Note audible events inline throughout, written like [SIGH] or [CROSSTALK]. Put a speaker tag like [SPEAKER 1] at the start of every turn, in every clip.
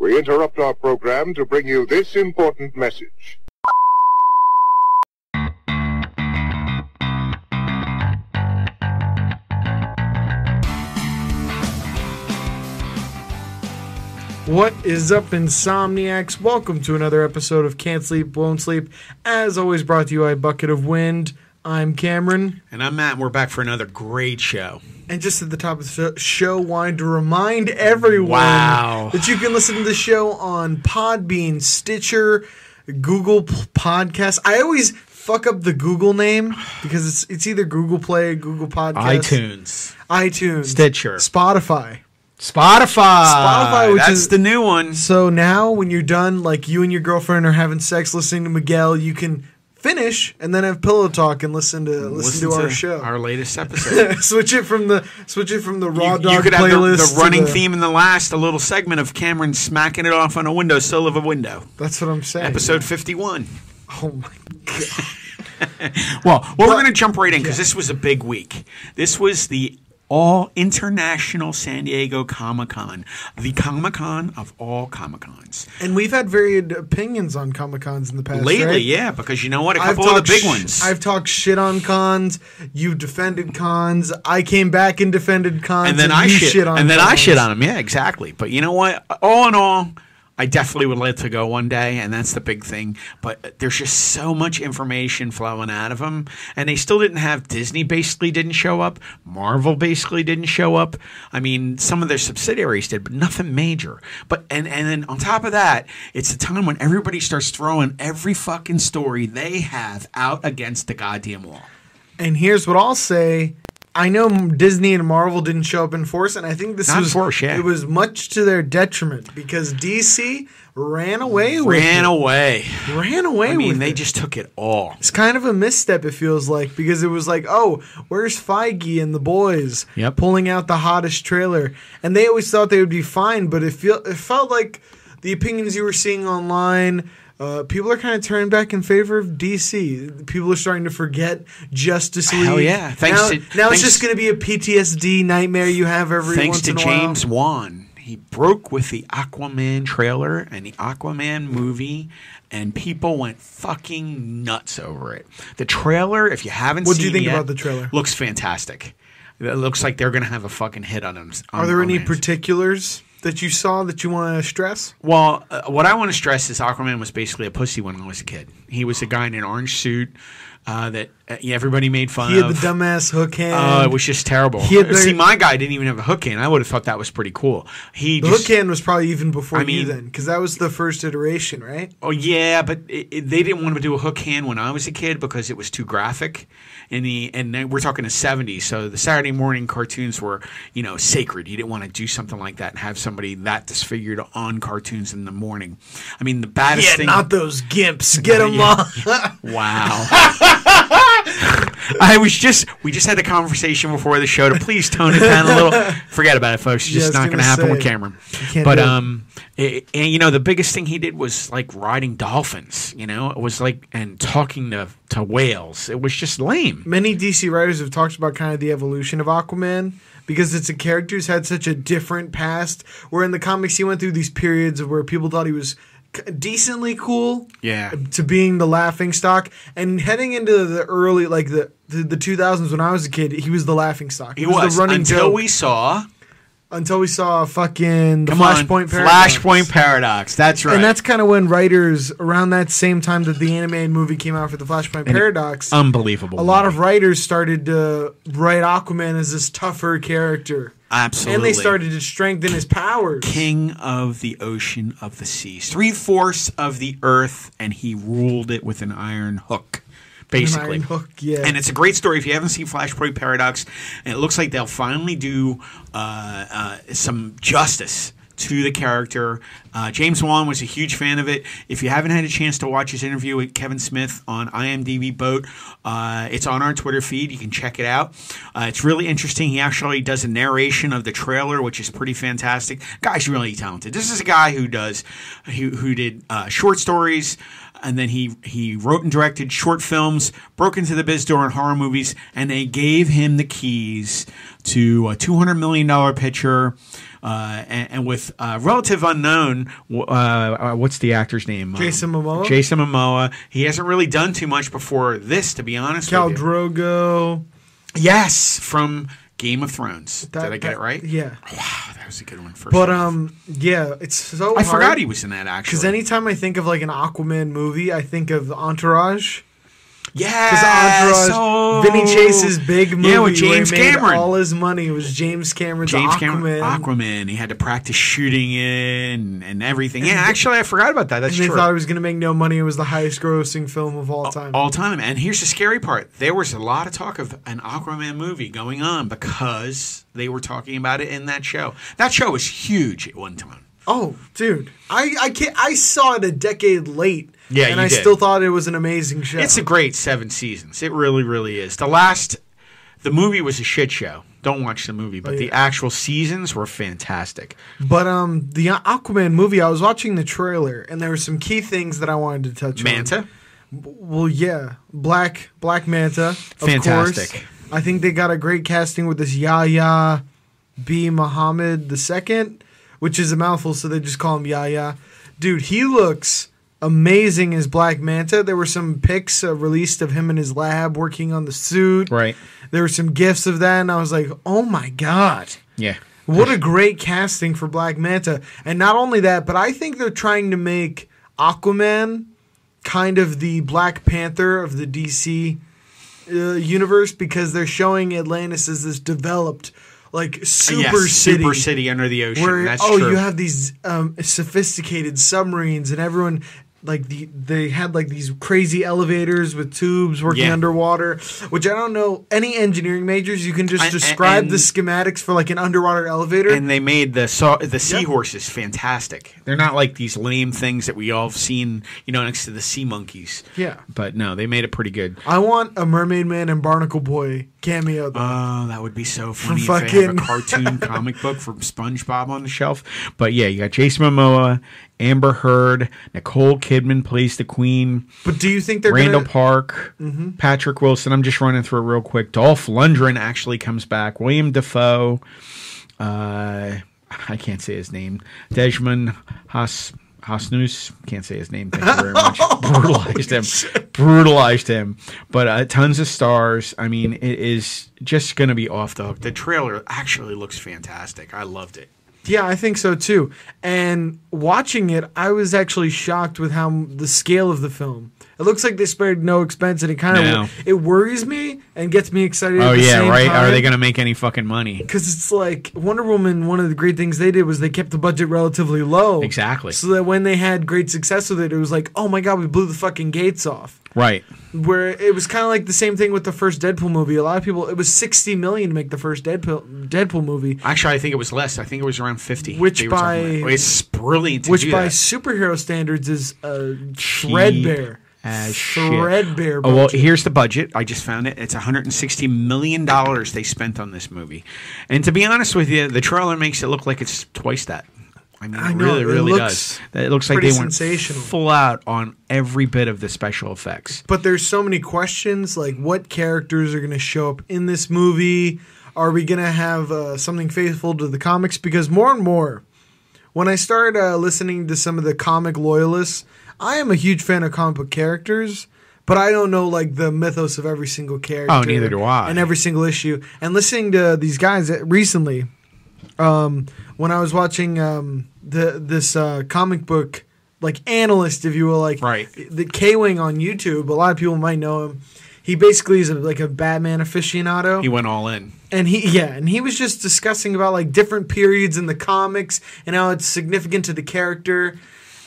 [SPEAKER 1] We interrupt our program to bring you this important message.
[SPEAKER 2] What is up, insomniacs? Welcome to another episode of Can't Sleep, Won't Sleep. As always, brought to you by Bucket of Wind. I'm Cameron.
[SPEAKER 3] And I'm Matt, and we're back for another great show.
[SPEAKER 2] And just at the top of the show, wanted to remind everyone
[SPEAKER 3] Wow.
[SPEAKER 2] that you can listen to the show on Podbean, Stitcher, Google P- Podcasts. I always fuck up the Google name because it's it's either Google Play, Google Podcasts,
[SPEAKER 3] iTunes,
[SPEAKER 2] iTunes,
[SPEAKER 3] Stitcher.
[SPEAKER 2] Spotify.
[SPEAKER 3] Spotify.
[SPEAKER 2] Spotify, which
[SPEAKER 3] That's
[SPEAKER 2] is-
[SPEAKER 3] the new one.
[SPEAKER 2] So now, when you're done, like you and your girlfriend are having sex listening to Miguel, you can finish and then have pillow talk and listen to listen, to, our show.
[SPEAKER 3] our latest [LAUGHS] episode.
[SPEAKER 2] [LAUGHS] switch it from the switch it from the raw
[SPEAKER 3] you,
[SPEAKER 2] dog
[SPEAKER 3] you could have the,
[SPEAKER 2] playlist.
[SPEAKER 3] the
[SPEAKER 2] to
[SPEAKER 3] running theme in the last, a little segment of Cameron smacking it off on a windowsill of a window.
[SPEAKER 2] That's what I'm saying.
[SPEAKER 3] Episode 51.
[SPEAKER 2] Oh my god!
[SPEAKER 3] Well, well, we're going to jump right in because this was a big week. This was the all international San Diego Comic Con, the Comic Con of all Comic Cons.
[SPEAKER 2] And we've had varied opinions on comic cons in the past.
[SPEAKER 3] Lately,
[SPEAKER 2] right?
[SPEAKER 3] yeah, because you know what? A couple of the big
[SPEAKER 2] sh-
[SPEAKER 3] ones.
[SPEAKER 2] I've talked shit on cons. You defended cons. I came back and defended cons.
[SPEAKER 3] and then I
[SPEAKER 2] you
[SPEAKER 3] shit,
[SPEAKER 2] on
[SPEAKER 3] and then I
[SPEAKER 2] cons.
[SPEAKER 3] shit on him. Yeah, exactly. But you know what? All in all, I definitely would like to go one day, and that's the big thing. But there's just so much information flowing out of them, and they still didn't have Disney. Basically, didn't show up. Marvel basically didn't show up. I mean, some of their subsidiaries did, but nothing major. But and and then on top of that, it's a time when everybody starts throwing every fucking story they have out against the goddamn wall.
[SPEAKER 2] And here's what I'll say. I know Disney and Marvel didn't show up in force, and I think this
[SPEAKER 3] Not in
[SPEAKER 2] was
[SPEAKER 3] force, yeah.
[SPEAKER 2] it was much to their detriment because DC ran away with
[SPEAKER 3] Ran
[SPEAKER 2] it.
[SPEAKER 3] away.
[SPEAKER 2] ran away
[SPEAKER 3] I
[SPEAKER 2] with
[SPEAKER 3] mean, they
[SPEAKER 2] it.
[SPEAKER 3] just took it all.
[SPEAKER 2] It's kind of a misstep, it feels like, because it was like, oh, where's Feige and the boys
[SPEAKER 3] Yep.
[SPEAKER 2] pulling out the hottest trailer? And they always thought they would be fine, but it feel it felt like the opinions you were seeing online. Uh, people are kind of turning back in favor of DC. People are starting to forget Justice League.
[SPEAKER 3] Hell yeah. Thanks
[SPEAKER 2] now,
[SPEAKER 3] to-
[SPEAKER 2] now it's
[SPEAKER 3] thanks-
[SPEAKER 2] just going to be a PTSD nightmare you have every
[SPEAKER 3] thanks
[SPEAKER 2] once
[SPEAKER 3] to
[SPEAKER 2] in a
[SPEAKER 3] James
[SPEAKER 2] while.
[SPEAKER 3] Wan. He broke with the Aquaman trailer and the Aquaman movie, and people went fucking nuts over it. The trailer, if you haven't
[SPEAKER 2] What do
[SPEAKER 3] seen
[SPEAKER 2] you think
[SPEAKER 3] yet,
[SPEAKER 2] about the trailer?
[SPEAKER 3] Looks fantastic. It looks like they're going to have a fucking hit on them.
[SPEAKER 2] Are there any particulars that you saw that you want to stress?
[SPEAKER 3] Well, uh, what I want to stress is Aquaman was basically a pussy when I was a kid. He was a guy in an orange suit uh, that uh, everybody made fun
[SPEAKER 2] He had
[SPEAKER 3] of.
[SPEAKER 2] the dumbass hook hand.
[SPEAKER 3] Oh, it was just terrible.
[SPEAKER 2] He had the-
[SPEAKER 3] See, my guy didn't even have a hook in. I would have thought that was pretty cool. He
[SPEAKER 2] The
[SPEAKER 3] just,
[SPEAKER 2] hook hand was probably even before
[SPEAKER 3] I
[SPEAKER 2] you
[SPEAKER 3] mean-
[SPEAKER 2] then, because that was the first iteration, right?
[SPEAKER 3] Oh yeah, but it, it, they didn't want to do a hook hand when I was a kid because it was too graphic, and the and then we're talking the '70s, so the Saturday morning cartoons were you know sacred. You didn't want to do something like that and have somebody that disfigured on cartoons in the morning. I mean, the baddest thing.
[SPEAKER 2] those gimps. Get
[SPEAKER 3] Yeah. Wow. I was just we just had a conversation before the show to please tone it down a
[SPEAKER 2] [LAUGHS]
[SPEAKER 3] little. Forget about it, folks. It's
[SPEAKER 2] Yeah, I
[SPEAKER 3] just
[SPEAKER 2] was gonna
[SPEAKER 3] not going to happen
[SPEAKER 2] say,
[SPEAKER 3] with Cameron.
[SPEAKER 2] can't
[SPEAKER 3] But
[SPEAKER 2] do it.
[SPEAKER 3] um, it- and you know the biggest thing he did was like riding dolphins. You know, it was like and talking to to whales. It was just lame.
[SPEAKER 2] [LAUGHS] Many DC writers have talked about kind of the evolution of Aquaman because it's a character who's had such a different past. Where in the comics, he went through these periods of where people thought he was c- decently cool,
[SPEAKER 3] Yeah.
[SPEAKER 2] to being the laughing stock, and heading into the early like the the, the 2000s when I was a kid, he was the laughing stock.
[SPEAKER 3] He was,
[SPEAKER 2] the running
[SPEAKER 3] until
[SPEAKER 2] joke
[SPEAKER 3] we saw
[SPEAKER 2] until we saw fucking the
[SPEAKER 3] come on,
[SPEAKER 2] Flashpoint. Paradox.
[SPEAKER 3] Flashpoint Paradox. That's right.
[SPEAKER 2] And that's kind of when writers, around that same time that the animated movie came out for the Flashpoint Paradox,
[SPEAKER 3] um, unbelievable.
[SPEAKER 2] a lot of writers started to write Aquaman as this tougher character.
[SPEAKER 3] absolutely
[SPEAKER 2] And they started to strengthen his powers.
[SPEAKER 3] king of the ocean of the seas, three fourths of the earth, and he ruled it with an iron hook, basically.
[SPEAKER 2] iron hook, yeah.
[SPEAKER 3] And it's a great story if you haven't seen Flashpoint Paradox, and it looks like they'll finally do uh, uh, some justice. To the character, uh, James Wan was a huge fan of it. If you haven't had a chance to watch his interview with Kevin Smith on IMDb Boat, uh, it's on our Twitter feed. You can check it out. Uh, it's really interesting. He actually does a narration of the trailer, which is pretty fantastic. Guy's really talented. This is a guy who does, who, who did uh, short stories, and then he he wrote and directed short films, broke into the biz door in horror movies, and they gave him the keys to a two hundred million dollar picture uh, and, and with uh, relative unknown. w- Uh, uh, what's the actor's name? Um,
[SPEAKER 2] Jason Momoa?
[SPEAKER 3] Jason Momoa. He hasn't really done too much before this, to be honest.
[SPEAKER 2] Cal
[SPEAKER 3] with you.
[SPEAKER 2] Drogo.
[SPEAKER 3] Yes, from Game of Thrones.
[SPEAKER 2] That-
[SPEAKER 3] Did I get
[SPEAKER 2] that-
[SPEAKER 3] it right?
[SPEAKER 2] Yeah.
[SPEAKER 3] Wow, that was a good one. First,
[SPEAKER 2] But
[SPEAKER 3] off.
[SPEAKER 2] um, yeah, it's so.
[SPEAKER 3] I
[SPEAKER 2] hard.
[SPEAKER 3] forgot he was in that actually.
[SPEAKER 2] Because anytime I think of like an Aquaman movie, I think of Entourage.
[SPEAKER 3] yeah,
[SPEAKER 2] Because Entourage,
[SPEAKER 3] so-
[SPEAKER 2] Vinny Chase's big movie,
[SPEAKER 3] oh. Yeah,
[SPEAKER 2] where
[SPEAKER 3] with
[SPEAKER 2] he
[SPEAKER 3] James
[SPEAKER 2] made
[SPEAKER 3] Cameron.
[SPEAKER 2] all his money was James Cameron's
[SPEAKER 3] James
[SPEAKER 2] Aquaman.
[SPEAKER 3] Cameron, Aquaman. He had to practice shooting it and, and everything. Yeah, actually, I forgot about that. That's
[SPEAKER 2] And they
[SPEAKER 3] true.
[SPEAKER 2] thought it was going to make no money. It was the highest grossing film of all time.
[SPEAKER 3] all time. And here's the scary part: there was a lot of talk of an Aquaman movie going on because they were talking about it in that show. That show was huge at one time.
[SPEAKER 2] oh, dude, I I can't, I saw it a decade late.
[SPEAKER 3] Yeah,
[SPEAKER 2] and
[SPEAKER 3] you
[SPEAKER 2] I
[SPEAKER 3] did.
[SPEAKER 2] still thought it was an amazing show.
[SPEAKER 3] It's a great seven seasons. It really, really is. The last, the movie was a shit show. Don't watch the movie, but the
[SPEAKER 2] Oh, yeah.
[SPEAKER 3] actual seasons were fantastic.
[SPEAKER 2] but um, the Aquaman movie. I was watching the trailer, and there were some key things that I wanted to touch on.
[SPEAKER 3] Manta.
[SPEAKER 2] Well, yeah, Black Black Manta, of
[SPEAKER 3] Fantastic.
[SPEAKER 2] course. I think they got a great casting with this Yahya B Muhammad II, which is a mouthful, so they just call him Yahya. Dude, he looks amazing as Black Manta. There were some pics uh, released of him in his lab working on the suit.
[SPEAKER 3] Right.
[SPEAKER 2] There were some gifs of that, and I was like, oh my god.
[SPEAKER 3] Yeah.
[SPEAKER 2] What a great casting for Black Manta. And not only that, but I think they're trying to make Aquaman kind of the Black Panther of the DC uh, universe because they're showing Atlantis as this developed, like, super
[SPEAKER 3] Yes,
[SPEAKER 2] city.
[SPEAKER 3] Super city under the ocean.
[SPEAKER 2] Where,
[SPEAKER 3] That's
[SPEAKER 2] oh,
[SPEAKER 3] true.
[SPEAKER 2] you have these um, sophisticated submarines and everyone. Like the they had like these crazy elevators with tubes working
[SPEAKER 3] Yeah.
[SPEAKER 2] underwater, which I don't know any engineering majors. You can just
[SPEAKER 3] And- and-
[SPEAKER 2] describe the
[SPEAKER 3] and-
[SPEAKER 2] schematics for like an underwater elevator,
[SPEAKER 3] and they made the saw the seahorses fantastic. They're not like these lame things that we all have seen, you know, next to the sea monkeys.
[SPEAKER 2] Yeah.
[SPEAKER 3] But no, they made it pretty good.
[SPEAKER 2] I want a Mermaid Man and Barnacle Boy cameo. though.
[SPEAKER 3] Oh, that would be so funny if
[SPEAKER 2] fucking- [LAUGHS]
[SPEAKER 3] they have a cartoon comic book from SpongeBob on the shelf. But yeah, you got Jason Momoa, Amber Heard, Nicole Kidman plays the Queen,
[SPEAKER 2] but do you think they're
[SPEAKER 3] Randall
[SPEAKER 2] gonna?
[SPEAKER 3] Park, Patrick Wilson. I'm just running through it real quick. Dolph Lundgren actually comes back. William Defoe. Uh, I can't say his name. Desmond Has. Hasnus, can't say his name. Thank you very [LAUGHS] much. brutalized him, brutalized him. But uh, tons of stars. I mean, it is just going to be off the hook. The trailer actually looks fantastic. I loved it.
[SPEAKER 2] yeah, I think so too. And watching it, I was actually shocked with how m- the scale of the film. It looks like they spared no expense, and it kind of
[SPEAKER 3] No.
[SPEAKER 2] it worries me and gets me excited.
[SPEAKER 3] Oh
[SPEAKER 2] at the
[SPEAKER 3] yeah,
[SPEAKER 2] same
[SPEAKER 3] right. Are they
[SPEAKER 2] time.
[SPEAKER 3] going to make any fucking money?
[SPEAKER 2] Because it's like Wonder Woman, one of the great things they did was they kept the budget relatively low.
[SPEAKER 3] Exactly.
[SPEAKER 2] So that when they had great success with it, it was like, oh my god, we blew the fucking gates off.
[SPEAKER 3] Right.
[SPEAKER 2] where it was kind of like the same thing with the first Deadpool movie. A lot of people, it was sixty million to make the first Deadpool Deadpool movie,
[SPEAKER 3] Actually, I think it was less. I think it was around fifty.
[SPEAKER 2] Which
[SPEAKER 3] they were talking
[SPEAKER 2] by-
[SPEAKER 3] about. it's brilliant. To
[SPEAKER 2] which
[SPEAKER 3] do
[SPEAKER 2] by
[SPEAKER 3] that.
[SPEAKER 2] superhero standards is a threadbare,
[SPEAKER 3] as Ah, shit.
[SPEAKER 2] threadbare.
[SPEAKER 3] Oh, well,
[SPEAKER 2] budget.
[SPEAKER 3] here's the budget. I just found it. It's 160 million dollars they spent on this movie, and to be honest with you, the trailer makes it look like it's twice that. I mean,
[SPEAKER 2] I
[SPEAKER 3] it
[SPEAKER 2] know,
[SPEAKER 3] really,
[SPEAKER 2] it
[SPEAKER 3] really
[SPEAKER 2] looks
[SPEAKER 3] does. It looks like
[SPEAKER 2] pretty
[SPEAKER 3] they went
[SPEAKER 2] sensational.
[SPEAKER 3] full out on every bit of the special effects.
[SPEAKER 2] but there's so many questions like what characters are going to show up in this movie are we going to have uh, something faithful to the comics because more and more when i start uh, listening to some of the comic loyalists i am a huge fan of comic book characters but i don't know like the mythos of every single character
[SPEAKER 3] Oh, neither do I.
[SPEAKER 2] and every single issue and listening to these guys that recently um, when I was watching um, the this uh, comic book like analyst, if you will, like
[SPEAKER 3] Right.
[SPEAKER 2] the K Wing on YouTube. A lot of people might know him. He basically is a, like a Batman aficionado,
[SPEAKER 3] He went all in.
[SPEAKER 2] and he yeah, and he was just discussing about like different periods in the comics and how it's significant to the character.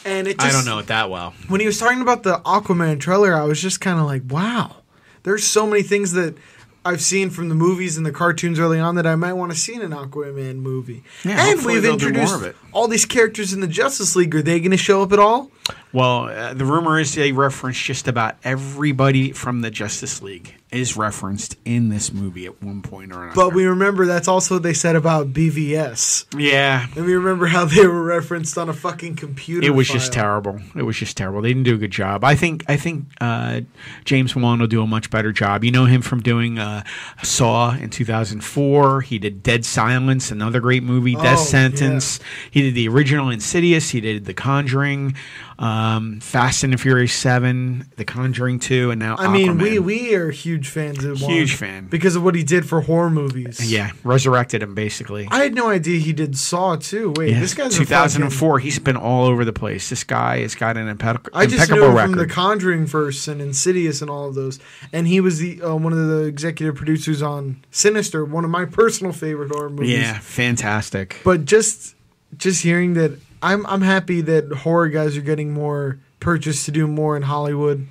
[SPEAKER 2] And it just,
[SPEAKER 3] I don't know it that well.
[SPEAKER 2] when he was talking about the Aquaman trailer, I was just kind of like, wow, there's so many things that I've seen from the movies and the cartoons early on that I might want to see in an Aquaman movie.
[SPEAKER 3] Yeah,
[SPEAKER 2] and
[SPEAKER 3] hopefully
[SPEAKER 2] we've
[SPEAKER 3] they'll do more
[SPEAKER 2] introduced
[SPEAKER 3] of it.
[SPEAKER 2] all these characters in the Justice League. Are they going to show up at all?
[SPEAKER 3] Well, uh, the rumor is they referenced just about everybody from the Justice League is referenced in this movie at one point or another.
[SPEAKER 2] But we remember that's also what they said about BVS.
[SPEAKER 3] yeah,
[SPEAKER 2] And we remember how they were referenced on a fucking computer.
[SPEAKER 3] it was just
[SPEAKER 2] file.
[SPEAKER 3] terrible. It was just terrible. They didn't do a good job. I think I think uh, James Wan will do a much better job. You know him from doing uh, Saw in 2004. He did Dead Silence, another great movie.
[SPEAKER 2] Oh, yeah.
[SPEAKER 3] Death Sentence. He did the original Insidious. He did The Conjuring, um, Fast and the Furious Seven, The Conjuring Two, and now
[SPEAKER 2] I mean,
[SPEAKER 3] Aquaman.
[SPEAKER 2] we we are huge fans of Juan
[SPEAKER 3] Huge fan.
[SPEAKER 2] because of what he did for horror movies.
[SPEAKER 3] yeah resurrected him basically.
[SPEAKER 2] I had no idea he did Saw too. Wait,
[SPEAKER 3] Yeah,
[SPEAKER 2] this guy's a fucking-
[SPEAKER 3] 2004. He's been all over the place. This guy has got an impec-
[SPEAKER 2] I just knew
[SPEAKER 3] impeccable
[SPEAKER 2] him
[SPEAKER 3] record.
[SPEAKER 2] from The Conjuring first and Insidious and all of those, and he was the uh, one of the executive producers on Sinister, one of my personal favorite horror movies.
[SPEAKER 3] yeah, fantastic.
[SPEAKER 2] but just just hearing that, I'm I'm happy that horror guys are getting more purchase to do more in Hollywood.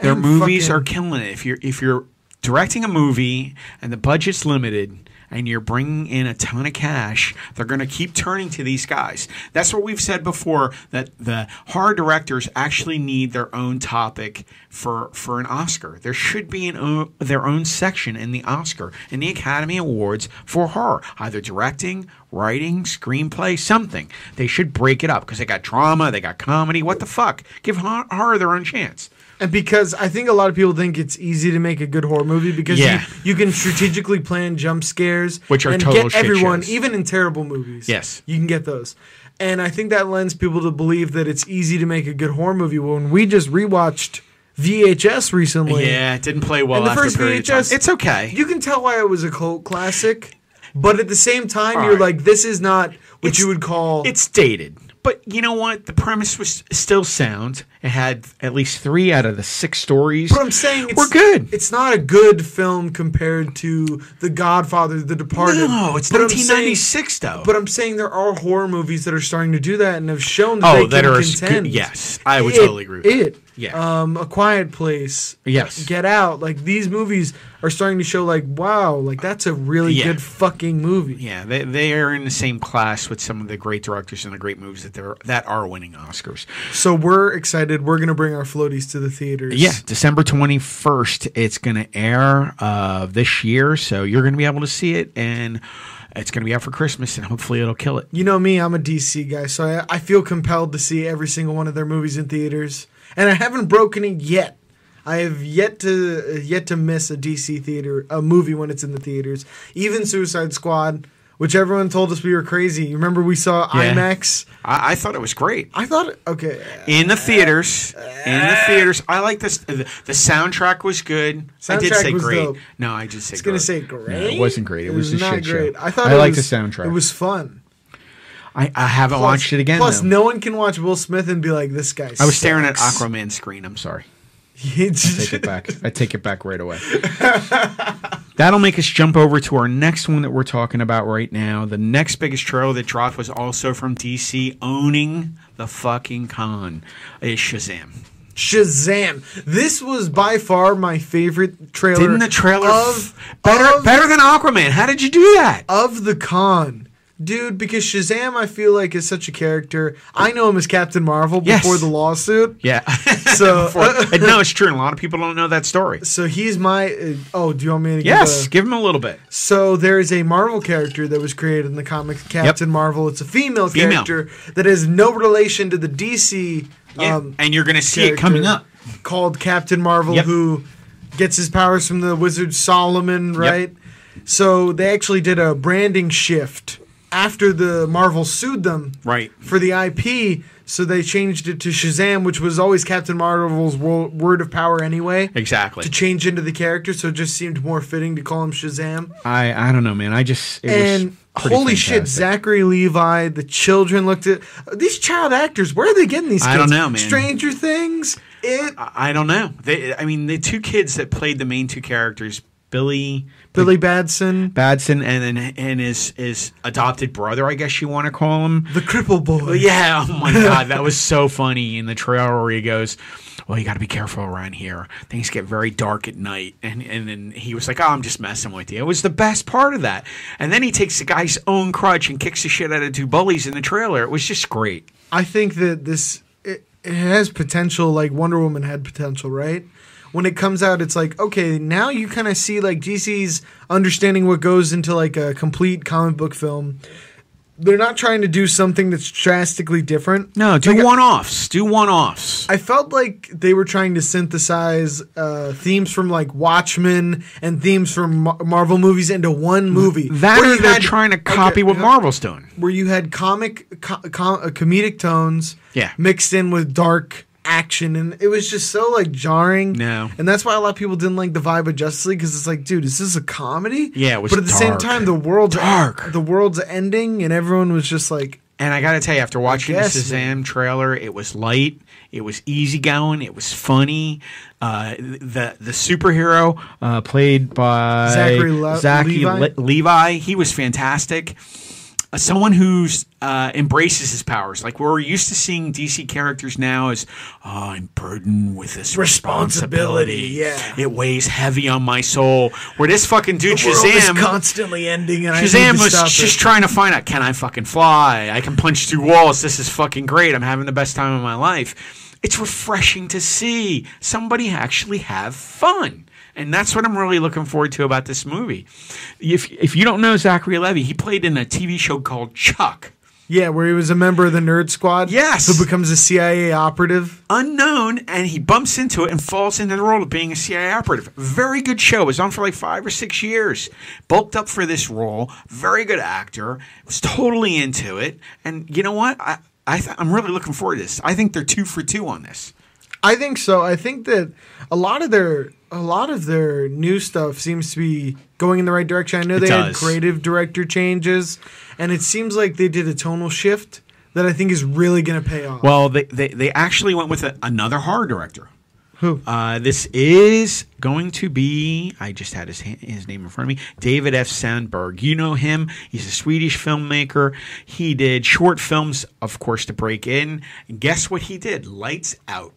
[SPEAKER 3] Their
[SPEAKER 2] And
[SPEAKER 3] movies
[SPEAKER 2] fucking-
[SPEAKER 3] are killing it. If you're if you're directing a movie and the budget's limited and you're bringing in a ton of cash, they're going to keep turning to these guys. That's what we've said before that the horror directors actually need their own topic for for an Oscar. There should be an o- their own section in the Oscar in the Academy Awards for horror, either directing, writing, screenplay, something. They should break it up because they got drama, they got comedy. What the fuck? Give hor- horror their own chance.
[SPEAKER 2] And because I think a lot of people think it's easy to make a good horror movie because
[SPEAKER 3] Yeah.
[SPEAKER 2] you, you can strategically plan jump scares,
[SPEAKER 3] Which are
[SPEAKER 2] and
[SPEAKER 3] total
[SPEAKER 2] get
[SPEAKER 3] shit
[SPEAKER 2] everyone,
[SPEAKER 3] shows.
[SPEAKER 2] even in terrible movies.
[SPEAKER 3] Yes.
[SPEAKER 2] you can get those. And I think that lends people to believe that it's easy to make a good horror movie. When we just rewatched VHS recently,
[SPEAKER 3] Yeah, it didn't play well
[SPEAKER 2] and the
[SPEAKER 3] after
[SPEAKER 2] first
[SPEAKER 3] a period of time.
[SPEAKER 2] VHS,
[SPEAKER 3] It's okay.
[SPEAKER 2] You can tell why it was a cult classic, but at the same time,
[SPEAKER 3] All
[SPEAKER 2] you're
[SPEAKER 3] right.
[SPEAKER 2] like, this is not what
[SPEAKER 3] It's-
[SPEAKER 2] you would call.
[SPEAKER 3] it's dated. But you know what? The premise was still sound. It had at least three out of the six stories.
[SPEAKER 2] But I'm saying it's,
[SPEAKER 3] we're good.
[SPEAKER 2] It's not a good film compared to The Godfather, The Departed.
[SPEAKER 3] no, it's
[SPEAKER 2] But I'm saying-
[SPEAKER 3] 1996 though.
[SPEAKER 2] But I'm saying there are horror movies that are starting to do that and have shown that
[SPEAKER 3] oh,
[SPEAKER 2] they
[SPEAKER 3] that
[SPEAKER 2] can
[SPEAKER 3] are as
[SPEAKER 2] contend.
[SPEAKER 3] good. Yes, I would
[SPEAKER 2] It-
[SPEAKER 3] totally agree. With that.
[SPEAKER 2] it,
[SPEAKER 3] Yeah.
[SPEAKER 2] um, A Quiet Place,
[SPEAKER 3] Yes.
[SPEAKER 2] Get Out. Like these movies are starting to show, like, wow, like that's a really
[SPEAKER 3] Yeah.
[SPEAKER 2] good fucking movie.
[SPEAKER 3] Yeah, they, they are in the same class with some of the great directors and the great movies that they're that are winning Oscars.
[SPEAKER 2] So we're excited. We're gonna bring our floaties to the theaters.
[SPEAKER 3] Yeah, December 21st, it's going to air uh, this year, so you're going to be able to see it, and it's going to be out for Christmas, and hopefully it'll kill it.
[SPEAKER 2] You know me, I'm a DC guy, so I, I feel compelled to see every single one of their movies in theaters, and I haven't broken it yet. I have yet to yet to miss a DC theater a movie when it's in the theaters. Even Suicide Squad, which everyone told us we were crazy. You remember we saw
[SPEAKER 3] Yeah.
[SPEAKER 2] IMAX?
[SPEAKER 3] I, I thought it was great.
[SPEAKER 2] I thought okay,
[SPEAKER 3] in the theaters. In the theaters, I like this. The, the soundtrack was good. I did
[SPEAKER 2] Soundtrack
[SPEAKER 3] say
[SPEAKER 2] was
[SPEAKER 3] great.
[SPEAKER 2] dope.
[SPEAKER 3] No, I did say.
[SPEAKER 2] it's gonna
[SPEAKER 3] great.
[SPEAKER 2] say great.
[SPEAKER 3] it wasn't great. It was a shit show.
[SPEAKER 2] I thought
[SPEAKER 3] I
[SPEAKER 2] it
[SPEAKER 3] liked the
[SPEAKER 2] was-
[SPEAKER 3] soundtrack.
[SPEAKER 2] It was fun.
[SPEAKER 3] I, I haven't watched it again.
[SPEAKER 2] Plus,
[SPEAKER 3] though.
[SPEAKER 2] no one can watch Will Smith and be like, "This guy."
[SPEAKER 3] I was staring at
[SPEAKER 2] sucks."
[SPEAKER 3] Aquaman screen.
[SPEAKER 2] [LAUGHS]
[SPEAKER 3] I'm sorry. Take
[SPEAKER 2] It's-
[SPEAKER 3] it back. I take it back right away. That'll make us jump over to our next one that we're talking about right now. The next biggest trailer that dropped was also from DC, owning the fucking con. Is Shazam.
[SPEAKER 2] Shazam! This was by far my favorite trailer.
[SPEAKER 3] Didn't the trailer
[SPEAKER 2] of
[SPEAKER 3] f- better
[SPEAKER 2] of,
[SPEAKER 3] better than Aquaman? How did you do that?
[SPEAKER 2] of the con, dude? Because Shazam, I feel like is such a character. I know him as Captain Marvel
[SPEAKER 3] Yes.
[SPEAKER 2] before the
[SPEAKER 3] [LAUGHS]
[SPEAKER 2] lawsuit.
[SPEAKER 3] Yeah.
[SPEAKER 2] So-
[SPEAKER 3] Before- and no, it's true. And a lot of people don't know that story.
[SPEAKER 2] [LAUGHS] So he's my. Uh, oh, do you want me to? give
[SPEAKER 3] Yes,
[SPEAKER 2] a-
[SPEAKER 3] give him a little bit.
[SPEAKER 2] so there is a Marvel character that was created in the comic Captain Marvel. It's a female,
[SPEAKER 3] Female.
[SPEAKER 2] character that has no relation to the DC. Um,
[SPEAKER 3] and you're going to see it
[SPEAKER 2] character
[SPEAKER 3] coming up.
[SPEAKER 2] called Captain Marvel,
[SPEAKER 3] Yep.
[SPEAKER 2] who gets his powers from the wizard Solomon, right? So they actually did a branding shift after the Marvel sued them
[SPEAKER 3] Right.
[SPEAKER 2] for the IP. So they changed it to Shazam, which was always Captain Marvel's wo- word of power anyway.
[SPEAKER 3] Exactly.
[SPEAKER 2] To change into the character, so it just seemed more fitting to call him Shazam.
[SPEAKER 3] I, I don't know, man. I just. It
[SPEAKER 2] And
[SPEAKER 3] pretty
[SPEAKER 2] holy shit,
[SPEAKER 3] fantastic.
[SPEAKER 2] Zachary Levi, the children looked at these child actors. Where are they getting these? Kids?
[SPEAKER 3] I don't know, man.
[SPEAKER 2] Stranger Things, it,
[SPEAKER 3] I I don't know. They, I mean, the two kids that played the main two characters, Billy
[SPEAKER 2] Billy Badson,
[SPEAKER 3] Badson and and, and his, his adopted brother, I guess you want to call him.
[SPEAKER 2] the Cripple Boy.
[SPEAKER 3] [LAUGHS] Yeah, oh my god, that was so funny in the trailer where he goes, "Well, you got to be careful around here. Things get very dark at night." And and then he was like, "Oh, I'm just messing with you." It was the best part of that. And then he takes the guy's own crutch and kicks the shit out of two bullies in the trailer. It was just great.
[SPEAKER 2] I think that this it, it has potential. Like Wonder Woman had potential, right? When it comes out, it's like okay, now you kind of see like DC's understanding what goes into like a complete comic book film. They're not trying to do something that's drastically different.
[SPEAKER 3] No,
[SPEAKER 2] It's
[SPEAKER 3] do
[SPEAKER 2] like,
[SPEAKER 3] one offs. uh, Do one offs.
[SPEAKER 2] I felt like they were trying to synthesize uh, themes from like Watchmen and themes from Mar- Marvel movies into one movie.
[SPEAKER 3] That
[SPEAKER 2] Where
[SPEAKER 3] or
[SPEAKER 2] you
[SPEAKER 3] they're
[SPEAKER 2] had-
[SPEAKER 3] trying to
[SPEAKER 2] okay,
[SPEAKER 3] copy what
[SPEAKER 2] yeah.
[SPEAKER 3] Marvel's doing.
[SPEAKER 2] Where you had comic, co- com- uh, comedic tones,
[SPEAKER 3] Yeah.
[SPEAKER 2] mixed in with dark action, and it was just so like jarring.
[SPEAKER 3] No.
[SPEAKER 2] and that's why a lot of people didn't like the vibe of Justice League because it's like, dude, is this a comedy?
[SPEAKER 3] Yeah, it was
[SPEAKER 2] But at the same
[SPEAKER 3] dark.
[SPEAKER 2] time, the world's
[SPEAKER 3] Dark.
[SPEAKER 2] The world's ending, and everyone was just like,
[SPEAKER 3] And I got to tell you, after watching
[SPEAKER 2] guess,
[SPEAKER 3] the Shazam trailer, it was light, it was easygoing, it was funny. Uh, the the superhero uh, played by
[SPEAKER 2] Zachary Le-
[SPEAKER 3] Zachary
[SPEAKER 2] Levi?
[SPEAKER 3] Le- Levi, he was fantastic. Uh, Someone who uh, embraces his powers, like we're used to seeing DC characters now, as oh, I'm burdened with this responsibility.
[SPEAKER 2] Responsibility, yeah.
[SPEAKER 3] it weighs heavy on my soul. Where this fucking dude
[SPEAKER 2] world is
[SPEAKER 3] Shazam
[SPEAKER 2] constantly ending, and I need
[SPEAKER 3] Shazam
[SPEAKER 2] to
[SPEAKER 3] was
[SPEAKER 2] stop
[SPEAKER 3] just
[SPEAKER 2] it.
[SPEAKER 3] trying to find out can I fucking fly? I can punch through walls. This is fucking great. I'm having the best time of my life. It's refreshing to see somebody actually have fun. And that's what I'm really looking forward to about this movie. If, if you don't know Zachary Levy, he played in a TV show called Chuck.
[SPEAKER 2] Yeah, where he was a member of the Nerd Squad.
[SPEAKER 3] Yes.
[SPEAKER 2] Who becomes a CIA operative.
[SPEAKER 3] unknown and he bumps into it and falls into the role of being a CIA operative. Very good show. It was on for like five or six years. Bulked up for this role. Very good actor. Was totally into it. And you know what? I, I th- I'm really looking forward to this. I think they're two for two on this.
[SPEAKER 2] I think so. I think that a lot of their a lot of their new stuff seems to be going in the right direction. I know they had
[SPEAKER 3] does.
[SPEAKER 2] creative director changes and it seems like they did a tonal shift that I think is really going to pay off.
[SPEAKER 3] Well, they, they, they actually went with a, another horror director.
[SPEAKER 2] Who?
[SPEAKER 3] Uh, this is going to be, I just had his, hand, his name in front of me, David F. Sandberg. You know him. He's a Swedish filmmaker. He did short films, of course, to break in. And guess what he did? Lights Out.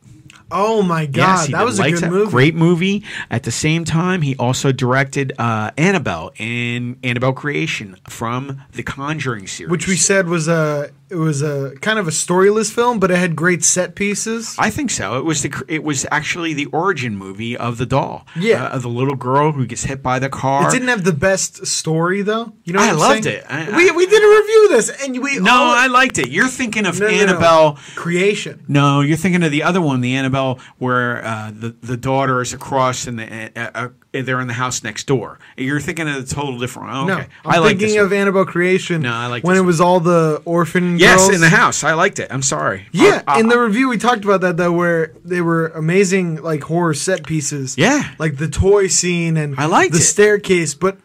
[SPEAKER 2] oh my
[SPEAKER 3] Yes,
[SPEAKER 2] god,
[SPEAKER 3] he
[SPEAKER 2] that
[SPEAKER 3] did
[SPEAKER 2] was a
[SPEAKER 3] Lights
[SPEAKER 2] good
[SPEAKER 3] Out.
[SPEAKER 2] movie.
[SPEAKER 3] Great movie. At the same time, he also directed uh, Annabelle and Annabelle Creation from the Conjuring series.
[SPEAKER 2] Which we said was a it was a kind of a storyless film, but it had great set pieces.
[SPEAKER 3] I think so. It was the cr- it was actually the origin movie of the doll.
[SPEAKER 2] Yeah.
[SPEAKER 3] uh, of the little girl who gets hit by the car.
[SPEAKER 2] It didn't have the best story though. You know,
[SPEAKER 3] I
[SPEAKER 2] what I'm
[SPEAKER 3] loved
[SPEAKER 2] saying?
[SPEAKER 3] it. I-
[SPEAKER 2] we
[SPEAKER 3] I-
[SPEAKER 2] we did a review of this, and we
[SPEAKER 3] no,
[SPEAKER 2] all-
[SPEAKER 3] I liked it. You're thinking of
[SPEAKER 2] No, no, no.
[SPEAKER 3] Annabelle.
[SPEAKER 2] creation.
[SPEAKER 3] No, you're thinking of the other one, the Annabelle, where uh, the the daughter is across and the, uh, uh, they're in the house next door. You're thinking of the total different one.
[SPEAKER 2] No,
[SPEAKER 3] Okay,
[SPEAKER 2] I'm
[SPEAKER 3] like this
[SPEAKER 2] thinking
[SPEAKER 3] one.
[SPEAKER 2] of Annabelle Creation.
[SPEAKER 3] No, I like
[SPEAKER 2] when
[SPEAKER 3] this
[SPEAKER 2] it was all the orphan
[SPEAKER 3] yes
[SPEAKER 2] girls.
[SPEAKER 3] in the Oh, house. I liked it. I'm sorry. Uh,
[SPEAKER 2] Yeah,
[SPEAKER 3] I- I-
[SPEAKER 2] in the review we talked about that though, where they were amazing like horror set pieces.
[SPEAKER 3] Yeah.
[SPEAKER 2] like the toy scene and
[SPEAKER 3] I liked
[SPEAKER 2] the
[SPEAKER 3] it.
[SPEAKER 2] staircase, but.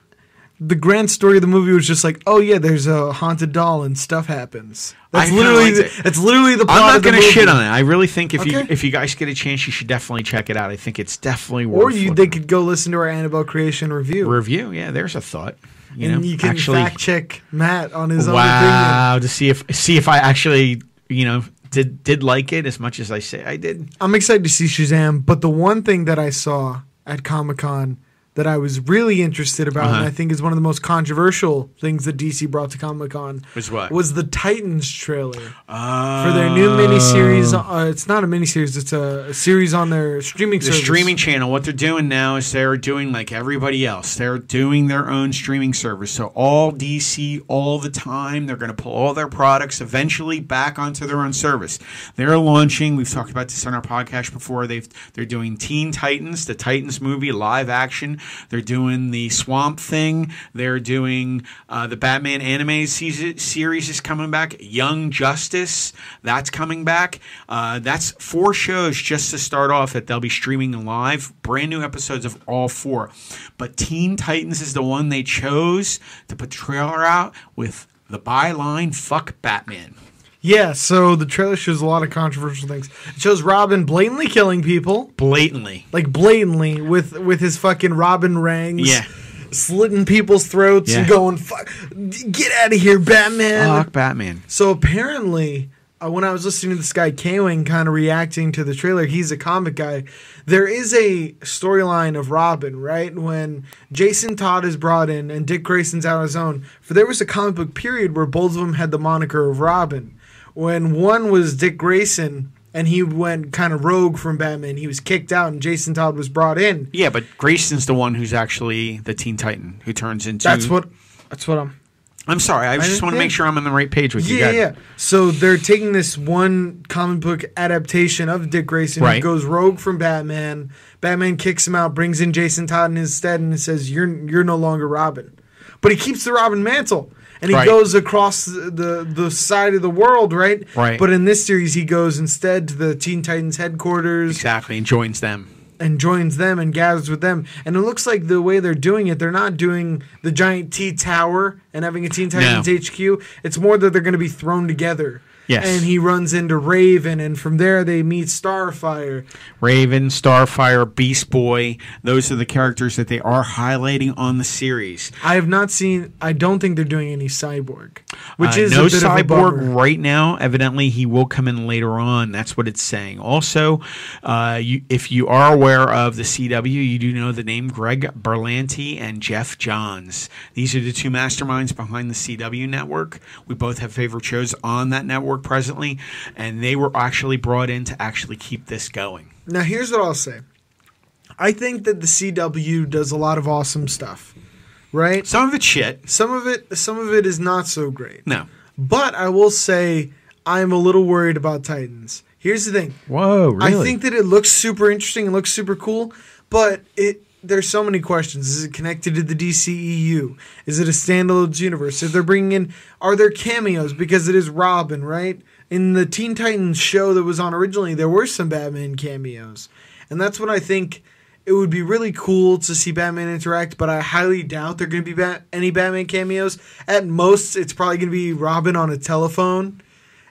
[SPEAKER 2] The grand story of the movie was just like, oh yeah, there's a haunted doll and stuff happens.
[SPEAKER 3] I
[SPEAKER 2] That's
[SPEAKER 3] kinda
[SPEAKER 2] literally,
[SPEAKER 3] liked
[SPEAKER 2] the,
[SPEAKER 3] it.
[SPEAKER 2] that's literally the plot.
[SPEAKER 3] I'm not
[SPEAKER 2] of the
[SPEAKER 3] going to
[SPEAKER 2] movie.
[SPEAKER 3] shit on it. I really think if you
[SPEAKER 2] Okay.
[SPEAKER 3] if you guys get a chance, you should definitely check it out. I think it's definitely worth.
[SPEAKER 2] Or you,
[SPEAKER 3] looking
[SPEAKER 2] they could go listen to our Annabelle creation review,
[SPEAKER 3] review. Yeah, there's a thought. You
[SPEAKER 2] and
[SPEAKER 3] know,
[SPEAKER 2] you can
[SPEAKER 3] actually,
[SPEAKER 2] fact check Matt on his own opinion.
[SPEAKER 3] wow, to see if see if I actually you know did did like it as much as I say I did.
[SPEAKER 2] I'm excited to see Shazam, but the one thing that I saw at Comic Con that I was really interested about, and
[SPEAKER 3] Uh-huh.
[SPEAKER 2] I think is one of the most controversial things that DC brought to Comic Con,
[SPEAKER 3] Was what? Oh.
[SPEAKER 2] was the Titans trailer for their new miniseries. Uh, it's not a miniseries; it's a, a series on their streaming.
[SPEAKER 3] The
[SPEAKER 2] service.
[SPEAKER 3] streaming channel, what they're doing now is they're doing like everybody else. They're doing their own streaming service. So all DC, all the time, they're going to pull all their products eventually back onto their own service. They're launching. We've talked about this on our podcast before. They've they're doing Teen Titans, the Titans movie, live action. They're doing the Swamp Thing. They're doing uh, the Batman anime season, series is coming back. Young Justice that's coming back. Uh, that's four shows just to start off that they'll be streaming live. Brand new episodes of all four, but Teen Titans is the one they chose to put the trailer out with the byline "Fuck Batman."
[SPEAKER 2] Yeah, so the trailer shows a lot of controversial things. It shows Robin blatantly killing people.
[SPEAKER 3] Blatantly,
[SPEAKER 2] like blatantly with with his fucking Robin rings.
[SPEAKER 3] Yeah.
[SPEAKER 2] Slitting people's throats and
[SPEAKER 3] Yeah.
[SPEAKER 2] going, "Fuck, d- get out of here, Batman!"
[SPEAKER 3] fuck Batman.
[SPEAKER 2] So apparently, uh, when I was listening to this guy Kwing kind of reacting to the trailer, he's a comic guy. There is a storyline of Robin, right? When Jason Todd is brought in and Dick Grayson's out on his own. For there was a comic book period where both of them had the moniker of Robin. When one was Dick Grayson and he went kind of rogue from Batman. He was kicked out, and Jason Todd was brought in.
[SPEAKER 3] Yeah, but Grayson's the one who's actually the Teen Titan who turns into.
[SPEAKER 2] That's what. Mm. That's what I'm.
[SPEAKER 3] I'm sorry. I, just
[SPEAKER 2] didn't
[SPEAKER 3] want to make
[SPEAKER 2] think-
[SPEAKER 3] sure I'm on the right page with you.
[SPEAKER 2] Yeah,
[SPEAKER 3] guys.
[SPEAKER 2] yeah. So they're taking this one comic book adaptation of Dick Grayson
[SPEAKER 3] Right.
[SPEAKER 2] who goes rogue from Batman. Batman kicks him out, brings in Jason Todd instead, and says, "You're you're no longer Robin," but he keeps the Robin mantle. And he
[SPEAKER 3] Right.
[SPEAKER 2] goes across the, the the side of the world, right?
[SPEAKER 3] Right.
[SPEAKER 2] But in this series, he goes instead to the Teen Titans headquarters
[SPEAKER 3] Exactly, and joins them.
[SPEAKER 2] and joins them and gathers with them. And it looks like the way they're doing it, they're not doing the giant T tower and having a Teen Titans HQ. It's more that they're going to be thrown together.
[SPEAKER 3] Yes.
[SPEAKER 2] And he runs into Raven, and from there they meet Starfire.
[SPEAKER 3] Raven, Starfire, Beast Boy. Those are the characters that they are highlighting on the series.
[SPEAKER 2] I have not seen. I don't think they're doing any cyborg, which
[SPEAKER 3] Uh,
[SPEAKER 2] is
[SPEAKER 3] no
[SPEAKER 2] a bit of a
[SPEAKER 3] cyborg
[SPEAKER 2] bummer.
[SPEAKER 3] right now. Evidently, he will come in later on. That's what it's saying. Also, uh, you, if you are aware of the CW, you do know the name Greg Berlanti and Jeff Johns. These are the two masterminds behind the CW network. We both have favorite shows on that network presently, and they were actually brought in to actually keep this going.
[SPEAKER 2] Now, here's what I'll say. I think that the CW does a lot of awesome stuff, right?
[SPEAKER 3] Some of it's shit.
[SPEAKER 2] Some of it, some of it is not so great.
[SPEAKER 3] No.
[SPEAKER 2] But I will say I'm a little worried about Titans. Here's the thing.
[SPEAKER 3] Whoa,
[SPEAKER 2] I think that it looks super interesting, it looks super cool, but it there's so many questions. Is it connected to the DCEU? Is it a standalone universe? If they're bringing in are there cameos because it is Robin, right? In the Teen Titans show that was on originally, there were some Batman cameos. And that's what I think it would be really cool to see Batman interact, but I highly doubt there are going to be ba- any Batman cameos. At most, it's probably going to be Robin on a telephone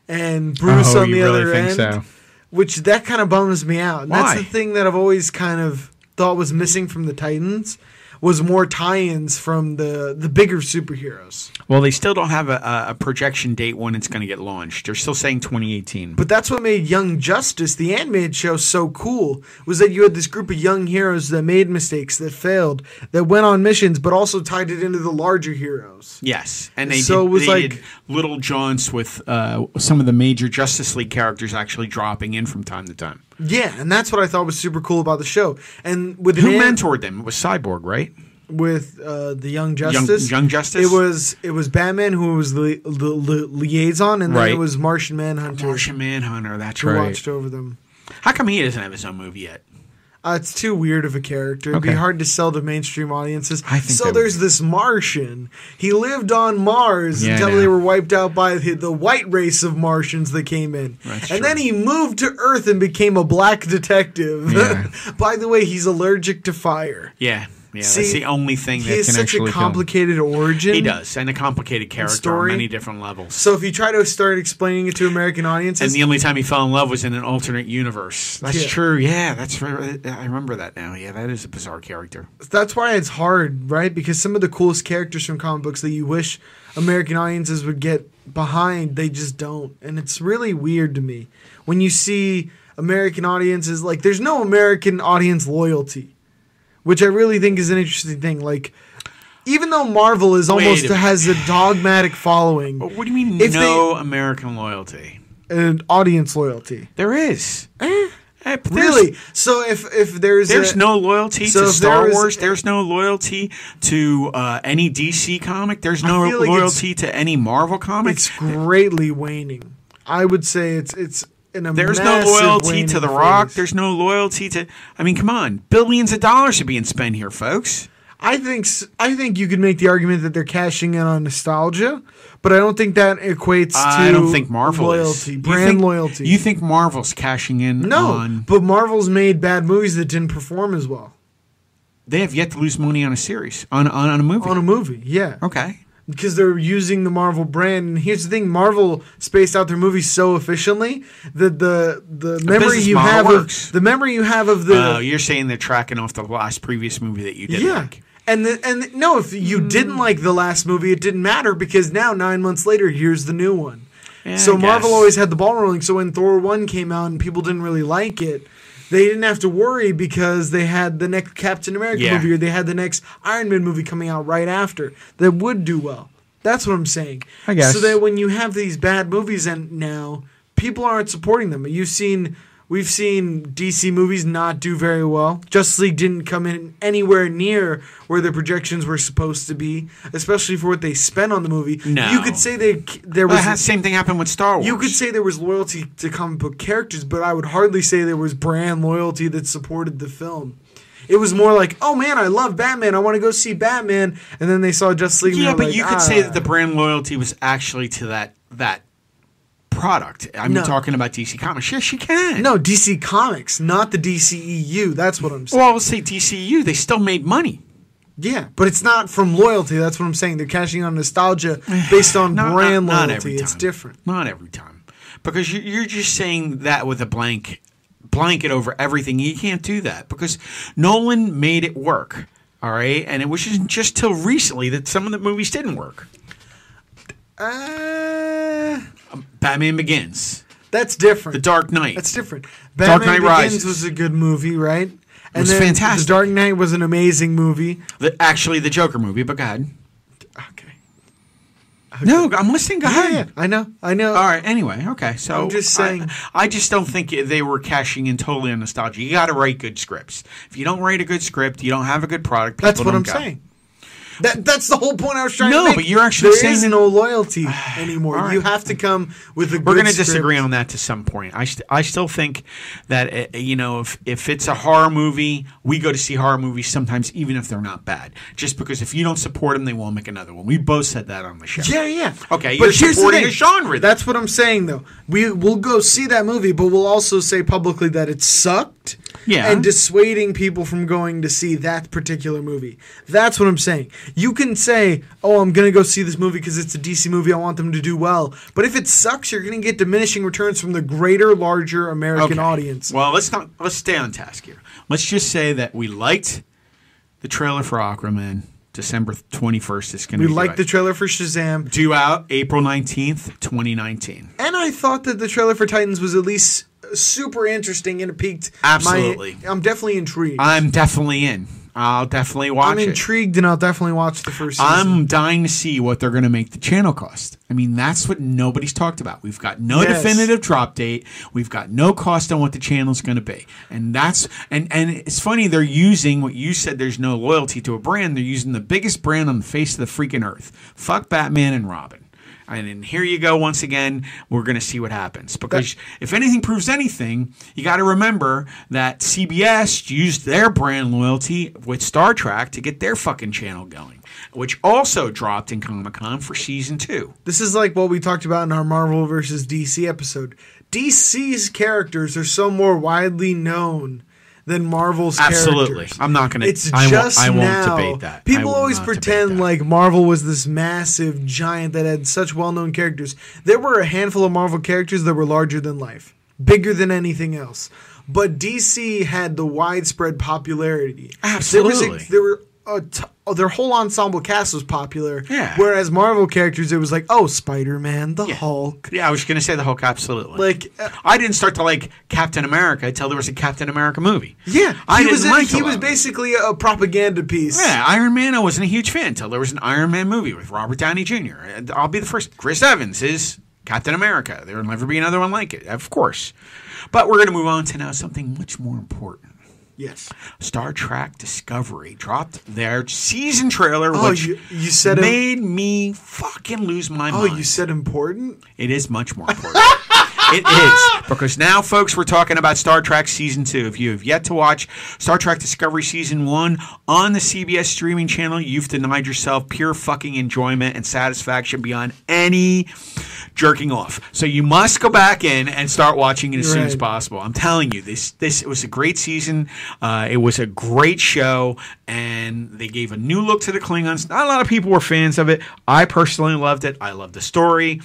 [SPEAKER 2] and Bruce
[SPEAKER 3] Oh,
[SPEAKER 2] on
[SPEAKER 3] you
[SPEAKER 2] the
[SPEAKER 3] really
[SPEAKER 2] other
[SPEAKER 3] think
[SPEAKER 2] end,
[SPEAKER 3] so?
[SPEAKER 2] which that kind of bums me out. And
[SPEAKER 3] Why?
[SPEAKER 2] That's the thing that I've always kind of thought was missing from the Titans was more tie-ins from the the bigger superheroes.
[SPEAKER 3] Well, they still don't have a- a, a projection date when it's going to get launched. They're still saying 2018.
[SPEAKER 2] But that's what made Young Justice, the animated show, so cool. Was that you had this group of young heroes that made mistakes, that failed, that went on missions, but also tied it into the larger heroes.
[SPEAKER 3] Yes, and they
[SPEAKER 2] So
[SPEAKER 3] did,
[SPEAKER 2] it was
[SPEAKER 3] they
[SPEAKER 2] like-
[SPEAKER 3] did little jaunts with uh, some of the major Justice League characters actually dropping in from time to time.
[SPEAKER 2] Yeah, and that's what I thought was super cool about the show. And with an
[SPEAKER 3] Who
[SPEAKER 2] an-
[SPEAKER 3] mentored them? It was Cyborg, right?
[SPEAKER 2] with uh, the Young Justice.
[SPEAKER 3] Young Justice?
[SPEAKER 2] It was it was Batman who was the, the, li- liaison, and then
[SPEAKER 3] Right.
[SPEAKER 2] it was Martian Manhunter
[SPEAKER 3] Martian Manhunter. That's
[SPEAKER 2] who
[SPEAKER 3] right.
[SPEAKER 2] watched over them.
[SPEAKER 3] How come he doesn't have his own movie yet?
[SPEAKER 2] Uh, it's too weird of a character. It'd
[SPEAKER 3] Okay.
[SPEAKER 2] be hard to sell to mainstream audiences.
[SPEAKER 3] I think
[SPEAKER 2] so
[SPEAKER 3] they
[SPEAKER 2] there's this Martian. He lived on Mars
[SPEAKER 3] Yeah, I
[SPEAKER 2] until
[SPEAKER 3] know.
[SPEAKER 2] they were wiped out by the, the white race of Martians that came in.
[SPEAKER 3] That's
[SPEAKER 2] and
[SPEAKER 3] true.
[SPEAKER 2] then he moved to Earth and became a black detective.
[SPEAKER 3] Yeah.
[SPEAKER 2] [LAUGHS] by the way, he's allergic to fire.
[SPEAKER 3] Yeah, yeah. that's
[SPEAKER 2] See,
[SPEAKER 3] the only thing
[SPEAKER 2] He
[SPEAKER 3] that
[SPEAKER 2] has
[SPEAKER 3] can
[SPEAKER 2] such a
[SPEAKER 3] actually kill him.
[SPEAKER 2] complicated origin.
[SPEAKER 3] He does, and a complicated character
[SPEAKER 2] story.
[SPEAKER 3] on many different levels.
[SPEAKER 2] So if you try to start explaining it to American audiences,
[SPEAKER 3] And the only time he fell in love was in an alternate universe. That's
[SPEAKER 2] Yeah.
[SPEAKER 3] true. Yeah, that's right. I remember that now. Yeah, that is a bizarre character.
[SPEAKER 2] that's why it's hard, right? Because some of the coolest characters from comic books that you wish American audiences would get behind, they just don't. And it's really weird to me when you see American audiences like there's no American audience loyalty, which I really think is an interesting thing. Like even though Marvel is
[SPEAKER 3] Wait
[SPEAKER 2] almost
[SPEAKER 3] a- Oh.
[SPEAKER 2] has a dogmatic following
[SPEAKER 3] But what do you mean
[SPEAKER 2] If they-
[SPEAKER 3] no American loyalty?
[SPEAKER 2] and audience loyalty.
[SPEAKER 3] There is. Eh, but there's-
[SPEAKER 2] Really? So if if there's
[SPEAKER 3] There's
[SPEAKER 2] a-
[SPEAKER 3] no loyalty
[SPEAKER 2] so
[SPEAKER 3] to
[SPEAKER 2] if
[SPEAKER 3] Star
[SPEAKER 2] there is-
[SPEAKER 3] Wars. There's no loyalty to uh, any DC comic. There's no
[SPEAKER 2] feel like
[SPEAKER 3] loyalty to any Marvel comic.
[SPEAKER 2] it's greatly waning. I would say it's it's an
[SPEAKER 3] There's no
[SPEAKER 2] massive
[SPEAKER 3] loyalty
[SPEAKER 2] waning
[SPEAKER 3] to The Rock.
[SPEAKER 2] phase.
[SPEAKER 3] There's no loyalty to. I mean, come on. Billions of dollars are being spent here, folks.
[SPEAKER 2] I think s- I think you could make the argument that they're cashing in on nostalgia, but I don't think that equates to
[SPEAKER 3] I don't think Marvel is.
[SPEAKER 2] loyalty,
[SPEAKER 3] You
[SPEAKER 2] brand
[SPEAKER 3] think-
[SPEAKER 2] loyalty.
[SPEAKER 3] You think Marvel's cashing in
[SPEAKER 2] no,
[SPEAKER 3] on.
[SPEAKER 2] but Marvel's made bad movies that didn't perform as well
[SPEAKER 3] They have yet to lose money on a series, on, on, on a movie.
[SPEAKER 2] on a movie. Yeah,
[SPEAKER 3] okay.
[SPEAKER 2] because they're using the Marvel brand. And here's the thing: Marvel spaced out their movies so efficiently that the the memory
[SPEAKER 3] business
[SPEAKER 2] you
[SPEAKER 3] model
[SPEAKER 2] have
[SPEAKER 3] works.
[SPEAKER 2] of the memory you have of the
[SPEAKER 3] Oh, you're saying they're tracking off the last previous movie that you did.
[SPEAKER 2] yeah.
[SPEAKER 3] Like.
[SPEAKER 2] And the, and the- no, if you didn't like the last movie, it didn't matter because now nine months later, here's the new one.
[SPEAKER 3] Yeah,
[SPEAKER 2] so
[SPEAKER 3] I
[SPEAKER 2] Marvel
[SPEAKER 3] guess.
[SPEAKER 2] always had the ball rolling. So when Thor one came out and people didn't really like it, they didn't have to worry because they had the next Captain America
[SPEAKER 3] Yeah.
[SPEAKER 2] movie or they had the next Iron Man movie coming out right after that would do well. That's what I'm saying.
[SPEAKER 3] I guess.
[SPEAKER 2] So that when you have these bad movies and now people aren't supporting them. You've seen we've seen DC movies not do very well. Justice League didn't come in anywhere near where the projections were supposed to be, especially for what they spent on the movie.
[SPEAKER 3] No.
[SPEAKER 2] You could say they there
[SPEAKER 3] Well,
[SPEAKER 2] was
[SPEAKER 3] that same thing happened with Star Wars.
[SPEAKER 2] you could say there was loyalty to comic book characters, but I would hardly say there was brand loyalty that supported the film. It was more like, oh man, I love Batman. I want to go see Batman. And then they saw Justice League. and
[SPEAKER 3] yeah,
[SPEAKER 2] they were
[SPEAKER 3] but
[SPEAKER 2] like,
[SPEAKER 3] you could say that
[SPEAKER 2] "Ah."
[SPEAKER 3] the brand loyalty was actually to that that product. I'm
[SPEAKER 2] No.
[SPEAKER 3] talking about DC Comics. Yes, you can.
[SPEAKER 2] No, DC Comics, not the DCEU. That's what I'm saying.
[SPEAKER 3] Well, I would say DCU. They still made money.
[SPEAKER 2] yeah, but it's not from loyalty. That's what I'm saying. They're cashing on
[SPEAKER 3] [SIGHS]
[SPEAKER 2] nostalgia based on
[SPEAKER 3] Not-
[SPEAKER 2] brand
[SPEAKER 3] not- not
[SPEAKER 2] loyalty.
[SPEAKER 3] every
[SPEAKER 2] it's
[SPEAKER 3] time.
[SPEAKER 2] different.
[SPEAKER 3] Not every time, because you, you're just saying that with a blank blanket over everything. You can't do that because Nolan made it work. All right, and it was just- just till recently that some of the movies didn't work.
[SPEAKER 2] Uh,
[SPEAKER 3] Batman Begins,
[SPEAKER 2] that's different.
[SPEAKER 3] The Dark Knight.
[SPEAKER 2] That's different.
[SPEAKER 3] Dark
[SPEAKER 2] Batman
[SPEAKER 3] Knight
[SPEAKER 2] Begins
[SPEAKER 3] Rises.
[SPEAKER 2] was a good movie, right? And
[SPEAKER 3] was fantastic.
[SPEAKER 2] The Dark Knight was an amazing movie.
[SPEAKER 3] the, actually, the Joker movie. But go ahead.
[SPEAKER 2] Okay.
[SPEAKER 3] No, I'm listening. Go
[SPEAKER 2] Yeah,
[SPEAKER 3] ahead.
[SPEAKER 2] yeah, I know. I know.
[SPEAKER 3] All right. Anyway, okay. So
[SPEAKER 2] I'm just saying-
[SPEAKER 3] I, I just don't think they were cashing in totally on nostalgia. You got to write good scripts. If you don't write a good script, you don't have a good product.
[SPEAKER 2] That's
[SPEAKER 3] people
[SPEAKER 2] what I'm
[SPEAKER 3] don't go.
[SPEAKER 2] saying. That that's the whole point I was trying
[SPEAKER 3] No,
[SPEAKER 2] to make.
[SPEAKER 3] but you're actually
[SPEAKER 2] There
[SPEAKER 3] saying
[SPEAKER 2] is
[SPEAKER 3] that-
[SPEAKER 2] no
[SPEAKER 3] [SIGHS]
[SPEAKER 2] loyalty anymore.
[SPEAKER 3] All
[SPEAKER 2] You
[SPEAKER 3] right.
[SPEAKER 2] have to come with a.
[SPEAKER 3] We're
[SPEAKER 2] going to
[SPEAKER 3] disagree on that to some point. I st- I still think that uh, you know if if it's a horror movie, we go to see horror movies sometimes, even if they're not bad, just because if you don't support them, they won't make another one. We both said that on the show.
[SPEAKER 2] Yeah, yeah.
[SPEAKER 3] Okay, you're supporting a genre. That's
[SPEAKER 2] That's what I'm saying, though. We will go see that movie, but we'll also say publicly that it sucked.
[SPEAKER 3] Yeah.
[SPEAKER 2] And dissuading people from going to see that particular movie. That's what I'm saying. You can say, "Oh, I'm gonna go see this movie because it's a DC movie. I want them to do well." But if it sucks, you're gonna get diminishing returns from the greater, larger American audience.
[SPEAKER 3] Well, let's not let's stay on task here. Let's just say that we liked the trailer for Aquaman. December twenty first is going to
[SPEAKER 2] we
[SPEAKER 3] be due
[SPEAKER 2] liked
[SPEAKER 3] out.
[SPEAKER 2] the trailer for Shazam,
[SPEAKER 3] due out April nineteenth, twenty nineteen.
[SPEAKER 2] and I thought that the trailer for Titans was at least super interesting and it piqued. my-
[SPEAKER 3] Absolutely.
[SPEAKER 2] I'm definitely intrigued.
[SPEAKER 3] I'm definitely in. I'll definitely watch
[SPEAKER 2] I'm
[SPEAKER 3] it.
[SPEAKER 2] intrigued, and I'll definitely watch the first season.
[SPEAKER 3] I'm dying to see what they're going to make the channel cost. I mean, that's what nobody's talked about. We've got no
[SPEAKER 2] Yes.
[SPEAKER 3] definitive drop date. We've got no cost on what the channel's going to be. And that's and and it's funny they're using what you said there's no loyalty to a brand. They're using the biggest brand on the face of the freaking earth. Fuck Batman and Robin. And then here you go once again. We're going to see what happens because if anything proves anything, you got to remember that CBS used their brand loyalty with Star Trek to get their fucking channel going, which also dropped in Comic Con for season two.
[SPEAKER 2] this is like what we talked about in our Marvel versus DC episode. DC's characters are so more widely known than Marvel's
[SPEAKER 3] Absolutely.
[SPEAKER 2] characters.
[SPEAKER 3] I'm not gonna-
[SPEAKER 2] It's
[SPEAKER 3] I won't-
[SPEAKER 2] just
[SPEAKER 3] I won't
[SPEAKER 2] now.
[SPEAKER 3] debate that. I
[SPEAKER 2] People
[SPEAKER 3] will
[SPEAKER 2] always
[SPEAKER 3] not debate
[SPEAKER 2] pretend
[SPEAKER 3] that.
[SPEAKER 2] like Marvel was this massive giant that had such well-known characters. There were a handful of Marvel characters that were larger than life, bigger than anything else. But DC had the widespread popularity. There, was
[SPEAKER 3] Absolutely.
[SPEAKER 2] a, there were a t- oh, their whole ensemble cast was popular.
[SPEAKER 3] Yeah.
[SPEAKER 2] Whereas Marvel characters, it was like, oh, Spider Man, the Hulk.
[SPEAKER 3] Yeah, I was going to say the Hulk. Absolutely.
[SPEAKER 2] Like, uh,
[SPEAKER 3] I didn't start to like Captain America until there was a Captain America movie.
[SPEAKER 2] Yeah,
[SPEAKER 3] I
[SPEAKER 2] he
[SPEAKER 3] didn't
[SPEAKER 2] was in-
[SPEAKER 3] like
[SPEAKER 2] he
[SPEAKER 3] a
[SPEAKER 2] was
[SPEAKER 3] lot.
[SPEAKER 2] basically a propaganda piece.
[SPEAKER 3] Yeah, Iron Man. I wasn't a huge fan until there was an Iron Man movie with Robert Downey Jr. And I'll be the first. Chris Evans is Captain America. There will never be another one like it, of course. But we're going to move on to now something much more important.
[SPEAKER 2] Yes.
[SPEAKER 3] Star Trek Discovery dropped their season trailer,
[SPEAKER 2] Oh,
[SPEAKER 3] which
[SPEAKER 2] you, you said im-
[SPEAKER 3] made me fucking lose my
[SPEAKER 2] oh,
[SPEAKER 3] mind.
[SPEAKER 2] you said important.
[SPEAKER 3] It is much more important. it is because now, folks, we're talking about Star Trek season two. If you have yet to watch Star Trek Discovery season one on the CBS streaming channel, you've denied yourself pure fucking enjoyment and satisfaction beyond any jerking off. So you must go back in and start watching it as soon as
[SPEAKER 2] Right.
[SPEAKER 3] possible. I'm telling you, this this it was a great season. Uh, it was a great show, and they gave a new look to the Klingons. Not a lot of people were fans of it. I personally loved it. I loved the story.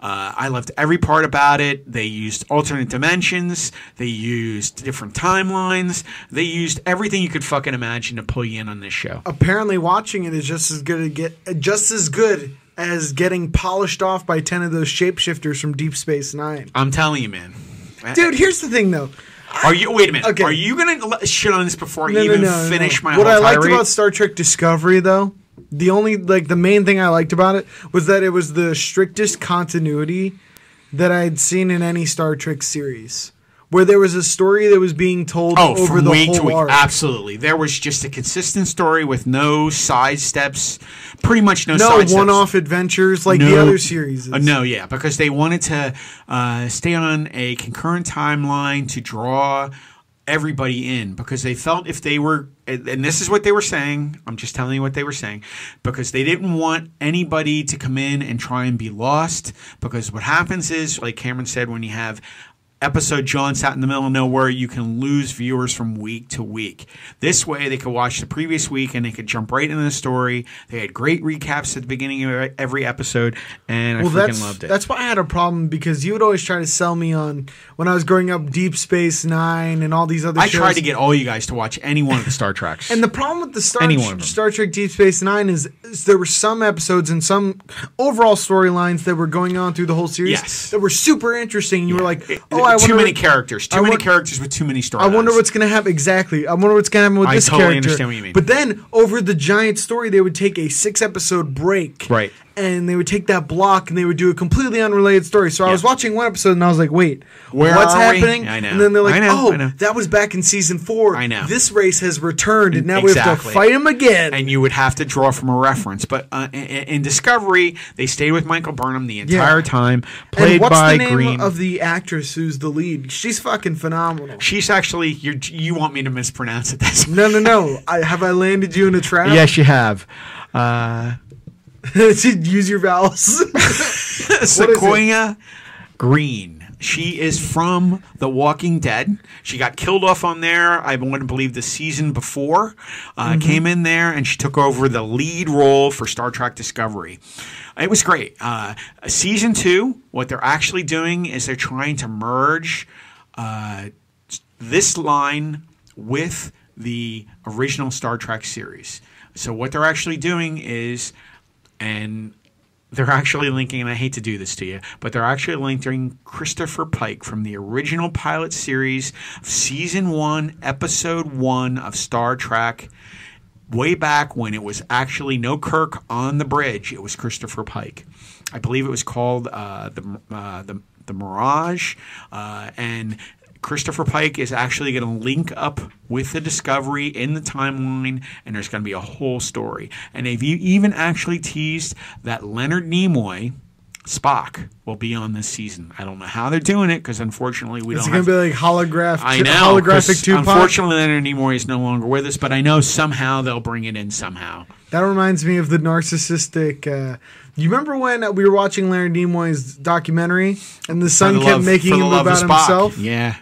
[SPEAKER 3] Uh, I loved every part about it. They used alternate dimensions. They used different timelines. They used everything you could fucking imagine to pull you in on this show.
[SPEAKER 2] Apparently, watching it is just as good to get uh, just as good as getting polished off by ten of those shapeshifters from Deep Space Nine.
[SPEAKER 3] I'm telling you, man.
[SPEAKER 2] Dude, here's the thing though.
[SPEAKER 3] Are you? Wait a minute.
[SPEAKER 2] Okay.
[SPEAKER 3] Are you gonna let- shit on this before I
[SPEAKER 2] No, no,
[SPEAKER 3] even
[SPEAKER 2] no, no,
[SPEAKER 3] finish
[SPEAKER 2] no.
[SPEAKER 3] my
[SPEAKER 2] What
[SPEAKER 3] whole
[SPEAKER 2] I liked
[SPEAKER 3] tirade?
[SPEAKER 2] about Star Trek Discovery, though, the only like the main thing I liked about it was that it was the strictest continuity that I had seen in any Star Trek series, where there was a story that was being told
[SPEAKER 3] Oh,
[SPEAKER 2] over
[SPEAKER 3] from
[SPEAKER 2] the
[SPEAKER 3] week
[SPEAKER 2] whole
[SPEAKER 3] to week, Ah,
[SPEAKER 2] arc.
[SPEAKER 3] absolutely. There was just a consistent story with no sidesteps, pretty much no,
[SPEAKER 2] no
[SPEAKER 3] sidesteps.
[SPEAKER 2] one-off adventures like the
[SPEAKER 3] No.
[SPEAKER 2] other series.
[SPEAKER 3] Uh, no, yeah, because they wanted to uh, stay on a concurrent timeline to draw everybody in because they felt if they were, and and this is what they were saying, I'm just telling you what they were saying, because they didn't want anybody to come in and try and be lost. Because what happens is, like Cameron said, when you have episode John's out in the middle of nowhere, you can lose viewers from week to week. This way, they could watch the previous week and they could jump right into the story. They had great recaps at the beginning of every episode, and I
[SPEAKER 2] Well,
[SPEAKER 3] freaking
[SPEAKER 2] that's
[SPEAKER 3] loved it.
[SPEAKER 2] that's why I had a problem because you would always try to sell me on when I was growing up Deep Space Nine and all these other.
[SPEAKER 3] I
[SPEAKER 2] shows.
[SPEAKER 3] tried to get all you guys to watch any one of the Star
[SPEAKER 2] [LAUGHS]
[SPEAKER 3] Treks.
[SPEAKER 2] And the problem with the Star,
[SPEAKER 3] Any one of them.
[SPEAKER 2] Star Trek Deep Space Nine is, is there were some episodes and some overall storylines that were going on through the whole series
[SPEAKER 3] Yes.
[SPEAKER 2] that were super interesting. You were like,
[SPEAKER 3] It-
[SPEAKER 2] oh, I
[SPEAKER 3] too
[SPEAKER 2] wonder,
[SPEAKER 3] many characters, too
[SPEAKER 2] I
[SPEAKER 3] many
[SPEAKER 2] won-
[SPEAKER 3] characters with too many storylines.
[SPEAKER 2] I wonder what's going to happen. Exactly. I wonder what's going to happen with
[SPEAKER 3] I
[SPEAKER 2] this
[SPEAKER 3] totally
[SPEAKER 2] character.
[SPEAKER 3] understand what you mean.
[SPEAKER 2] But then over the giant story, they would take a six episode break.
[SPEAKER 3] Right.
[SPEAKER 2] And they would take that block and they would do a completely unrelated story. So I was watching one episode and I was like, wait,
[SPEAKER 3] Where
[SPEAKER 2] what's
[SPEAKER 3] are we?
[SPEAKER 2] happening?
[SPEAKER 3] I know.
[SPEAKER 2] And then they're like,
[SPEAKER 3] I know,
[SPEAKER 2] oh,
[SPEAKER 3] I know.
[SPEAKER 2] that was back in season four.
[SPEAKER 3] I know.
[SPEAKER 2] This race has returned and now we have to
[SPEAKER 3] Exactly.
[SPEAKER 2] fight him again.
[SPEAKER 3] and you would have to draw from a reference. But uh, in, in Discovery, they stayed with Michael Burnham the entire time, played
[SPEAKER 2] and what's
[SPEAKER 3] by
[SPEAKER 2] the name
[SPEAKER 3] Green.
[SPEAKER 2] of the actress who's the lead? She's fucking phenomenal.
[SPEAKER 3] She's actually you. You want me to mispronounce it? [LAUGHS] That's
[SPEAKER 2] No, no, no. I, have I landed you in a trap? [LAUGHS]
[SPEAKER 3] yes, you have. Uh,
[SPEAKER 2] Use your vowels. [LAUGHS]
[SPEAKER 3] [LAUGHS] Sequoia Green. She is from The Walking Dead. She got killed off on there. I wouldn't believe the season before. Uh, Came in there and she took over the lead role for Star Trek Discovery. It was great. Uh, season two. What they're actually doing is they're trying to merge uh, this line with the original Star Trek series. So what they're actually doing is, and they're actually linking, and I hate to do this to you, but they're actually linking Christopher Pike from the original pilot series, season one, episode one of Star Trek, way back when it was actually no Kirk on the bridge. It was Christopher Pike. I believe it was called uh, the, uh, the the Mirage, uh, and Christopher Pike is actually going to link up with the Discovery in the timeline, and there's going to be a whole story. And they've e- even actually teased that Leonard Nimoy. Spock will be on this season. I don't know how they're doing it because unfortunately we
[SPEAKER 2] It's
[SPEAKER 3] don't.
[SPEAKER 2] gonna
[SPEAKER 3] Have,
[SPEAKER 2] be like holographic.
[SPEAKER 3] I know. 'cause
[SPEAKER 2] holographic Tupac.
[SPEAKER 3] Unfortunately, Leonard Nimoy is no longer with us, but I know somehow they'll bring it in somehow.
[SPEAKER 2] That reminds me of the narcissistic. Uh, you remember when we were watching Leonard Nimoy's documentary, and the son
[SPEAKER 3] For the
[SPEAKER 2] kept
[SPEAKER 3] love-
[SPEAKER 2] making
[SPEAKER 3] for the
[SPEAKER 2] him
[SPEAKER 3] love of
[SPEAKER 2] about
[SPEAKER 3] Spock.
[SPEAKER 2] himself?
[SPEAKER 3] Yeah.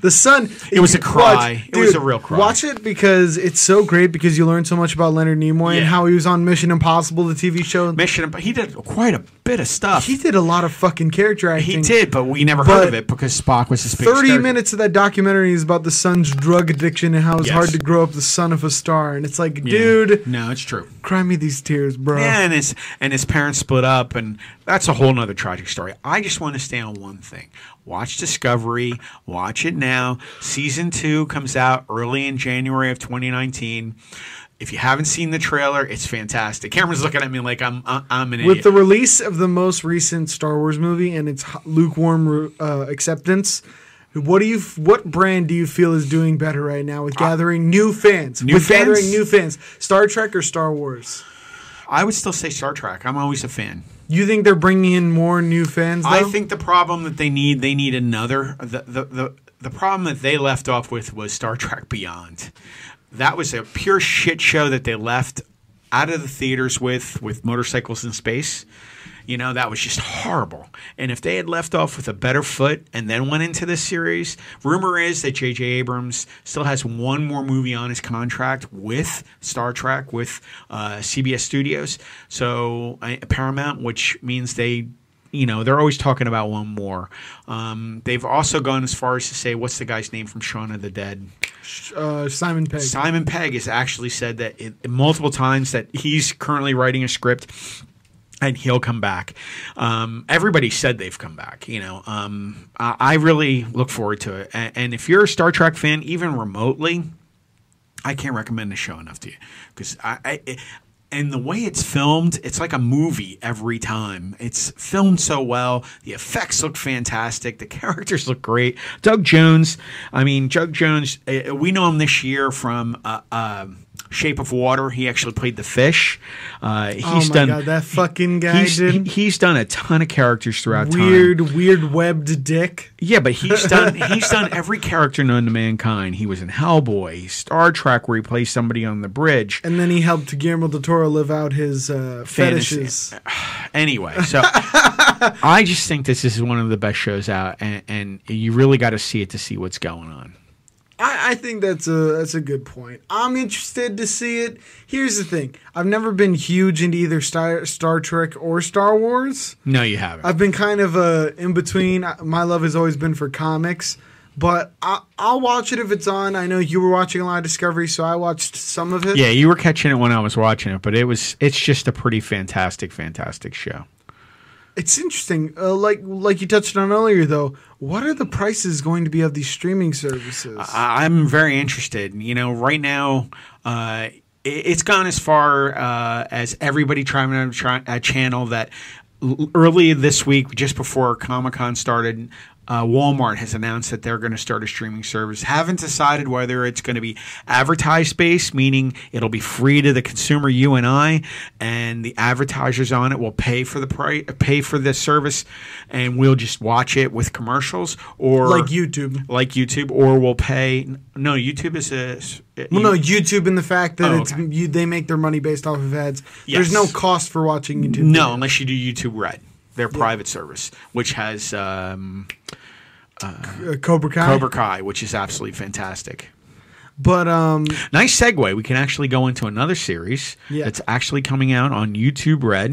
[SPEAKER 2] The sun.
[SPEAKER 3] It was a cry.
[SPEAKER 2] Watch-
[SPEAKER 3] It was a real cry.
[SPEAKER 2] Watch it because it's so great because you learn so much about Leonard Nimoy and
[SPEAKER 3] Yeah.
[SPEAKER 2] how he was on Mission Impossible, the TV show.
[SPEAKER 3] Mission, but he did quite a bit of stuff.
[SPEAKER 2] He
[SPEAKER 3] He,
[SPEAKER 2] did a lot of fucking character acting.
[SPEAKER 3] did, but we never
[SPEAKER 2] But
[SPEAKER 3] heard of it because Spock was his biggest
[SPEAKER 2] Thirty
[SPEAKER 3] character.
[SPEAKER 2] minutes of that documentary is about the son's drug addiction and how it's
[SPEAKER 3] Yes.
[SPEAKER 2] hard to grow up the son of a star. And it's like,
[SPEAKER 3] Yeah.
[SPEAKER 2] dude,
[SPEAKER 3] No, it's true.
[SPEAKER 2] cry me these tears, bro.
[SPEAKER 3] Yeah, and his and his parents split up, and that's a whole nother tragic story. I just want to stay on one thing. Watch Discovery. Watch it now. Season two comes out early in January of 2019. If you haven't seen the trailer, it's fantastic. Cameron's looking at me like I'm I- I'm an
[SPEAKER 2] With
[SPEAKER 3] idiot.
[SPEAKER 2] the release of the most recent Star Wars movie and its ho- lukewarm uh, acceptance, what do you? f- What brand do you feel is doing better right now with gathering new fans?
[SPEAKER 3] New
[SPEAKER 2] with
[SPEAKER 3] fans?
[SPEAKER 2] gathering new fans, Star Trek or Star Wars?
[SPEAKER 3] I would still say Star Trek. I'm always a fan.
[SPEAKER 2] You think they're bringing in more new fans? Though?
[SPEAKER 3] I think the problem that they need, they need another. The, the, the, the problem that they left off with was Star Trek Beyond. That was a pure shit show that they left out of the theaters with, with motorcycles in space. You know, that was just horrible. And if they had left off with a better foot and then went into this series, rumor is that J.J. Abrams still has one more movie on his contract with Star Trek, with uh, CBS Studios. So I, Paramount, which means they you know they're always talking about one more. Um, they've also gone as far as to say, what's the guy's name from Shaun of the Dead?
[SPEAKER 2] uh, Simon Pegg.
[SPEAKER 3] Simon Pegg has actually said that it, multiple times that he's currently writing a script and he'll come back. Um, everybody said they've come back. You know, um, I, I really look forward to it. And, and if you're a Star Trek fan, even remotely, I can't recommend the show enough to you because I. I and the way it's filmed, it's like a movie every time. It's filmed so well. The effects look fantastic. The [LAUGHS] characters look great. Doug Jones, I mean, Doug Jones, uh, we know him this year from. Uh, uh, Shape of Water. He actually played the fish. Uh, he's
[SPEAKER 2] Oh my
[SPEAKER 3] done
[SPEAKER 2] god, that fucking guy
[SPEAKER 3] he's, he-
[SPEAKER 2] did
[SPEAKER 3] he's done a ton of characters throughout time.
[SPEAKER 2] weird, weird webbed dick.
[SPEAKER 3] Yeah, but he's done he's done every character known to mankind. He was in Hellboy, Star Trek, where he plays somebody on the bridge.
[SPEAKER 2] And then he helped Guillermo del Toro live out his uh,
[SPEAKER 3] Fantasy.
[SPEAKER 2] fetishes.
[SPEAKER 3] Anyway, so I just think this is one of the best shows out, and, and you really got to see it to see what's going on.
[SPEAKER 2] I, I think that's a that's a good point. I'm interested to see it. Here's the thing: I've never been huge into either Star, Star Trek or Star Wars.
[SPEAKER 3] No, you haven't.
[SPEAKER 2] I've been kind of uh, in between. I- My love has always been for comics, but I, I'll watch it if it's on. I know you were watching a lot of Discovery, so I watched some of it.
[SPEAKER 3] yeah, you were catching it when I was watching it, but it was it's just a pretty fantastic, fantastic show.
[SPEAKER 2] It's interesting. Uh, like like you touched on earlier, though, what are the prices going to be of these streaming services?
[SPEAKER 3] I- I'm very interested. You know, right now, uh, it- it's gone as far uh, as everybody trying to try a channel that l- early this week, just before Comic Con started. Uh, Walmart has announced that they're going to start a streaming service. Haven't decided whether it's going to be advertised based, meaning it'll be free to the consumer, you and I, and the advertisers on it will pay for the pri- pay for the service, and we'll just watch it with commercials or
[SPEAKER 2] like YouTube.
[SPEAKER 3] like YouTube, or will pay. No, YouTube is a. s-
[SPEAKER 2] Well, no,
[SPEAKER 3] you-
[SPEAKER 2] YouTube and the fact that
[SPEAKER 3] Oh,
[SPEAKER 2] it's
[SPEAKER 3] okay.
[SPEAKER 2] you, they make their money based off of ads.
[SPEAKER 3] Yes.
[SPEAKER 2] There's no cost for watching YouTube.
[SPEAKER 3] no, unless you do YouTube Red, their private service, which has um,
[SPEAKER 2] Uh, Cobra Kai.
[SPEAKER 3] Cobra Kai, which is absolutely fantastic.
[SPEAKER 2] But um,
[SPEAKER 3] Nice segue. We can actually go into another series
[SPEAKER 2] Yeah.
[SPEAKER 3] that's actually coming out on YouTube Red.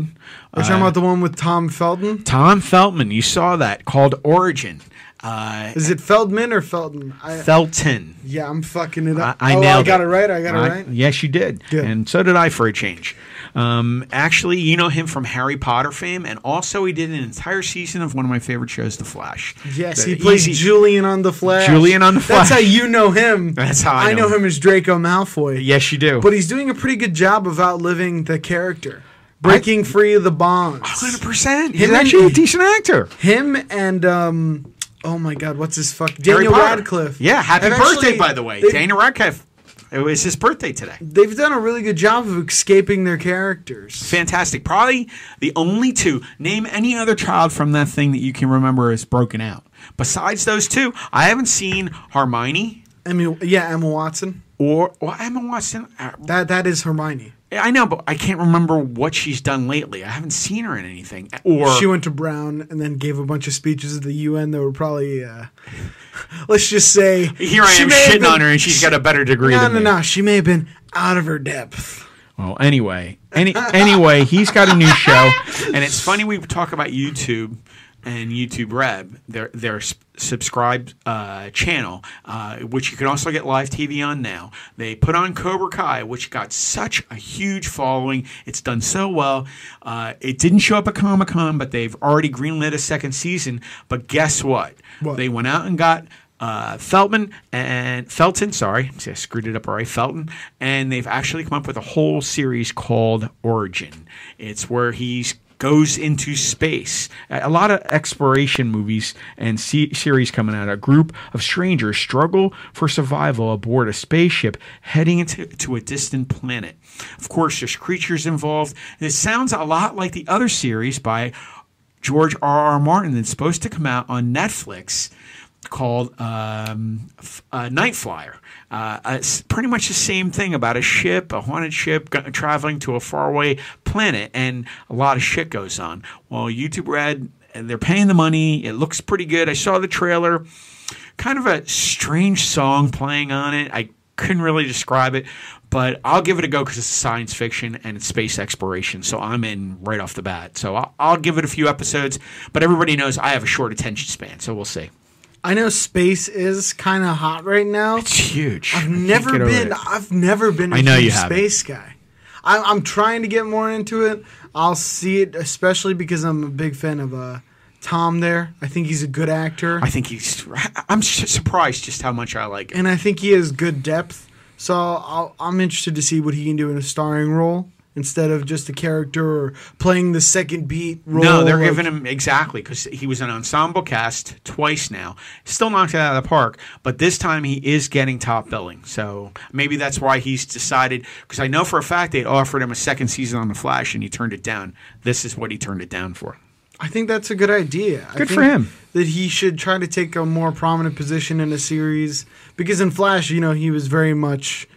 [SPEAKER 2] we're
[SPEAKER 3] Uh,
[SPEAKER 2] talking about the one with Tom Felton.
[SPEAKER 3] Tom Feltman, you saw that called Origin. Uh,
[SPEAKER 2] Is it Feldman or Felton? I,
[SPEAKER 3] Felton.
[SPEAKER 2] yeah, I'm fucking it
[SPEAKER 3] I,
[SPEAKER 2] up.
[SPEAKER 3] I
[SPEAKER 2] oh,
[SPEAKER 3] nailed
[SPEAKER 2] I got it.
[SPEAKER 3] it
[SPEAKER 2] right. I got
[SPEAKER 3] I-
[SPEAKER 2] it right.
[SPEAKER 3] Yes, you did,
[SPEAKER 2] Good.
[SPEAKER 3] and so did I for a change. Um, actually, you know him from Harry Potter fame, and also he did an entire season of one of my favorite shows, The Flash.
[SPEAKER 2] Yes,
[SPEAKER 3] The
[SPEAKER 2] he plays
[SPEAKER 3] easy-
[SPEAKER 2] Julian on the Flash.
[SPEAKER 3] Julian on the Flash.
[SPEAKER 2] That's how you know him.
[SPEAKER 3] That's how I know
[SPEAKER 2] know
[SPEAKER 3] him.
[SPEAKER 2] him as Draco Malfoy.
[SPEAKER 3] Yes, you do.
[SPEAKER 2] But he's doing a pretty good job of outliving the character, breaking free of the bonds.
[SPEAKER 3] hundred percent. He's
[SPEAKER 2] Him and-
[SPEAKER 3] actually a decent actor.
[SPEAKER 2] Him and um, oh my God, what's his fuck?
[SPEAKER 3] Harry
[SPEAKER 2] Daniel
[SPEAKER 3] Potter.
[SPEAKER 2] Radcliffe.
[SPEAKER 3] Yeah, happy
[SPEAKER 2] Have
[SPEAKER 3] birthday,
[SPEAKER 2] actually-
[SPEAKER 3] by the way,
[SPEAKER 2] They've,
[SPEAKER 3] Daniel Radcliffe. It was his birthday today.
[SPEAKER 2] they've done a really good job of escaping their characters.
[SPEAKER 3] Fantastic. Probably the only two. Name any other child from that thing that you can remember is broken out. Besides those two, I haven't seen Hermione
[SPEAKER 2] Emma, yeah, Emma Watson.
[SPEAKER 3] or well, Emma Watson. uh,
[SPEAKER 2] That that is Hermione.
[SPEAKER 3] I know, but I can't remember what she's done lately. I haven't seen her in anything. Or
[SPEAKER 2] She went to Brown and then gave a bunch of speeches at the UN that were probably, uh, [LAUGHS] let's just say,
[SPEAKER 3] here I
[SPEAKER 2] she
[SPEAKER 3] am
[SPEAKER 2] may have
[SPEAKER 3] shitting
[SPEAKER 2] been-
[SPEAKER 3] on her, and she's got a better degree
[SPEAKER 2] No,
[SPEAKER 3] than
[SPEAKER 2] no,
[SPEAKER 3] me.
[SPEAKER 2] no. She may have been out of her depth.
[SPEAKER 3] Well, anyway, any anyway, he's got a new show, and it's funny we talk about YouTube and YouTube Red, their their s- subscribed uh, channel, uh, which you can also get live TV on now. They put on Cobra Kai, which got such a huge following. It's done so well. Uh, it didn't show up at Comic Con, but they've already greenlit a second season. But guess what?
[SPEAKER 2] What?
[SPEAKER 3] They went out and got uh, Feltman and Felton, sorry, see, I screwed it up already. Felton, and they've actually come up with a whole series called Origin. It's where he goes into space. A a lot of exploration movies and se- series coming out. A group of strangers struggle for survival aboard a spaceship heading into to a distant planet. Of course, there's creatures involved. This sounds a lot like the other series by George R. R. Martin that's supposed to come out on Netflix called um, F- uh, Night Flyer. Uh, it's pretty much the same thing about a ship, a haunted ship go- traveling to a faraway planet, and a lot of shit goes on. Well, YouTube Red, and they're paying the money. It looks pretty good. I saw the trailer. Kind of a strange song playing on it. I couldn't really describe it, but I'll give it a go because it's science fiction and it's space exploration. So I'm in right off the bat. So I'll, I'll give it a few episodes, but everybody knows I have a short attention span. So we'll see.
[SPEAKER 2] I know space is kind of hot right now.
[SPEAKER 3] It's huge.
[SPEAKER 2] I've never been. I've never been. a
[SPEAKER 3] I know
[SPEAKER 2] huge
[SPEAKER 3] you haven't.
[SPEAKER 2] space guy. I, I'm trying to get more into it. I'll see it, especially because I'm a big fan of uh, Tom. There, I think he's a good actor,
[SPEAKER 3] I think he's. I'm s- surprised just how much I like it.
[SPEAKER 2] and I think he has good depth. So I'll, I'm interested to see what he can do in a starring role. instead of just a character or playing the second beat role.
[SPEAKER 3] No, they're
[SPEAKER 2] like-
[SPEAKER 3] giving him exactly because he was an ensemble cast twice now. Still knocked it out of the park, but this time he is getting top billing. So maybe that's why he's decided. Because I know for a fact they offered him a second season on The Flash and he turned it down. This is what he turned it down for.
[SPEAKER 2] I think that's a good idea. I
[SPEAKER 3] Good for
[SPEAKER 2] think
[SPEAKER 3] him.
[SPEAKER 2] That he should try to take a more prominent position in a series because in Flash, you know, he was very much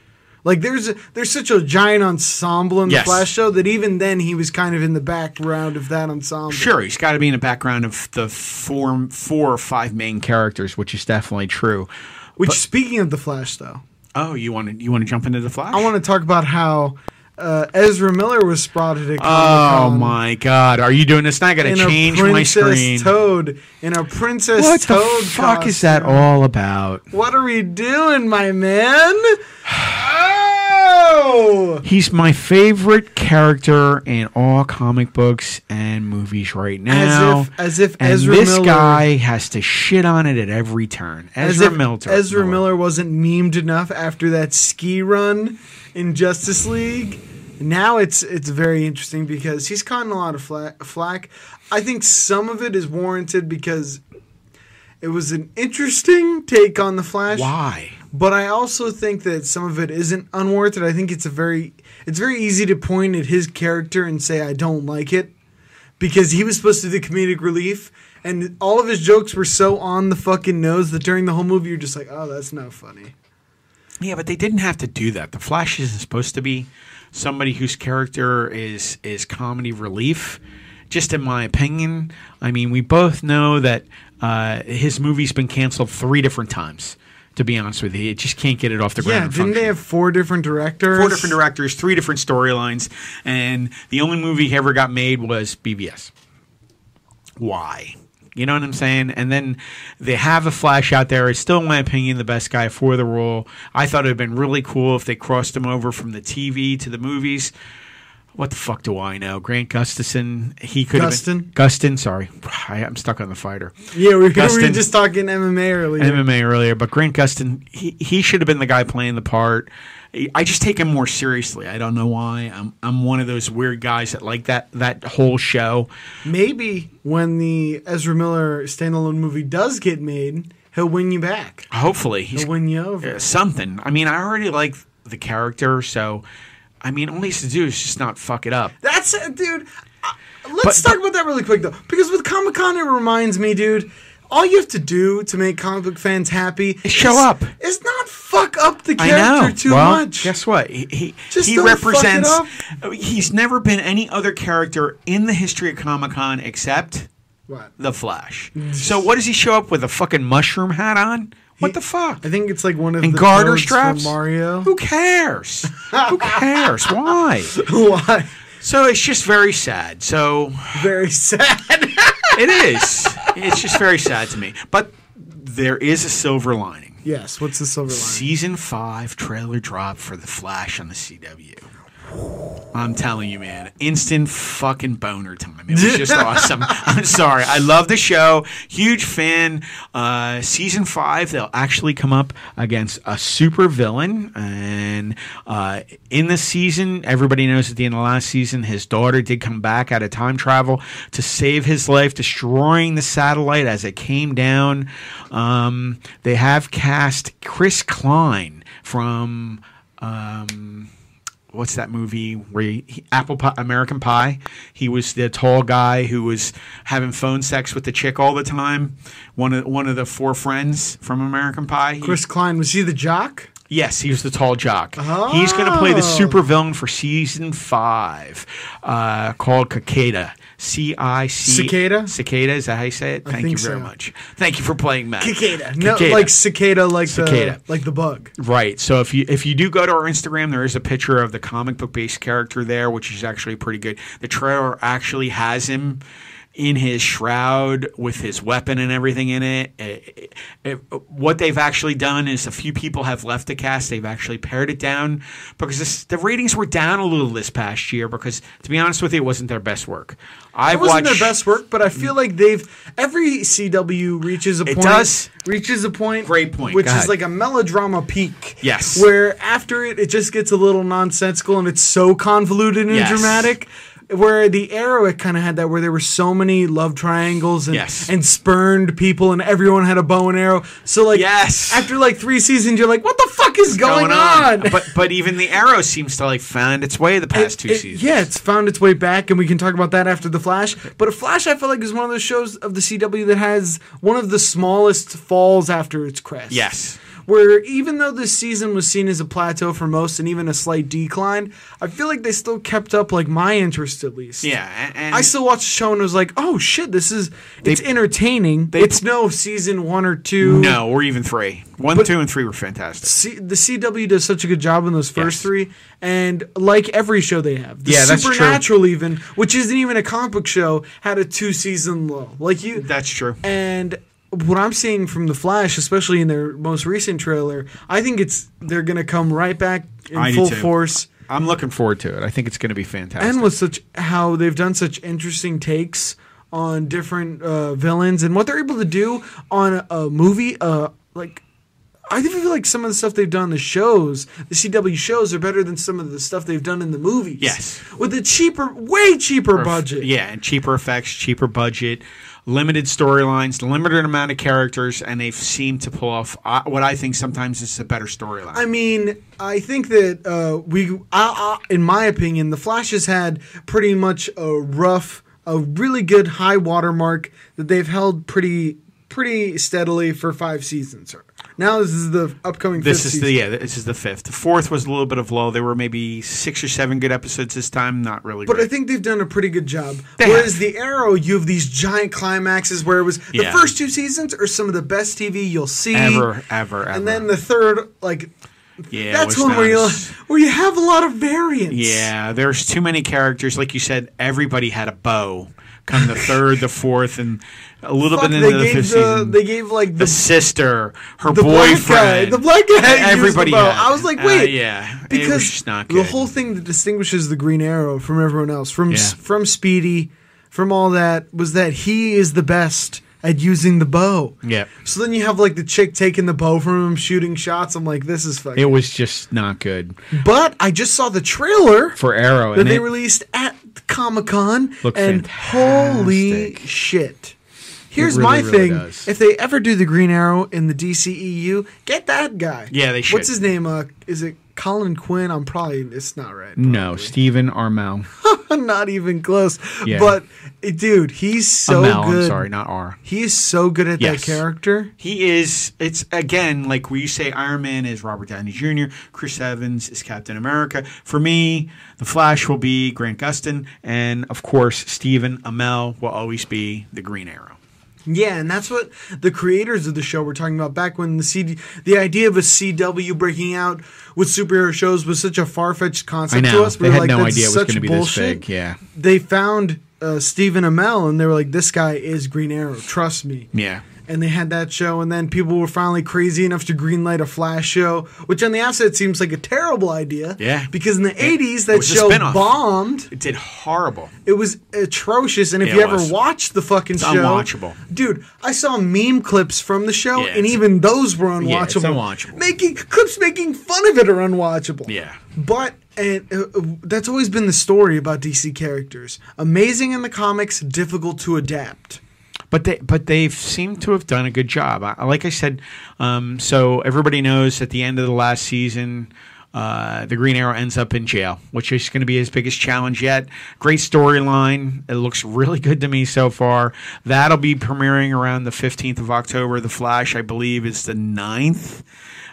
[SPEAKER 2] like there's there's such a giant ensemble in the
[SPEAKER 3] Yes.
[SPEAKER 2] Flash show that even then he was kind of in the background of that ensemble.
[SPEAKER 3] Sure, he's got to be in the background of the four, four or five main characters, which is definitely true.
[SPEAKER 2] Which speaking of the Flash though,
[SPEAKER 3] Oh, you want to you want to jump into the Flash?
[SPEAKER 2] I want to talk about how uh, Ezra Miller was spotted at Comic
[SPEAKER 3] Oh
[SPEAKER 2] Con.
[SPEAKER 3] my God! Are you doing this? Now I got to
[SPEAKER 2] In
[SPEAKER 3] change
[SPEAKER 2] a
[SPEAKER 3] my
[SPEAKER 2] Princess
[SPEAKER 3] screen.
[SPEAKER 2] Toad. In a Princess
[SPEAKER 3] what the
[SPEAKER 2] Toad
[SPEAKER 3] fuck is that
[SPEAKER 2] costume.
[SPEAKER 3] all about?
[SPEAKER 2] What are we doing, my man? Oh!
[SPEAKER 3] He's my favorite character in all comic books and movies right now.
[SPEAKER 2] As if, as if
[SPEAKER 3] and
[SPEAKER 2] Ezra
[SPEAKER 3] this
[SPEAKER 2] Miller,
[SPEAKER 3] guy has to shit on it at every turn.
[SPEAKER 2] as
[SPEAKER 3] Ezra
[SPEAKER 2] if
[SPEAKER 3] Miller.
[SPEAKER 2] Ezra Miller wasn't memed enough after that ski run in Justice League. Now it's it's very interesting because he's gotten a lot of fla- flack. I think some of it is warranted because it was an interesting take on the Flash.
[SPEAKER 3] Why?
[SPEAKER 2] but I also think that some of it isn't unwarranted. I think it's a very it's very easy to point at his character and say I don't like it because he was supposed to be the comedic relief and all of his jokes were so on the fucking nose that during the whole movie you're just like, "Oh, that's not funny."
[SPEAKER 3] Yeah, but they didn't have to do that. The Flash isn't supposed to be somebody whose character is is comedy relief. Just in my opinion, I mean, we both know that uh, his movie's been canceled three different times. To be honest with you, it just can't get it off the ground.
[SPEAKER 2] Yeah,
[SPEAKER 3] and
[SPEAKER 2] didn't they
[SPEAKER 3] function.
[SPEAKER 2] have four different directors?
[SPEAKER 3] four different directors, three different storylines, and the only movie he ever got made was BBS. Why? You know what I'm saying? And then they have a Flash out there. It's still, in my opinion, the best guy for the role. I thought it would have been really cool if they crossed him over from the TV to the movies. What the fuck do I know? Grant Gustafson, he could
[SPEAKER 2] Gustin?
[SPEAKER 3] have been. Gustin, sorry. [SIGHS] I, I'm stuck on the fighter.
[SPEAKER 2] Yeah, we, we were
[SPEAKER 3] Gustin.
[SPEAKER 2] just talking MMA earlier.
[SPEAKER 3] MMA earlier, but Grant Gustin, he, he should have been the guy playing the part. I just take him more seriously. I don't know why. I'm I'm one of those weird guys that like that that whole show.
[SPEAKER 2] Maybe when the Ezra Miller standalone movie does get made, he'll win you back.
[SPEAKER 3] Hopefully, he's
[SPEAKER 2] He'll win you over.
[SPEAKER 3] uh, something. I mean, I already like the character, so I mean, all he has to do is just not fuck it up.
[SPEAKER 2] That's it, dude. Uh, Let's talk about that really quick though, because with Comic Con, it reminds me, dude. All you have to do to make comic book fans happy is
[SPEAKER 3] show up.
[SPEAKER 2] Is not fuck up the
[SPEAKER 3] I
[SPEAKER 2] character
[SPEAKER 3] know.
[SPEAKER 2] too
[SPEAKER 3] Well,
[SPEAKER 2] much.
[SPEAKER 3] Guess what? He he,
[SPEAKER 2] Just
[SPEAKER 3] he
[SPEAKER 2] don't fuck it
[SPEAKER 3] represents.
[SPEAKER 2] up.
[SPEAKER 3] He's never been any other character in the history of Comic Con except
[SPEAKER 2] what?
[SPEAKER 3] The Flash. So what does he show up with a fucking mushroom hat on? What the fuck?
[SPEAKER 2] I think it's like one of
[SPEAKER 3] And
[SPEAKER 2] the
[SPEAKER 3] garter
[SPEAKER 2] toads from
[SPEAKER 3] straps?
[SPEAKER 2] Mario. [LAUGHS]
[SPEAKER 3] Who cares? Who cares? Why?
[SPEAKER 2] Why?
[SPEAKER 3] So it's just very sad. So
[SPEAKER 2] Very sad.
[SPEAKER 3] it is. It's just very sad to me. But there is a silver lining.
[SPEAKER 2] yes. What's the silver line?
[SPEAKER 3] Season five trailer drop for The Flash on the CW. I'm telling you, man, instant fucking boner time. It was just awesome. I'm sorry. I love the show. Huge fan. Uh, season five, they'll actually come up against a super villain. And uh, in this season, everybody knows at the end of last season, his daughter did come back out of time travel to save his life, destroying the satellite as it came down. Um, they have cast Chris Klein from. Um, what's that movie where he, he- Apple Pie, American Pie? He was the tall guy who was having phone sex with the chick all the time. One of one of the four friends from American Pie. He-
[SPEAKER 2] Chris Klein was he the jock?
[SPEAKER 3] yes, he was the tall jock. He's going to play the
[SPEAKER 2] Oh.
[SPEAKER 3] super villain for season five, uh, called Cicada. C I C
[SPEAKER 2] Cicada?
[SPEAKER 3] Cicada is that how you say it? Thank
[SPEAKER 2] think
[SPEAKER 3] you
[SPEAKER 2] so.
[SPEAKER 3] very much. Thank you for playing Matt.
[SPEAKER 2] No,
[SPEAKER 3] Cicada.
[SPEAKER 2] like cicada, like
[SPEAKER 3] Cicada.
[SPEAKER 2] the like the bug.
[SPEAKER 3] Right. So if you if you do go to our Instagram, there is a picture of the comic book based character there, which is actually pretty good. The trailer actually has him in his shroud with his weapon and everything in it. It- it- it- what they've actually done is a few people have left the cast. They've actually pared it down because this, the ratings were down a little this past year. Because to be honest with you, it wasn't their best work. I
[SPEAKER 2] It wasn't
[SPEAKER 3] watched
[SPEAKER 2] their best work, but I feel like they've every CW reaches a
[SPEAKER 3] It
[SPEAKER 2] point.
[SPEAKER 3] does.
[SPEAKER 2] reaches a point.
[SPEAKER 3] Great point.
[SPEAKER 2] Which
[SPEAKER 3] Go
[SPEAKER 2] is
[SPEAKER 3] ahead.
[SPEAKER 2] like a melodrama peak.
[SPEAKER 3] Yes.
[SPEAKER 2] Where after it, it just gets a little nonsensical and it's so convoluted and
[SPEAKER 3] Yes.
[SPEAKER 2] dramatic. Where the Arrow, it kind of had that, where there were so many love triangles and
[SPEAKER 3] Yes.
[SPEAKER 2] and spurned people, and everyone had a bow and arrow. So like,
[SPEAKER 3] Yes.
[SPEAKER 2] after like three seasons, you're like, what the fuck is going, on?
[SPEAKER 3] But but even the arrow seems to like found its way the past two
[SPEAKER 2] it-
[SPEAKER 3] seasons.
[SPEAKER 2] Yeah, it's found its way back, and we can talk about that after the Flash. But Flash, I feel like, is one of those shows of the CW that has one of the smallest falls after its crest.
[SPEAKER 3] Yes.
[SPEAKER 2] Where even though this season was seen as a plateau for most and even a slight decline, I feel like they still kept up like my interest at least.
[SPEAKER 3] Yeah, a- and,
[SPEAKER 2] I still watched the show and was like, "Oh shit, this is it's entertaining." it's no season one or two.
[SPEAKER 3] no, or even three. One, two, and three were fantastic.
[SPEAKER 2] C- the CW does such a good job in those first
[SPEAKER 3] Yes.
[SPEAKER 2] three, and like every show they have, the
[SPEAKER 3] Yeah, that's true.
[SPEAKER 2] Supernatural even, which isn't even a comic book show, had a two season low. Like you,
[SPEAKER 3] That's true.
[SPEAKER 2] and what I'm seeing from the Flash, especially in their most recent trailer, I think it's they're gonna come right back in
[SPEAKER 3] I do
[SPEAKER 2] full
[SPEAKER 3] too.
[SPEAKER 2] force.
[SPEAKER 3] I'm looking forward to it. I think it's going to be fantastic.
[SPEAKER 2] And with such how they've done such interesting takes on different uh, villains and what they're able to do on a, a movie, uh, like. I think feel like some of the stuff they've done on the shows, the CW shows, are better than some of the stuff they've done in the movies.
[SPEAKER 3] Yes.
[SPEAKER 2] with a cheaper, way cheaper budget.
[SPEAKER 3] Yeah, and cheaper effects, cheaper budget, limited storylines, limited amount of characters, and they seem to pull off uh, what I think sometimes is a better storyline.
[SPEAKER 2] I mean, I think that uh, we, I, I, in my opinion, the Flash has had pretty much a rough, a really good high watermark that they've held pretty, pretty steadily for five seasons. Now this is the upcoming.
[SPEAKER 3] This
[SPEAKER 2] fifth
[SPEAKER 3] is
[SPEAKER 2] season.
[SPEAKER 3] the yeah. This is the fifth. The fourth was a little bit of low. There were maybe six or seven good episodes this time. Not really.
[SPEAKER 2] But
[SPEAKER 3] great.
[SPEAKER 2] I think they've done a pretty good job.
[SPEAKER 3] They
[SPEAKER 2] Whereas
[SPEAKER 3] have.
[SPEAKER 2] the Arrow, you have these giant climaxes where it was the
[SPEAKER 3] Yeah.
[SPEAKER 2] first two seasons are some of the best TV you'll see
[SPEAKER 3] Ever, ever, ever.
[SPEAKER 2] And then the third, like
[SPEAKER 3] yeah, it
[SPEAKER 2] that's
[SPEAKER 3] was
[SPEAKER 2] one where you
[SPEAKER 3] nice.
[SPEAKER 2] where you have a lot of variance.
[SPEAKER 3] Yeah, there's too many characters. Like you said, everybody had a bow. Come the third, the fourth, and a little
[SPEAKER 2] Fuck,
[SPEAKER 3] bit
[SPEAKER 2] they
[SPEAKER 3] into the fifth
[SPEAKER 2] gave the,
[SPEAKER 3] season.
[SPEAKER 2] they gave like
[SPEAKER 3] the
[SPEAKER 2] the
[SPEAKER 3] sister, her
[SPEAKER 2] the
[SPEAKER 3] boyfriend,
[SPEAKER 2] black guy, the black guy. used the
[SPEAKER 3] everybody.
[SPEAKER 2] bow.
[SPEAKER 3] had-
[SPEAKER 2] I was like,
[SPEAKER 3] uh,
[SPEAKER 2] wait,
[SPEAKER 3] yeah, it
[SPEAKER 2] because
[SPEAKER 3] was just not
[SPEAKER 2] the
[SPEAKER 3] good.
[SPEAKER 2] whole thing that distinguishes the Green Arrow from everyone else, from s-
[SPEAKER 3] Yeah.
[SPEAKER 2] from Speedy, from all that, was that he is the best at using the bow.
[SPEAKER 3] Yeah.
[SPEAKER 2] So then you have like the chick taking the bow from him, shooting shots. I'm like, this is fucking.
[SPEAKER 3] It was just not good
[SPEAKER 2] but I just saw the trailer
[SPEAKER 3] for Arrow,
[SPEAKER 2] that
[SPEAKER 3] and
[SPEAKER 2] they
[SPEAKER 3] it-
[SPEAKER 2] released at Comic Con,
[SPEAKER 3] Looked
[SPEAKER 2] and holy
[SPEAKER 3] fantastic.
[SPEAKER 2] shit. Here's
[SPEAKER 3] really,
[SPEAKER 2] my
[SPEAKER 3] really
[SPEAKER 2] thing.
[SPEAKER 3] does.
[SPEAKER 2] If they ever do the Green Arrow in the DCEU, get that guy.
[SPEAKER 3] Yeah, they should.
[SPEAKER 2] What's his name? Uh, is it Colin Quinn? I'm probably, it's not right. [LAUGHS]
[SPEAKER 3] no Stephen Armel,
[SPEAKER 2] not even close.
[SPEAKER 3] Yeah.
[SPEAKER 2] But, eh, dude, he's so
[SPEAKER 3] Amell,
[SPEAKER 2] good.
[SPEAKER 3] I'm sorry, not R.
[SPEAKER 2] He is so good at that
[SPEAKER 3] Yes.
[SPEAKER 2] character.
[SPEAKER 3] He is. It's again like we say. Iron Man is Robert Downey Jr. Chris Evans is Captain America. For me, the Flash will be Grant Gustin, and of course, Stephen Amell will always be the Green Arrow.
[SPEAKER 2] Yeah, and that's what the creators of the show were talking about back when the CD, the idea of a CW breaking out with superhero shows was such a far fetched concept
[SPEAKER 3] I
[SPEAKER 2] to
[SPEAKER 3] know.
[SPEAKER 2] us.
[SPEAKER 3] They had
[SPEAKER 2] were
[SPEAKER 3] no
[SPEAKER 2] "That's
[SPEAKER 3] idea it was
[SPEAKER 2] such
[SPEAKER 3] gonna be this
[SPEAKER 2] bullshit."
[SPEAKER 3] big, yeah.
[SPEAKER 2] they found uh, Stephen Amell and they were like, "This guy is Green Arrow. Trust me."
[SPEAKER 3] Yeah.
[SPEAKER 2] And they had that show, and then people were finally crazy enough to greenlight a Flash show, which on the outset seems like a terrible idea.
[SPEAKER 3] Yeah.
[SPEAKER 2] Because in the '80s, that
[SPEAKER 3] was a
[SPEAKER 2] show
[SPEAKER 3] spinoff.
[SPEAKER 2] bombed.
[SPEAKER 3] It did horrible.
[SPEAKER 2] It was atrocious, and if
[SPEAKER 3] Yeah,
[SPEAKER 2] you
[SPEAKER 3] it
[SPEAKER 2] ever
[SPEAKER 3] was.
[SPEAKER 2] watched the fucking show,
[SPEAKER 3] unwatchable.
[SPEAKER 2] dude. I saw meme clips from the show,
[SPEAKER 3] Yeah,
[SPEAKER 2] and
[SPEAKER 3] it's-
[SPEAKER 2] even those were unwatchable.
[SPEAKER 3] Yeah, it's unwatchable.
[SPEAKER 2] Making clips making fun of it are unwatchable.
[SPEAKER 3] Yeah.
[SPEAKER 2] but and uh, uh, that's always been the story about DC characters: amazing in the comics, difficult to adapt.
[SPEAKER 3] But they but they seem to have done a good job. I, like I said, um, so everybody knows at the end of the last season. Uh, the Green Arrow ends up in jail, which is going to be his biggest challenge yet. Great storyline. It looks really good to me so far. That'll be premiering around the 15th of October. The Flash, I believe, is the 9th.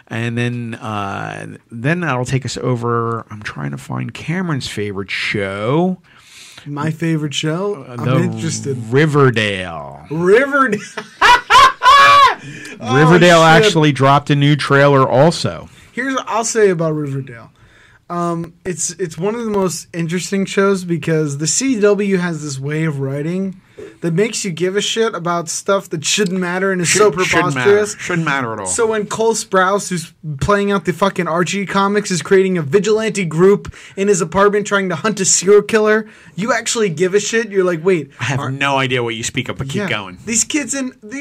[SPEAKER 3] And then uh, then that'll take us over. I'm trying to find Cameron's favorite show,
[SPEAKER 2] My favorite show. I'm
[SPEAKER 3] The
[SPEAKER 2] interested.
[SPEAKER 3] Riverdale.
[SPEAKER 2] [LAUGHS] Riverdale.
[SPEAKER 3] Riverdale
[SPEAKER 2] shit.
[SPEAKER 3] actually dropped a new trailer also.
[SPEAKER 2] here's what I'll say about Riverdale. Um, it's it's one of the most interesting shows because the CW has this way of writing that makes you give a shit about stuff that shouldn't matter and is so
[SPEAKER 3] Shouldn't-
[SPEAKER 2] preposterous.
[SPEAKER 3] Shouldn't matter. Oh. Shouldn't matter at all.
[SPEAKER 2] So when Cole Sprouse, who's playing out the fucking Archie comics, is creating a vigilante group in his apartment trying to hunt a serial killer, you actually give a shit. You're like, wait,
[SPEAKER 3] I have no idea what you speak of, but keep
[SPEAKER 2] yeah,
[SPEAKER 3] going.
[SPEAKER 2] These kids in the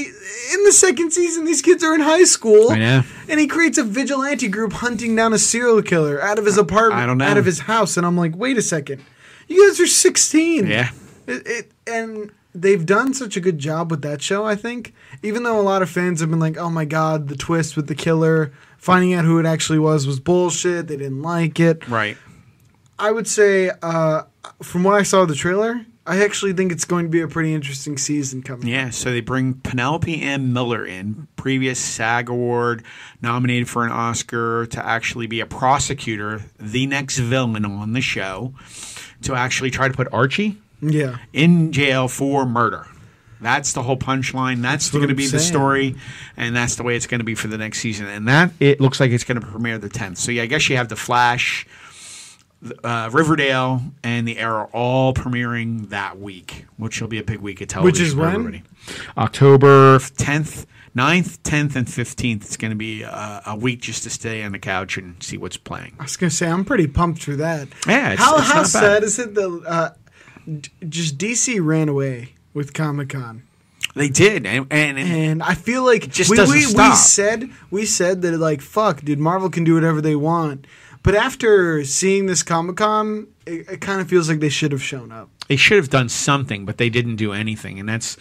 [SPEAKER 2] in the second season, these kids are in high school.
[SPEAKER 3] I know.
[SPEAKER 2] And he creates a vigilante group hunting down a serial killer out of his apartment,
[SPEAKER 3] I don't know.
[SPEAKER 2] out of his house, and I'm like, wait a second, you guys are 16.
[SPEAKER 3] Yeah.
[SPEAKER 2] It, it and they've done such a good job with that show. I think, even though a lot of fans have been like, oh my god, the twist with the killer, finding out who it actually was was bullshit. They didn't like it.
[SPEAKER 3] Right.
[SPEAKER 2] I would say, uh, from what I saw of the trailer, I actually think it's going to be a pretty interesting season coming.
[SPEAKER 3] Yeah, so they bring Penelope Ann Miller in, previous SAG award, nominated for an Oscar, to actually be a prosecutor, the next villain on the show, to actually try to put Archie
[SPEAKER 2] Yeah.
[SPEAKER 3] in jail for murder. That's the whole punchline. That's,
[SPEAKER 2] what
[SPEAKER 3] going to
[SPEAKER 2] I'm
[SPEAKER 3] be the
[SPEAKER 2] saying.
[SPEAKER 3] story, and that's the way it's going to be for the next season. And that it looks like it's going to premiere the tenth. So yeah, I guess you have the Flash, uh, Riverdale, and the Arrow all premiering that week, which will be a big week of television.
[SPEAKER 2] is
[SPEAKER 3] for
[SPEAKER 2] when?
[SPEAKER 3] everybody. October tenth. 9th, 10th, and 15th. It's going to be uh, a week just to stay on the couch and see what's playing.
[SPEAKER 2] I was gonna say I'm pretty pumped for that.
[SPEAKER 3] Yeah, it's-
[SPEAKER 2] how
[SPEAKER 3] it's
[SPEAKER 2] how
[SPEAKER 3] not bad.
[SPEAKER 2] sad is it that uh, d- just DC ran away with Comic Con,
[SPEAKER 3] They did. And, and, and
[SPEAKER 2] and I feel like
[SPEAKER 3] just
[SPEAKER 2] we,
[SPEAKER 3] doesn't
[SPEAKER 2] we, we
[SPEAKER 3] stop.
[SPEAKER 2] said we said that like fuck, dude, Marvel can do whatever they want. But after seeing this Comic Con, it, it kind of feels like they should have shown up.
[SPEAKER 3] they should have done something, but they didn't do anything, and that's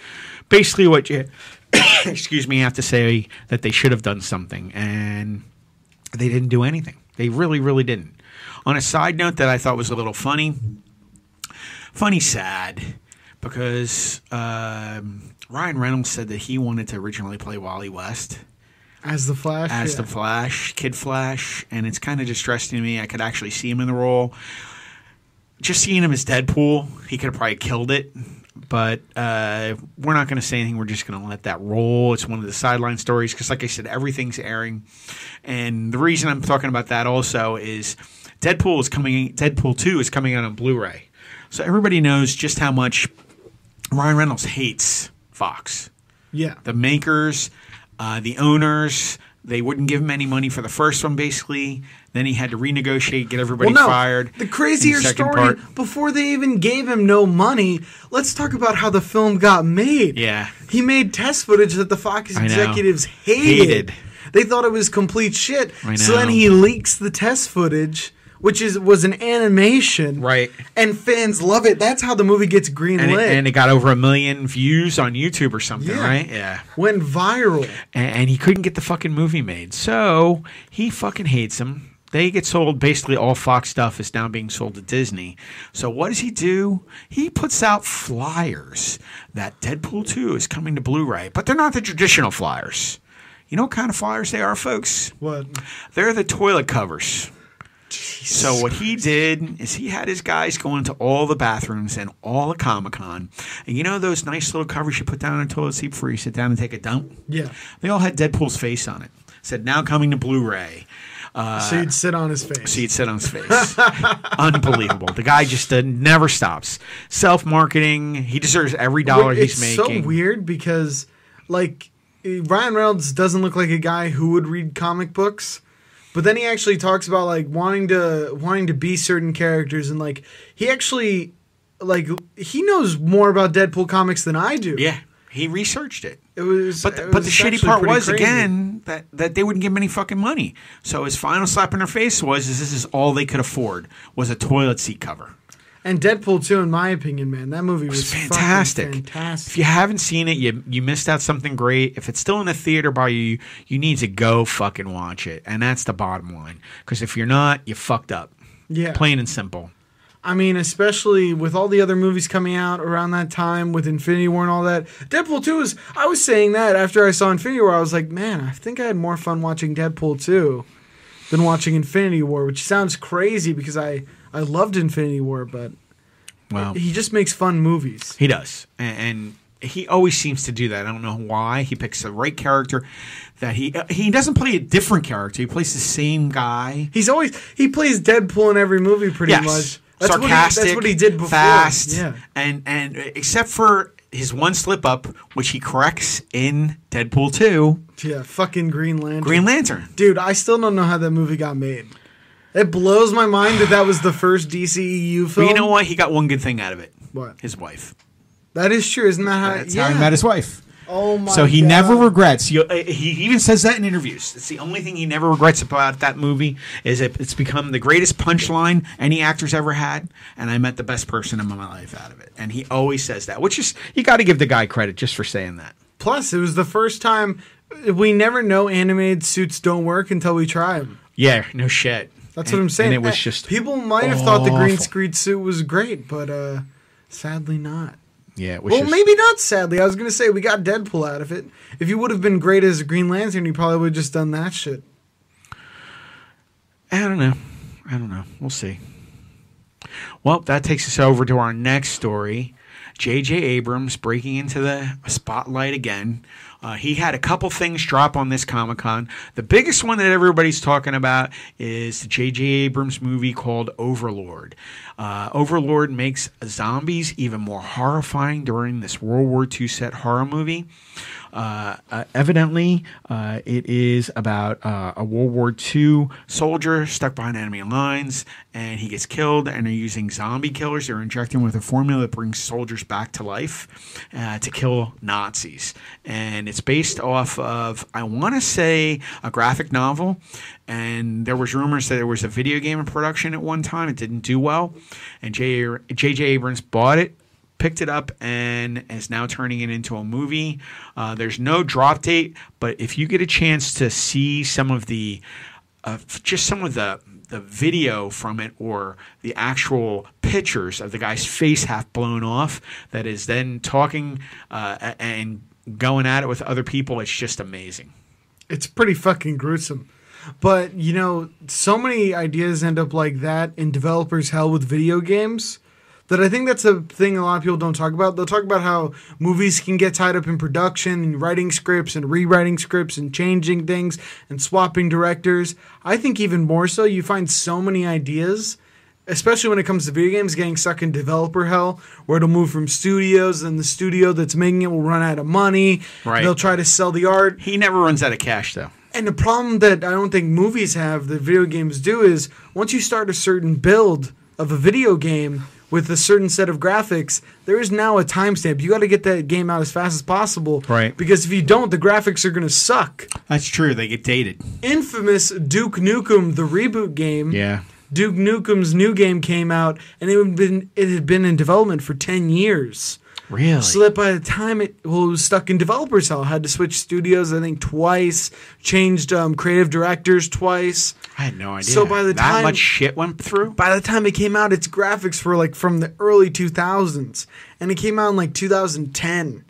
[SPEAKER 3] basically what you, [COUGHS] excuse me, have to say that they should have done something, and they didn't do anything. They really, really didn't. On a side note that I thought was a little funny, funny, sad, because um, Ryan Reynolds said that he wanted to originally play Wally West
[SPEAKER 2] As the Flash,
[SPEAKER 3] as
[SPEAKER 2] yeah.
[SPEAKER 3] the Flash, Kid Flash, and it's kind of distressing to me. I could actually see him in the role. Just seeing him as Deadpool, he could have probably killed it. But uh, we're not going to say anything. We're just going to let that roll. It's one of the sideline stories because, like I said, everything's airing. And the reason I'm talking about that also is Deadpool is coming. Deadpool Two is coming out on Blu-ray, so everybody knows just how much Ryan Reynolds hates Fox
[SPEAKER 2] yeah.
[SPEAKER 3] the makers, uh, the owners. They wouldn't give him any money for the first one, basically. Then he had to renegotiate, get everybody fired.
[SPEAKER 2] The
[SPEAKER 3] in
[SPEAKER 2] crazier story
[SPEAKER 3] second part.
[SPEAKER 2] before they even gave him no money. Let's talk about how the film got made.
[SPEAKER 3] Yeah.
[SPEAKER 2] He made test footage that the Fox
[SPEAKER 3] know.
[SPEAKER 2] executives hated.
[SPEAKER 3] Hated.
[SPEAKER 2] They thought it was complete shit.
[SPEAKER 3] I
[SPEAKER 2] So then
[SPEAKER 3] know.
[SPEAKER 2] he leaks the test footage. Which is was an animation,
[SPEAKER 3] Right.
[SPEAKER 2] And fans love it. That's how the movie gets greenlit.
[SPEAKER 3] And it, and it got over a million views on YouTube or something,
[SPEAKER 2] Yeah.
[SPEAKER 3] right? Yeah.
[SPEAKER 2] went viral.
[SPEAKER 3] and, and he couldn't get the fucking movie made. So he fucking hates them. They get sold. Basically, all Fox stuff is now being sold to Disney. So what does he do? He puts out flyers that Deadpool 2 is coming to Blu ray, but they're not the traditional flyers. You know what kind of flyers they are, folks?
[SPEAKER 2] What?
[SPEAKER 3] They're the toilet covers. So what he did is he had his guys go into all the bathrooms and all the Comic Con, and you know those nice little covers you put down on a toilet seat before you sit down and take a dump.
[SPEAKER 2] Yeah.
[SPEAKER 3] They all had Deadpool's face on it. Said now coming to Blu-ray. Uh,
[SPEAKER 2] So you'd sit on his face.
[SPEAKER 3] so you'd sit on his
[SPEAKER 2] [LAUGHS]
[SPEAKER 3] face. Unbelievable. The guy just uh, never stops. Self marketing. He deserves every dollar
[SPEAKER 2] Wait,
[SPEAKER 3] he's
[SPEAKER 2] it's
[SPEAKER 3] making.
[SPEAKER 2] so weird because like eh, Ryan Reynolds doesn't look like a guy who would read comic books, but then he actually talks about like wanting to wanting to be certain characters and like he actually like he knows more about Deadpool comics than I do.
[SPEAKER 3] Yeah, he researched it.
[SPEAKER 2] It was
[SPEAKER 3] But the,
[SPEAKER 2] it
[SPEAKER 3] but
[SPEAKER 2] was
[SPEAKER 3] the shitty
[SPEAKER 2] actually
[SPEAKER 3] part
[SPEAKER 2] pretty
[SPEAKER 3] was
[SPEAKER 2] crazy.
[SPEAKER 3] again that, that they wouldn't give him any fucking money. So his final slap in their face was is this is all they could afford was a toilet seat cover.
[SPEAKER 2] and Deadpool too in my opinion, man. That movie was, fucking
[SPEAKER 3] fantastic.
[SPEAKER 2] Fantastic.
[SPEAKER 3] If you haven't seen it, you you missed out something great. If it's still in the theater by you, you need to go fucking watch it, and that's the bottom line. Because if you're not, you fucked up.
[SPEAKER 2] Yeah.
[SPEAKER 3] plain and simple.
[SPEAKER 2] I mean, especially with all the other movies coming out around that time with Infinity War and all that. Deadpool 2 is. I was saying that after I saw Infinity War. I was like, man, I think I had more fun watching Deadpool 2 than watching Infinity War, which sounds crazy because I, I loved Infinity War, but
[SPEAKER 3] Wow,
[SPEAKER 2] he just makes fun movies.
[SPEAKER 3] he does, and. and he always seems to do that. I don't know why. He picks the right character that he uh, he doesn't play a different character. He plays the same guy.
[SPEAKER 2] He's always. He plays Deadpool in every movie pretty
[SPEAKER 3] yes.
[SPEAKER 2] much. That's
[SPEAKER 3] sarcastic.
[SPEAKER 2] What he, that's what he did before.
[SPEAKER 3] Fast.
[SPEAKER 2] Yeah.
[SPEAKER 3] And and uh, except for his one slip up, which he corrects in Deadpool 2,
[SPEAKER 2] Yeah, fucking Green Lantern.
[SPEAKER 3] Green Lantern.
[SPEAKER 2] Dude, I still don't know how that movie got made. It blows my mind that that was the first DCEU film.
[SPEAKER 3] But you know what? He got one good thing out of it.
[SPEAKER 2] What?
[SPEAKER 3] His wife.
[SPEAKER 2] That is true. Isn't that how?
[SPEAKER 3] That's
[SPEAKER 2] yeah.
[SPEAKER 4] how he met his wife.
[SPEAKER 2] Oh my.
[SPEAKER 4] so he
[SPEAKER 2] God.
[SPEAKER 4] never regrets.
[SPEAKER 3] You- uh, He even says that in interviews. It's the only thing he never regrets about that movie is it, it's become the greatest punchline any actor's ever had, and I met the best person in my life out of it. And he always says that, which is you got to give the guy credit just for saying that.
[SPEAKER 2] Plus, it was the first time we never know animated suits don't work until we try them.
[SPEAKER 3] Yeah, no shit.
[SPEAKER 2] That's
[SPEAKER 3] And-
[SPEAKER 2] what I'm saying.
[SPEAKER 3] And it was
[SPEAKER 2] Eh,
[SPEAKER 3] just
[SPEAKER 2] people might have thought the green
[SPEAKER 3] awful.
[SPEAKER 2] screen suit was great, but uh, sadly not.
[SPEAKER 4] Yeah, it was
[SPEAKER 2] Well,
[SPEAKER 4] just-
[SPEAKER 2] maybe not sadly. I was gonna say we got Deadpool out of it. If you would have been great as a Green Lantern, you probably would have just done that shit.
[SPEAKER 3] I don't know. I don't know. We'll see. Well, that takes us over to our next story. J.J. Abrams breaking into the spotlight again. Uh, he had a couple things drop on this Comic Con. The biggest one that everybody's talking about is the J.J. Abrams movie called Overlord. Uh, Overlord makes zombies even more horrifying during this World War II set horror movie. Uh, uh, evidently, uh, it is about uh, a World War II soldier stuck behind enemy lines, and he gets killed. And they're using zombie killers. They're injecting with a formula that brings soldiers back to life uh, to kill Nazis. And it's based off of, I want to say, a graphic novel. And there was rumors that there was a video game in production at one time. It didn't do well, and J. J.J. Abrams bought it picked it up and is now turning it into a movie. Uh, there's no drop date, but if you get a chance to see some of the, uh, f- just some of the the video from it or the actual pictures of the guy's face half blown off that is then talking uh, a- and going at it with other people, it's just amazing.
[SPEAKER 2] It's pretty fucking gruesome. But, you know, so many ideas end up like that in developers' hell with video games that I think that's a thing a lot of people don't talk about. They'll talk about how movies can get tied up in production and writing scripts and rewriting scripts and changing things and swapping directors. I think even more so, you find so many ideas especially when it comes to video games getting stuck in developer hell where it'll move from studios and the studio that's making it will run out of money
[SPEAKER 3] Right.
[SPEAKER 2] they'll try to sell the art
[SPEAKER 3] He never runs out of cash though.
[SPEAKER 2] and the problem that I don't think movies have that video games do is once you start a certain build of a video game with a certain set of graphics, there is now a timestamp. You got to get that game out as fast as possible.
[SPEAKER 3] Right.
[SPEAKER 2] Because if you don't, the graphics are going to suck.
[SPEAKER 3] That's true. They get dated.
[SPEAKER 2] Infamous Duke Nukem, the reboot game.
[SPEAKER 3] Yeah.
[SPEAKER 2] Duke Nukem's new game came out, and it had been it had been in development for ten years.
[SPEAKER 3] Really?
[SPEAKER 2] So that by the time it, well, it was stuck in developers hell, had to switch studios, I think twice, changed um, creative directors twice.
[SPEAKER 3] I had no idea.
[SPEAKER 2] So by the
[SPEAKER 3] that
[SPEAKER 2] time-
[SPEAKER 3] much shit went through.
[SPEAKER 2] By the time it came out, its graphics were like from the early 2000s, and it came out in like 2010.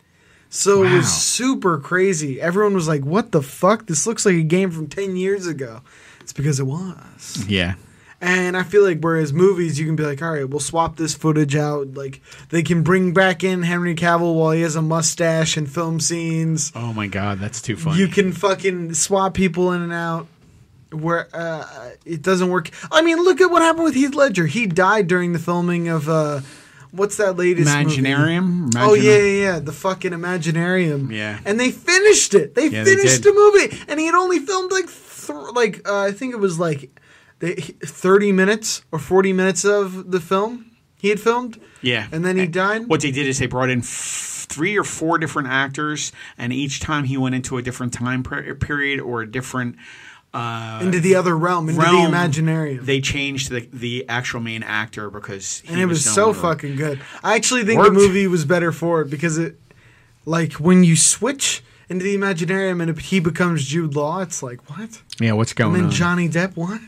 [SPEAKER 2] So it
[SPEAKER 3] Wow.
[SPEAKER 2] was super crazy. Everyone was like, "What the fuck? This looks like a game from 10 years ago." It's because it was.
[SPEAKER 3] Yeah.
[SPEAKER 2] And I feel like whereas movies, you can be like, all right, we'll swap this footage out. Like they can bring back in Henry Cavill while he has a mustache and film scenes.
[SPEAKER 3] Oh my god, that's too funny.
[SPEAKER 2] You can fucking swap people in and out. Where uh, it doesn't work. I mean, look at what happened with Heath Ledger. He died during the filming of uh, what's that latest movie?
[SPEAKER 3] Imaginarium.
[SPEAKER 2] Oh yeah, yeah, yeah, the fucking Imaginarium.
[SPEAKER 3] Yeah.
[SPEAKER 2] and they finished it. They
[SPEAKER 3] Yeah, they
[SPEAKER 2] finished the
[SPEAKER 3] did.
[SPEAKER 2] movie, and he had only filmed like, th- like uh, I think it was like, they, thirty minutes or forty minutes of the film he had filmed.
[SPEAKER 3] Yeah.
[SPEAKER 2] and then he died.
[SPEAKER 3] What they did is they brought in f- three or four different actors, and each time he went into a different time per- period or a different uh,
[SPEAKER 2] into the other realm, into
[SPEAKER 3] realm.
[SPEAKER 2] the Imaginarium.
[SPEAKER 3] They changed the the actual main actor because he
[SPEAKER 2] and it was,
[SPEAKER 3] no
[SPEAKER 2] so
[SPEAKER 3] longer-
[SPEAKER 2] fucking good. I actually think
[SPEAKER 3] Worked.
[SPEAKER 2] the movie was better for it because it, like, when you switch into the Imaginarium and he becomes Jude Law, it's like what?
[SPEAKER 3] Yeah, what's going
[SPEAKER 2] And then
[SPEAKER 3] on?
[SPEAKER 2] Johnny Depp, what?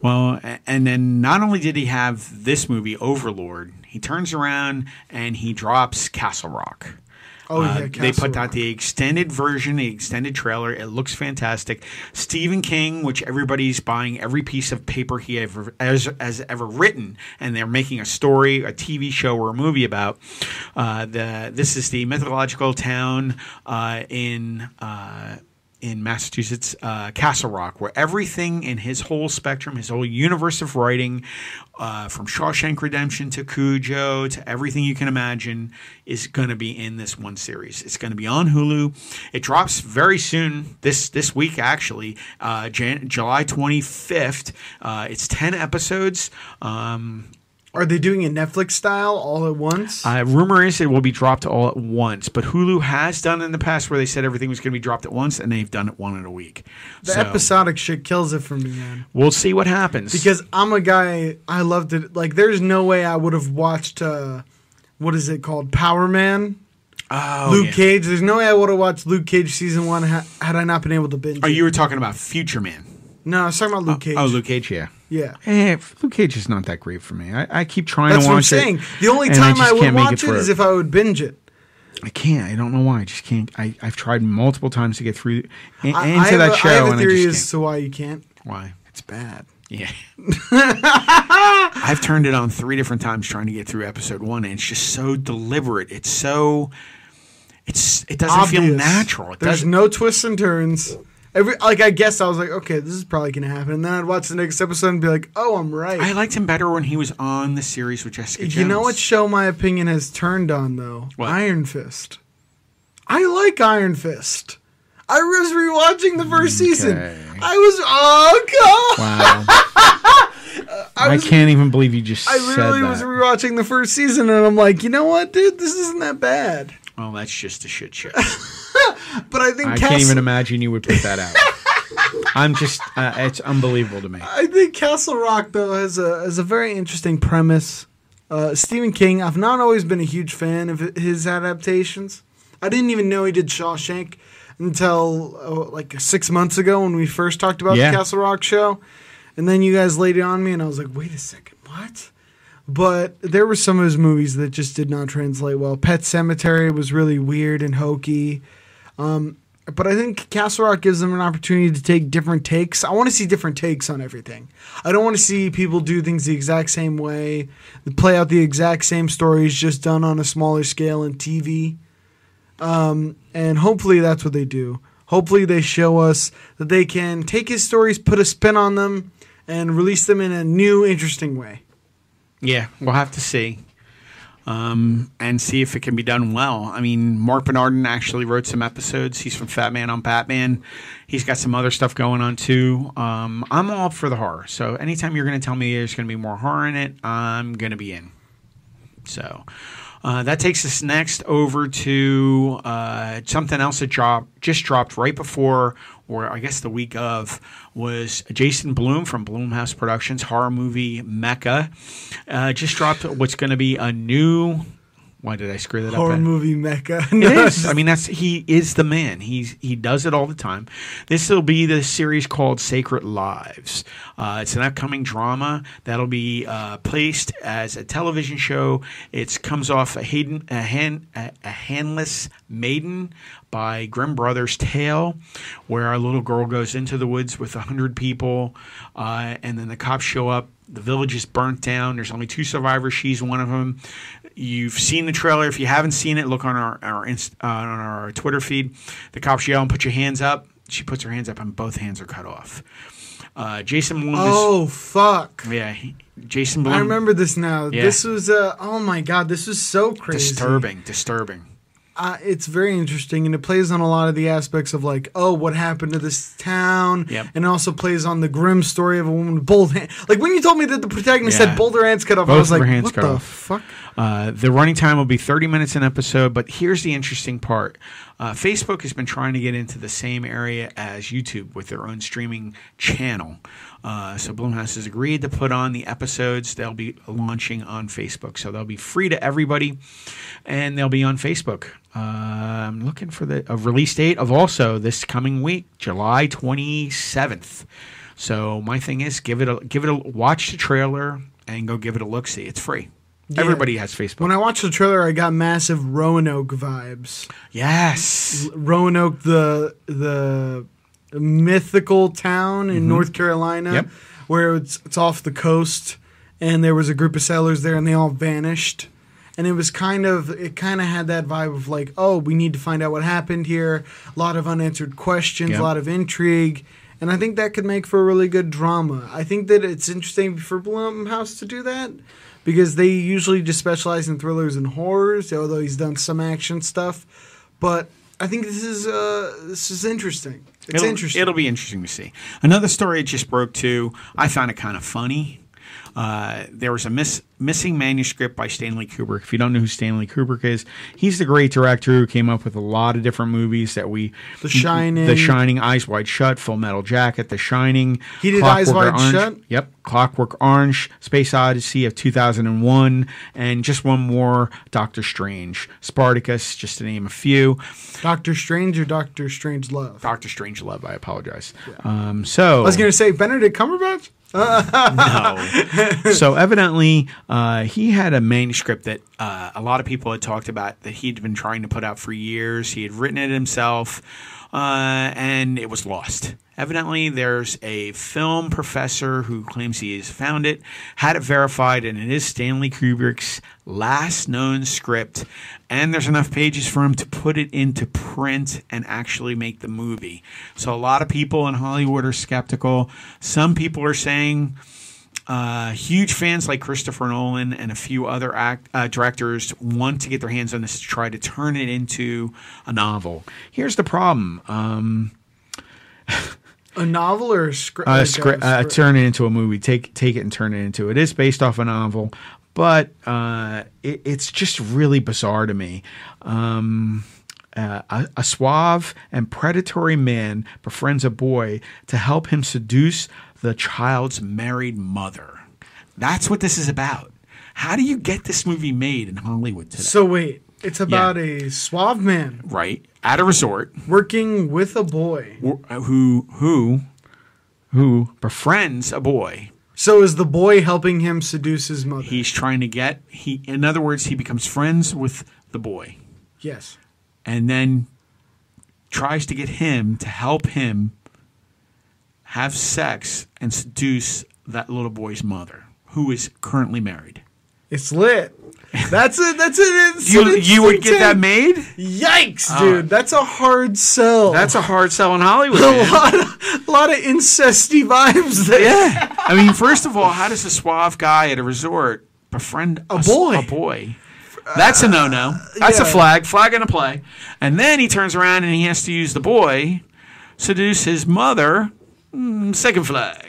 [SPEAKER 3] Well, a- and then not only did he have this movie Overlord, he turns around and he drops Castle Rock.
[SPEAKER 2] Oh, yeah,
[SPEAKER 3] Uh, they
[SPEAKER 2] Castle
[SPEAKER 3] put out
[SPEAKER 2] Rock.
[SPEAKER 3] the extended version, the extended trailer. It looks fantastic. Stephen King, which everybody's buying every piece of paper he ever has, has ever written, and they're making a story, a TV show, or a movie about. Uh, the this is the mythological town uh, in. Uh, in Massachusetts, uh, Castle Rock, where everything in his whole spectrum, his whole universe of writing, uh, from Shawshank Redemption to Cujo to everything you can imagine, is going to be in this one series. It's going to be on Hulu. It drops very soon this this week, actually, uh, Jan- July twenty fifth. Uh, it's ten episodes. Um,
[SPEAKER 2] Are they doing it Netflix style all at once?
[SPEAKER 3] uh, rumor is it will be dropped all at once, but Hulu has done in the past where they said everything was going to be dropped at once, and they've done it one in a week.
[SPEAKER 2] the
[SPEAKER 3] So,
[SPEAKER 2] episodic shit kills it for me, man.
[SPEAKER 3] We'll see what happens.
[SPEAKER 2] Because I'm a guy, I loved it. Like, there's no way I would have watched, uh, what is it called? Power Man?
[SPEAKER 3] oh,
[SPEAKER 2] Luke
[SPEAKER 3] yeah.
[SPEAKER 2] Cage? There's no way I would have watched Luke Cage season one ha- had I not been able to binge.
[SPEAKER 3] Oh,
[SPEAKER 2] it.
[SPEAKER 3] you were talking about Future Man.
[SPEAKER 2] No, I was talking about Luke Cage.
[SPEAKER 3] Oh, Luke Cage, yeah.
[SPEAKER 2] Yeah.
[SPEAKER 3] Eh, Luke Cage is not that great for me. I, I keep trying
[SPEAKER 2] That's
[SPEAKER 3] to
[SPEAKER 2] what I'm
[SPEAKER 3] watch it.
[SPEAKER 2] saying. The only
[SPEAKER 3] and I
[SPEAKER 2] time I,
[SPEAKER 3] just
[SPEAKER 2] would
[SPEAKER 3] can't make
[SPEAKER 2] watch
[SPEAKER 3] it
[SPEAKER 2] it is
[SPEAKER 3] through.
[SPEAKER 2] if I would binge it.
[SPEAKER 3] I can't. I don't know why. I just can't. I, I've tried multiple times to get through in,
[SPEAKER 2] I, I
[SPEAKER 3] into
[SPEAKER 2] have
[SPEAKER 3] that
[SPEAKER 2] a-
[SPEAKER 3] show,
[SPEAKER 2] I have a
[SPEAKER 3] and I
[SPEAKER 2] theory
[SPEAKER 3] just
[SPEAKER 2] as
[SPEAKER 3] can't.
[SPEAKER 2] to why you can't.
[SPEAKER 3] Why?
[SPEAKER 2] It's bad. [LAUGHS]
[SPEAKER 3] Yeah. I've turned it on three different times trying to get through episode one, and it's just so deliberate. It's so. It's it doesn't feel
[SPEAKER 2] Obvious.
[SPEAKER 3] natural. It
[SPEAKER 2] There's
[SPEAKER 3] doesn't.
[SPEAKER 2] no twists and turns. Every like I guess I was like, okay, this is probably gonna happen, and then I'd watch the next episode and be like, oh, I'm right.
[SPEAKER 3] I liked him better when he was on the series with Jessica.
[SPEAKER 2] you know
[SPEAKER 3] Jones.
[SPEAKER 2] what show my opinion has turned on though?
[SPEAKER 3] What?
[SPEAKER 2] Iron Fist. I like Iron Fist. I was rewatching the first season.
[SPEAKER 3] Mm, Okay.
[SPEAKER 2] I was oh god. [LAUGHS]
[SPEAKER 3] Wow. I,
[SPEAKER 2] was-
[SPEAKER 3] can't even believe you just
[SPEAKER 2] I literally
[SPEAKER 3] said that.
[SPEAKER 2] was rewatching the first season and I'm like, you know what, dude, this isn't that bad.
[SPEAKER 3] well, that's just a
[SPEAKER 2] [LAUGHS]
[SPEAKER 3] shit show.
[SPEAKER 2] But I think
[SPEAKER 3] I
[SPEAKER 2] Castle,
[SPEAKER 3] can't even imagine you would put
[SPEAKER 2] [LAUGHS]
[SPEAKER 3] that out. I'm just, uh, it's unbelievable to me.
[SPEAKER 2] I think Castle Rock though has a has a very interesting premise. Uh, Stephen King, I've not always been a huge fan of his adaptations. I didn't even know he did Shawshank until uh, like six months ago when we first talked about
[SPEAKER 3] Yeah.
[SPEAKER 2] the Castle Rock show, and then you guys laid it on me, and I was like, wait a second, what? But there were some of his movies that just did not translate well. Pet Cemetery was really weird and hokey. But I think Castle Rock gives them an opportunity to take different takes. I want to see different takes on everything. I don't want to see people do things the exact same way, play out the exact same stories, just done on a smaller scale in TV. Um, and hopefully that's what they do. Hopefully they show us that they can take his stories, put a spin on them, and release them in a new, interesting way.
[SPEAKER 3] Yeah, we'll have to see. Um, and see if it can be done well. I mean, Mark Bernardin actually wrote some episodes. He's from Fat Man on Batman. He's got some other stuff going on too. Um, I'm all for the horror. So anytime you're going to tell me there's going to be more horror in it, I'm going to be in. So uh, that takes us next over to uh, something else that dropped, just dropped right before, or I guess the week of, was Jason Bloom from Bloomhouse Productions, horror movie Mecca. Uh, just dropped what's going to be a new. Why did I screw that
[SPEAKER 2] Horror
[SPEAKER 3] up?
[SPEAKER 2] movie mecca. [LAUGHS]
[SPEAKER 3] [LAUGHS] It is. I mean, that's he is the man. He's he does it all the time. This will be the series called Sacred Lives. Uh, it's an upcoming drama that'll be uh, placed as a television show. It comes off a, Hayden, a, hand, a, a handless maiden by Grimm Brothers Tale, where a little girl goes into the woods with a hundred people, uh, and then the cops show up. The village is burnt down. There's only two survivors. She's one of them. You've seen the trailer. If you haven't seen it, look on our our inst- uh, on our Twitter feed. The cops yell and put your hands up. She puts her hands up, and both hands are cut off. Uh, Jason Bloom.
[SPEAKER 2] oh, fuck.
[SPEAKER 3] Is, yeah, he- Jason Bloom.
[SPEAKER 2] I remember this now.
[SPEAKER 3] Yeah.
[SPEAKER 2] This was, uh, oh my god, this was so crazy.
[SPEAKER 3] Disturbing. Disturbing.
[SPEAKER 2] uh, it's very interesting and it plays on a lot of the aspects of like oh what happened to this town
[SPEAKER 3] Yep.
[SPEAKER 2] and also plays on the grim story of a woman with bold hand like when you told me that the protagonist
[SPEAKER 3] Yeah.
[SPEAKER 2] had both her hands cut off
[SPEAKER 3] Both
[SPEAKER 2] i was
[SPEAKER 3] of her
[SPEAKER 2] like
[SPEAKER 3] hands
[SPEAKER 2] what
[SPEAKER 3] cut
[SPEAKER 2] the
[SPEAKER 3] off.
[SPEAKER 2] fuck
[SPEAKER 3] Uh, the running time will be 30 minutes an episode, but here's the interesting part. Uh, Facebook has been trying to get into the same area as YouTube with their own streaming channel. Uh, so Bloomhouse has agreed to put on the episodes they'll be launching on Facebook. So they'll be free to everybody and they'll be on Facebook. Uh, I'm looking for the a release date of also this coming week, July 27th. So my thing is give it a give it a watch the trailer and go give it a look see. It's free. Everybody has Facebook.
[SPEAKER 2] when i watched the trailer i got massive roanoke vibes
[SPEAKER 3] yes.
[SPEAKER 2] roanoke the the mythical town in north carolina
[SPEAKER 3] Mm-hmm. Yep.
[SPEAKER 2] where it's, it's off the coast and there was a group of settlers there and they all vanished and it was kind of it kind of had that vibe of like, oh, we need to find out what happened here. A lot of unanswered questions,
[SPEAKER 3] Yeah.
[SPEAKER 2] a lot of intrigue. And I think that could make for a really good drama. I think that it's interesting for Blumhouse to do that because they usually just specialize in thrillers and horrors, although he's done some action stuff. But I think this is uh, this is interesting. It's
[SPEAKER 3] it'll,
[SPEAKER 2] interesting.
[SPEAKER 3] It'll be interesting to see. Another story I just broke too. I found it kind of funny. Uh, there was a miss, missing manuscript by Stanley Kubrick. If you don't know who Stanley Kubrick is, he's the great director who came up with a lot of different movies that we,
[SPEAKER 2] The Shining.
[SPEAKER 3] The Shining, Eyes Wide Shut, Full Metal Jacket, The Shining.
[SPEAKER 2] He did Eyes Wide
[SPEAKER 3] Orange-
[SPEAKER 2] Shut?
[SPEAKER 3] Yep, Clockwork Orange, Space Odyssey of 2001, and just one more, Doctor Strange, Spartacus, just to name a few.
[SPEAKER 2] Doctor Strange or Doctor Strange Love. I
[SPEAKER 3] Doctor Strange Love. I apologize. Um, so I
[SPEAKER 2] was gonna say Benedict Cumberbatch.
[SPEAKER 3] no. [LAUGHS] so evidently, uh, he had a manuscript that uh, a lot of people had talked about that he'd been trying to put out for years. He had written it himself, uh, and it was lost. Evidently, there's a film professor who claims he has found it, had it verified, and it is Stanley Kubrick's last known script. And there's enough pages for him to put it into print and actually make the movie. So, a lot of people in Hollywood are skeptical. Some people are saying, uh, huge fans like Christopher Nolan and a few other act, uh, directors want to get their hands on this to try to turn it into a novel. Here's the problem: um,
[SPEAKER 2] A novel or a, scri-
[SPEAKER 3] uh,
[SPEAKER 2] like
[SPEAKER 3] scri- uh,
[SPEAKER 2] script?
[SPEAKER 3] turn it into a movie. Take take it and turn it into. It is based off a novel, but uh, it, it's just really bizarre to me. Um, uh, a, a suave and predatory man befriends a boy to help him seduce the child's married mother. That's what this is about. How do you get this movie made in Hollywood today?
[SPEAKER 2] So wait, it's about a suave man
[SPEAKER 3] Right at a resort, uh,
[SPEAKER 2] working with a boy.
[SPEAKER 3] who who who befriends a boy
[SPEAKER 2] So is the boy helping him seduce his mother?
[SPEAKER 3] he's trying to get he in other words he becomes friends with the boy
[SPEAKER 2] yes.
[SPEAKER 3] and then tries to get him to help him have sex and seduce that little boy's mother who is currently married
[SPEAKER 2] It's lit. That's it. That's it. It's
[SPEAKER 3] [LAUGHS] you,
[SPEAKER 2] it's
[SPEAKER 3] you would get that
[SPEAKER 2] intense.
[SPEAKER 3] made
[SPEAKER 2] Yikes, dude. That's a hard sell.
[SPEAKER 3] that's a hard sell in [LAUGHS] hollywood
[SPEAKER 2] [LAUGHS] a lot of, a lot of incesty vibes there.
[SPEAKER 3] yeah i mean first of all how does a suave guy at a resort befriend a, s-
[SPEAKER 2] boy.
[SPEAKER 3] a boy Uh, that's a no-no that's a
[SPEAKER 2] yeah.
[SPEAKER 3] flag flag in a play and then he turns around and he has to use the boy seduce his mother mm, second [LAUGHS] flag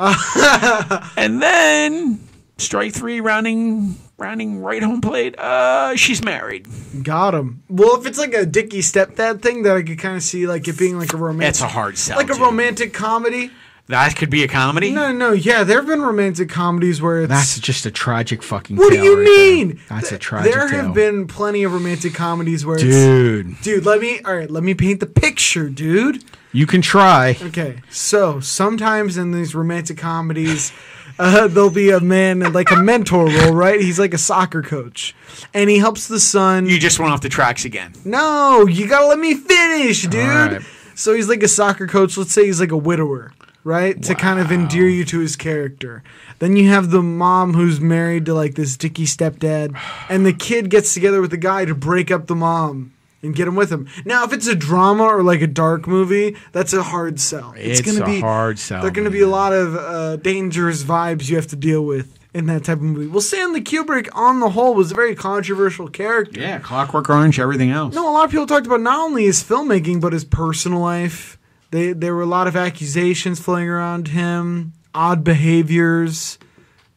[SPEAKER 3] and then strike three rounding rounding right home plate uh she's married
[SPEAKER 2] Got him. Well, if it's like a Dicky stepdad thing, that I could kind of see like it being like a romantic,
[SPEAKER 3] that's a hard sell
[SPEAKER 2] like a
[SPEAKER 3] dude.
[SPEAKER 2] romantic comedy.
[SPEAKER 3] that could be a comedy
[SPEAKER 2] No, no, yeah. There have been romantic comedies where it's.
[SPEAKER 4] That's just a tragic fucking.
[SPEAKER 2] what do
[SPEAKER 4] tale
[SPEAKER 2] you
[SPEAKER 4] right there.
[SPEAKER 2] mean?
[SPEAKER 4] That's a
[SPEAKER 2] Th-
[SPEAKER 4] tragic.
[SPEAKER 2] There
[SPEAKER 4] tale.
[SPEAKER 2] have been plenty of romantic comedies where it's.
[SPEAKER 4] dude.
[SPEAKER 2] Dude, let me. All right, let me paint the picture, dude.
[SPEAKER 4] You can try.
[SPEAKER 2] Okay, so sometimes in these romantic comedies, uh, there'll be a man in like a mentor role, right? He's like a soccer coach, and he helps the son.
[SPEAKER 3] you just went off the tracks again
[SPEAKER 2] No, you gotta let me finish, dude.
[SPEAKER 4] right.
[SPEAKER 2] So he's like a soccer coach. Let's say he's like a widower, right? To kind of endear you to his character. Then you have the mom who's married to like this dicky stepdad, and the kid gets together with the guy to break up the mom and get him with him. Now, if it's a drama or like a dark movie, that's a hard sell.
[SPEAKER 4] It's a hard sell,
[SPEAKER 2] There are gonna be a
[SPEAKER 4] man.
[SPEAKER 2] lot of uh, dangerous vibes you have to deal with. In that type of movie. Well, Stanley Kubrick, on the whole, was a very controversial character.
[SPEAKER 3] yeah clockwork orange everything else
[SPEAKER 2] No, a lot of people talked about not only his filmmaking but his personal life. They, there were a lot of accusations floating around him, odd behaviors,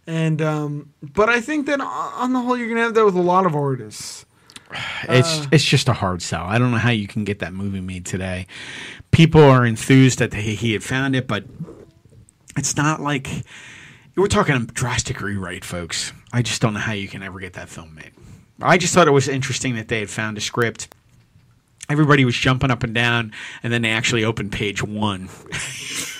[SPEAKER 2] and um, but I think that o- on the whole, you're gonna have that with a lot of artists.
[SPEAKER 4] It's
[SPEAKER 3] it's just a hard sell. I don't know how you can get that movie made today. People are enthused that he he had found it, but it's not like we're talking a drastic rewrite, folks. I just don't know how you can ever get that film made. I just thought it was interesting that they had found a script. Everybody was jumping up and down, and then they actually opened page one [LAUGHS]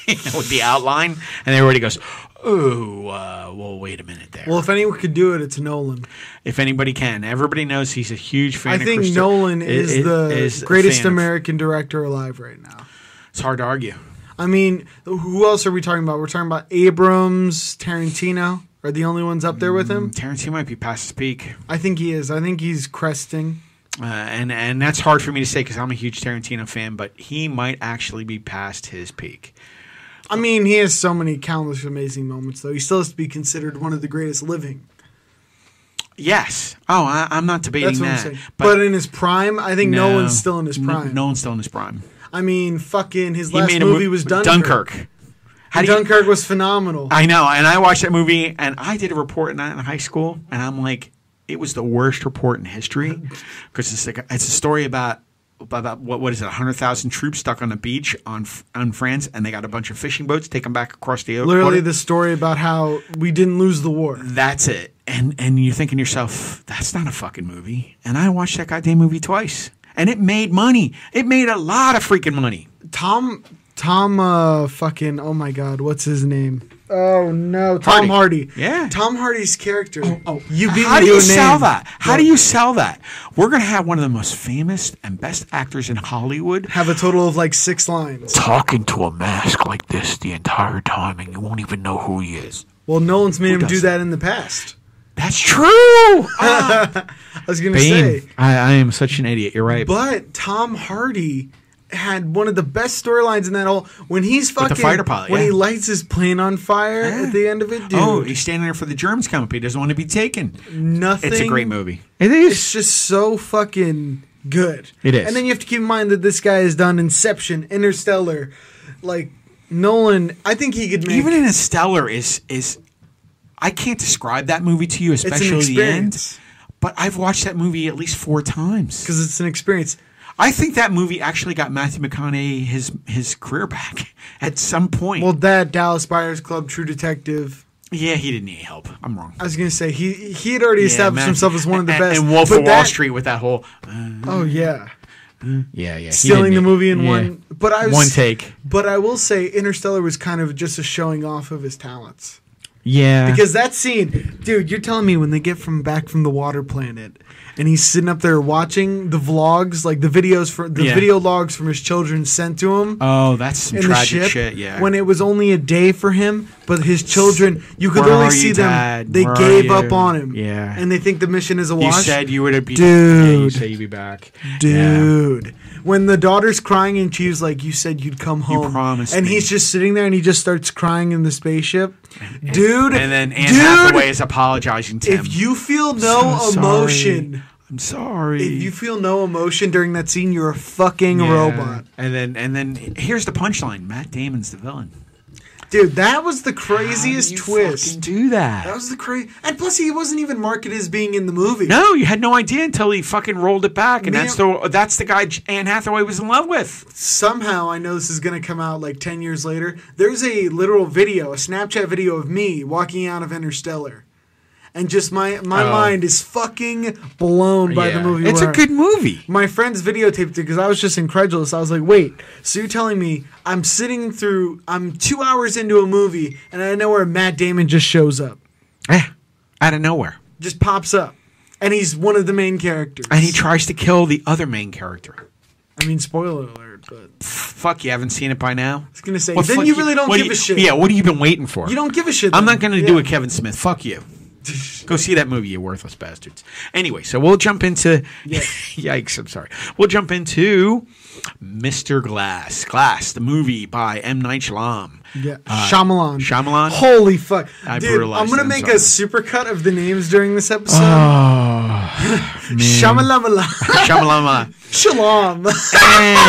[SPEAKER 3] you know, with the outline, and everybody goes, "Oh, uh, well, wait a minute there."
[SPEAKER 2] Well, if anyone could do it, it's Nolan.
[SPEAKER 3] if anybody can, everybody knows he's a huge fan.
[SPEAKER 2] I
[SPEAKER 3] of
[SPEAKER 2] think
[SPEAKER 3] Christo-
[SPEAKER 2] Nolan
[SPEAKER 3] i-
[SPEAKER 2] is
[SPEAKER 3] i-
[SPEAKER 2] the
[SPEAKER 3] is a
[SPEAKER 2] greatest
[SPEAKER 3] fan of-
[SPEAKER 2] American director alive right now.
[SPEAKER 3] It's hard to argue.
[SPEAKER 2] I mean, who else are we talking about? We're talking about Abrams, Tarantino. are the only ones up there with him.
[SPEAKER 3] Tarantino might be past his peak,
[SPEAKER 2] I think he is. I think he's cresting.
[SPEAKER 3] uh, and and that's hard for me to say because I'm a huge Tarantino fan, but he might actually be past his peak.
[SPEAKER 2] I mean, he has so many countless amazing moments, though. He still has to be considered one of the greatest living.
[SPEAKER 3] Yes. Oh, I, I'm not
[SPEAKER 2] That's
[SPEAKER 3] debating
[SPEAKER 2] what
[SPEAKER 3] that.
[SPEAKER 2] I'm saying. But, in his prime, I think no, one's still in his
[SPEAKER 3] n-
[SPEAKER 2] prime.
[SPEAKER 3] No one's still in his prime.
[SPEAKER 2] I mean, fucking his
[SPEAKER 3] He
[SPEAKER 2] last
[SPEAKER 3] made a
[SPEAKER 2] movie
[SPEAKER 3] mo-
[SPEAKER 2] was Dunkirk.
[SPEAKER 3] Dunkirk. How
[SPEAKER 2] And
[SPEAKER 3] do you- Uh,
[SPEAKER 2] Dunkirk was phenomenal.
[SPEAKER 3] I know, and I watched that movie, and I did a report on that in high school, and I'm like, it was the worst report in history because it's like it's a story about about what what is it, hundred thousand troops stuck on the beach on F- on France, and they got a bunch of fishing boats take them back across the
[SPEAKER 2] Literally,
[SPEAKER 3] water.
[SPEAKER 2] the story about how we didn't lose the war.
[SPEAKER 3] that's it. And and you're thinking to yourself, that's not a fucking movie. And I watched that goddamn movie twice, and it made money. It made a lot of freaking money.
[SPEAKER 2] Tom, Tom, uh, fucking, oh my god, what's his name? Oh no, Tom
[SPEAKER 3] Hardy.
[SPEAKER 2] Hardy.
[SPEAKER 3] Yeah.
[SPEAKER 2] Tom Hardy's character. Oh, you beat
[SPEAKER 3] How
[SPEAKER 2] me
[SPEAKER 3] do
[SPEAKER 2] to
[SPEAKER 3] you
[SPEAKER 2] a name.
[SPEAKER 3] sell that? How do you sell that? We're gonna have one of the most famous and best actors in Hollywood
[SPEAKER 2] Have a total of like six lines.
[SPEAKER 3] talking to a mask like this the entire time, and you won't even know who he is.
[SPEAKER 2] Well, Nolan's made him do
[SPEAKER 3] does
[SPEAKER 2] that in the past.
[SPEAKER 3] That's true. Ah,
[SPEAKER 2] I was gonna
[SPEAKER 4] Bane.
[SPEAKER 2] say,
[SPEAKER 4] I, I am such an idiot. You're right.
[SPEAKER 2] but Tom Hardy had one of the best storylines in that whole. When he's fucking
[SPEAKER 3] fighter pilot,
[SPEAKER 2] when he
[SPEAKER 3] yeah.
[SPEAKER 2] lights his plane on fire at the end of it, dude.
[SPEAKER 3] oh, he's standing there for the germs coming. up. He doesn't want to be taken.
[SPEAKER 2] nothing.
[SPEAKER 3] It's a great movie.
[SPEAKER 4] it
[SPEAKER 2] It's
[SPEAKER 4] is.
[SPEAKER 2] just so fucking good.
[SPEAKER 4] It is.
[SPEAKER 2] And then you have to keep in mind that this guy has done Inception, Interstellar, like Nolan. I think he could make
[SPEAKER 3] Even in a stellar is is I can't describe that movie to you,
[SPEAKER 2] an
[SPEAKER 3] especially the end.
[SPEAKER 2] experience.
[SPEAKER 3] But I've watched that movie at least four times.
[SPEAKER 2] because it's an experience.
[SPEAKER 3] I think that movie actually got Matthew McConaughey his his career back [LAUGHS] at some point.
[SPEAKER 2] Well, that Dallas Buyers Club, True Detective.
[SPEAKER 3] yeah, he didn't need help. I'm wrong.
[SPEAKER 2] I was gonna say he he had already
[SPEAKER 3] Yeah,
[SPEAKER 2] established
[SPEAKER 3] Matthew-
[SPEAKER 2] himself as one of the
[SPEAKER 3] [LAUGHS] and-
[SPEAKER 2] best.
[SPEAKER 3] And Wolf
[SPEAKER 2] but
[SPEAKER 3] of Wall
[SPEAKER 2] that-
[SPEAKER 3] Street with that whole. Uh,
[SPEAKER 2] Oh yeah,
[SPEAKER 4] Yeah, yeah. he
[SPEAKER 2] stealing
[SPEAKER 4] didn't
[SPEAKER 2] the
[SPEAKER 4] need-
[SPEAKER 2] movie in
[SPEAKER 4] yeah.
[SPEAKER 2] one. But I was,
[SPEAKER 4] One take.
[SPEAKER 2] But I will say, Interstellar was kind of just a showing off of his talents.
[SPEAKER 4] Yeah.
[SPEAKER 2] Because that scene, dude, you're telling me when they get from back from the water planet, and he's sitting up there watching the vlogs, like the videos for the
[SPEAKER 3] Yeah.
[SPEAKER 2] video logs from his children sent to him
[SPEAKER 3] oh, that's some
[SPEAKER 2] in the
[SPEAKER 3] tragic
[SPEAKER 2] ship.
[SPEAKER 3] shit. Yeah.
[SPEAKER 2] When it was only a day for him, but his children, you could
[SPEAKER 3] Where
[SPEAKER 2] literally
[SPEAKER 3] are
[SPEAKER 2] see
[SPEAKER 3] you,
[SPEAKER 2] them.
[SPEAKER 3] Dad?
[SPEAKER 2] They
[SPEAKER 3] Where are
[SPEAKER 2] gave up
[SPEAKER 3] you?
[SPEAKER 2] on him.
[SPEAKER 4] Yeah.
[SPEAKER 2] And they think the mission is a
[SPEAKER 3] you
[SPEAKER 2] wash.
[SPEAKER 3] said you would be,
[SPEAKER 4] Yeah, you
[SPEAKER 2] dude,
[SPEAKER 4] say you'd be back.
[SPEAKER 2] dude. When the daughter's crying and she was like, "You said you'd come home,"
[SPEAKER 3] promised
[SPEAKER 2] and
[SPEAKER 3] me.
[SPEAKER 2] he's just sitting there and he just starts crying in the spaceship, dude.
[SPEAKER 3] and then Anne
[SPEAKER 2] dude,
[SPEAKER 3] Hathaway is apologizing to him.
[SPEAKER 2] if you feel no
[SPEAKER 3] So sorry.
[SPEAKER 2] emotion,
[SPEAKER 3] I'm sorry.
[SPEAKER 2] if you feel no emotion during that scene, you're a fucking
[SPEAKER 3] Yeah.
[SPEAKER 2] robot.
[SPEAKER 3] And then and then here's the punchline: Matt Damon's the villain.
[SPEAKER 2] Dude, that was the
[SPEAKER 3] How do
[SPEAKER 2] craziest
[SPEAKER 3] you fucking
[SPEAKER 2] twist.
[SPEAKER 3] Do that.
[SPEAKER 2] That was the crazy. And plus, he wasn't even marketed as being in the movie.
[SPEAKER 3] no, you had no idea until he fucking rolled it back, and
[SPEAKER 2] Leo-
[SPEAKER 3] that's the that's the guy J- Anne Hathaway was in love with.
[SPEAKER 2] Somehow, I know this is going to come out like 10 years later. There's a literal video, a Snapchat video of me walking out of Interstellar. And just my, my
[SPEAKER 4] Oh.
[SPEAKER 2] mind is fucking blown by the
[SPEAKER 4] Yeah.
[SPEAKER 2] movie.
[SPEAKER 3] It's a
[SPEAKER 2] where-
[SPEAKER 3] good movie.
[SPEAKER 2] my friends videotaped it because I was just incredulous. I was like, wait, so you're telling me I'm sitting through, I'm two hours into a movie and I know where Matt Damon just shows up,
[SPEAKER 3] Eh, out of nowhere.
[SPEAKER 2] just pops up. And he's one of the main characters.
[SPEAKER 3] and he tries to kill the other main character.
[SPEAKER 2] I mean, spoiler alert, but I
[SPEAKER 3] Fuck, you haven't seen it by now.
[SPEAKER 2] was going to say, then
[SPEAKER 3] fuck
[SPEAKER 2] you really don't
[SPEAKER 3] what
[SPEAKER 2] give
[SPEAKER 3] you-
[SPEAKER 2] a shit.
[SPEAKER 3] Yeah, what have you been waiting for?
[SPEAKER 2] You don't give a shit.
[SPEAKER 3] I'm
[SPEAKER 2] then.
[SPEAKER 3] not going to do a Kevin Smith.
[SPEAKER 2] [LAUGHS]
[SPEAKER 3] Fuck you. Go see that movie, you worthless bastards. Anyway, so we'll jump into. [LAUGHS] yikes! I'm sorry. We'll jump into Mr. Glass. Glass, the movie by M. Night Shyamalan.
[SPEAKER 2] Yeah.
[SPEAKER 3] Uh,
[SPEAKER 2] Shyamalan.
[SPEAKER 3] Shyamalan?
[SPEAKER 2] Holy fuck.
[SPEAKER 3] I
[SPEAKER 2] Dude, I'm
[SPEAKER 3] brutalized
[SPEAKER 2] going to
[SPEAKER 3] it, I'm
[SPEAKER 2] make a supercut of the names during this episode.
[SPEAKER 4] Oh,
[SPEAKER 2] Shyamalama.
[SPEAKER 3] [SIGHS]
[SPEAKER 2] [LAUGHS]
[SPEAKER 3] Shyamalan.
[SPEAKER 2] Shalom.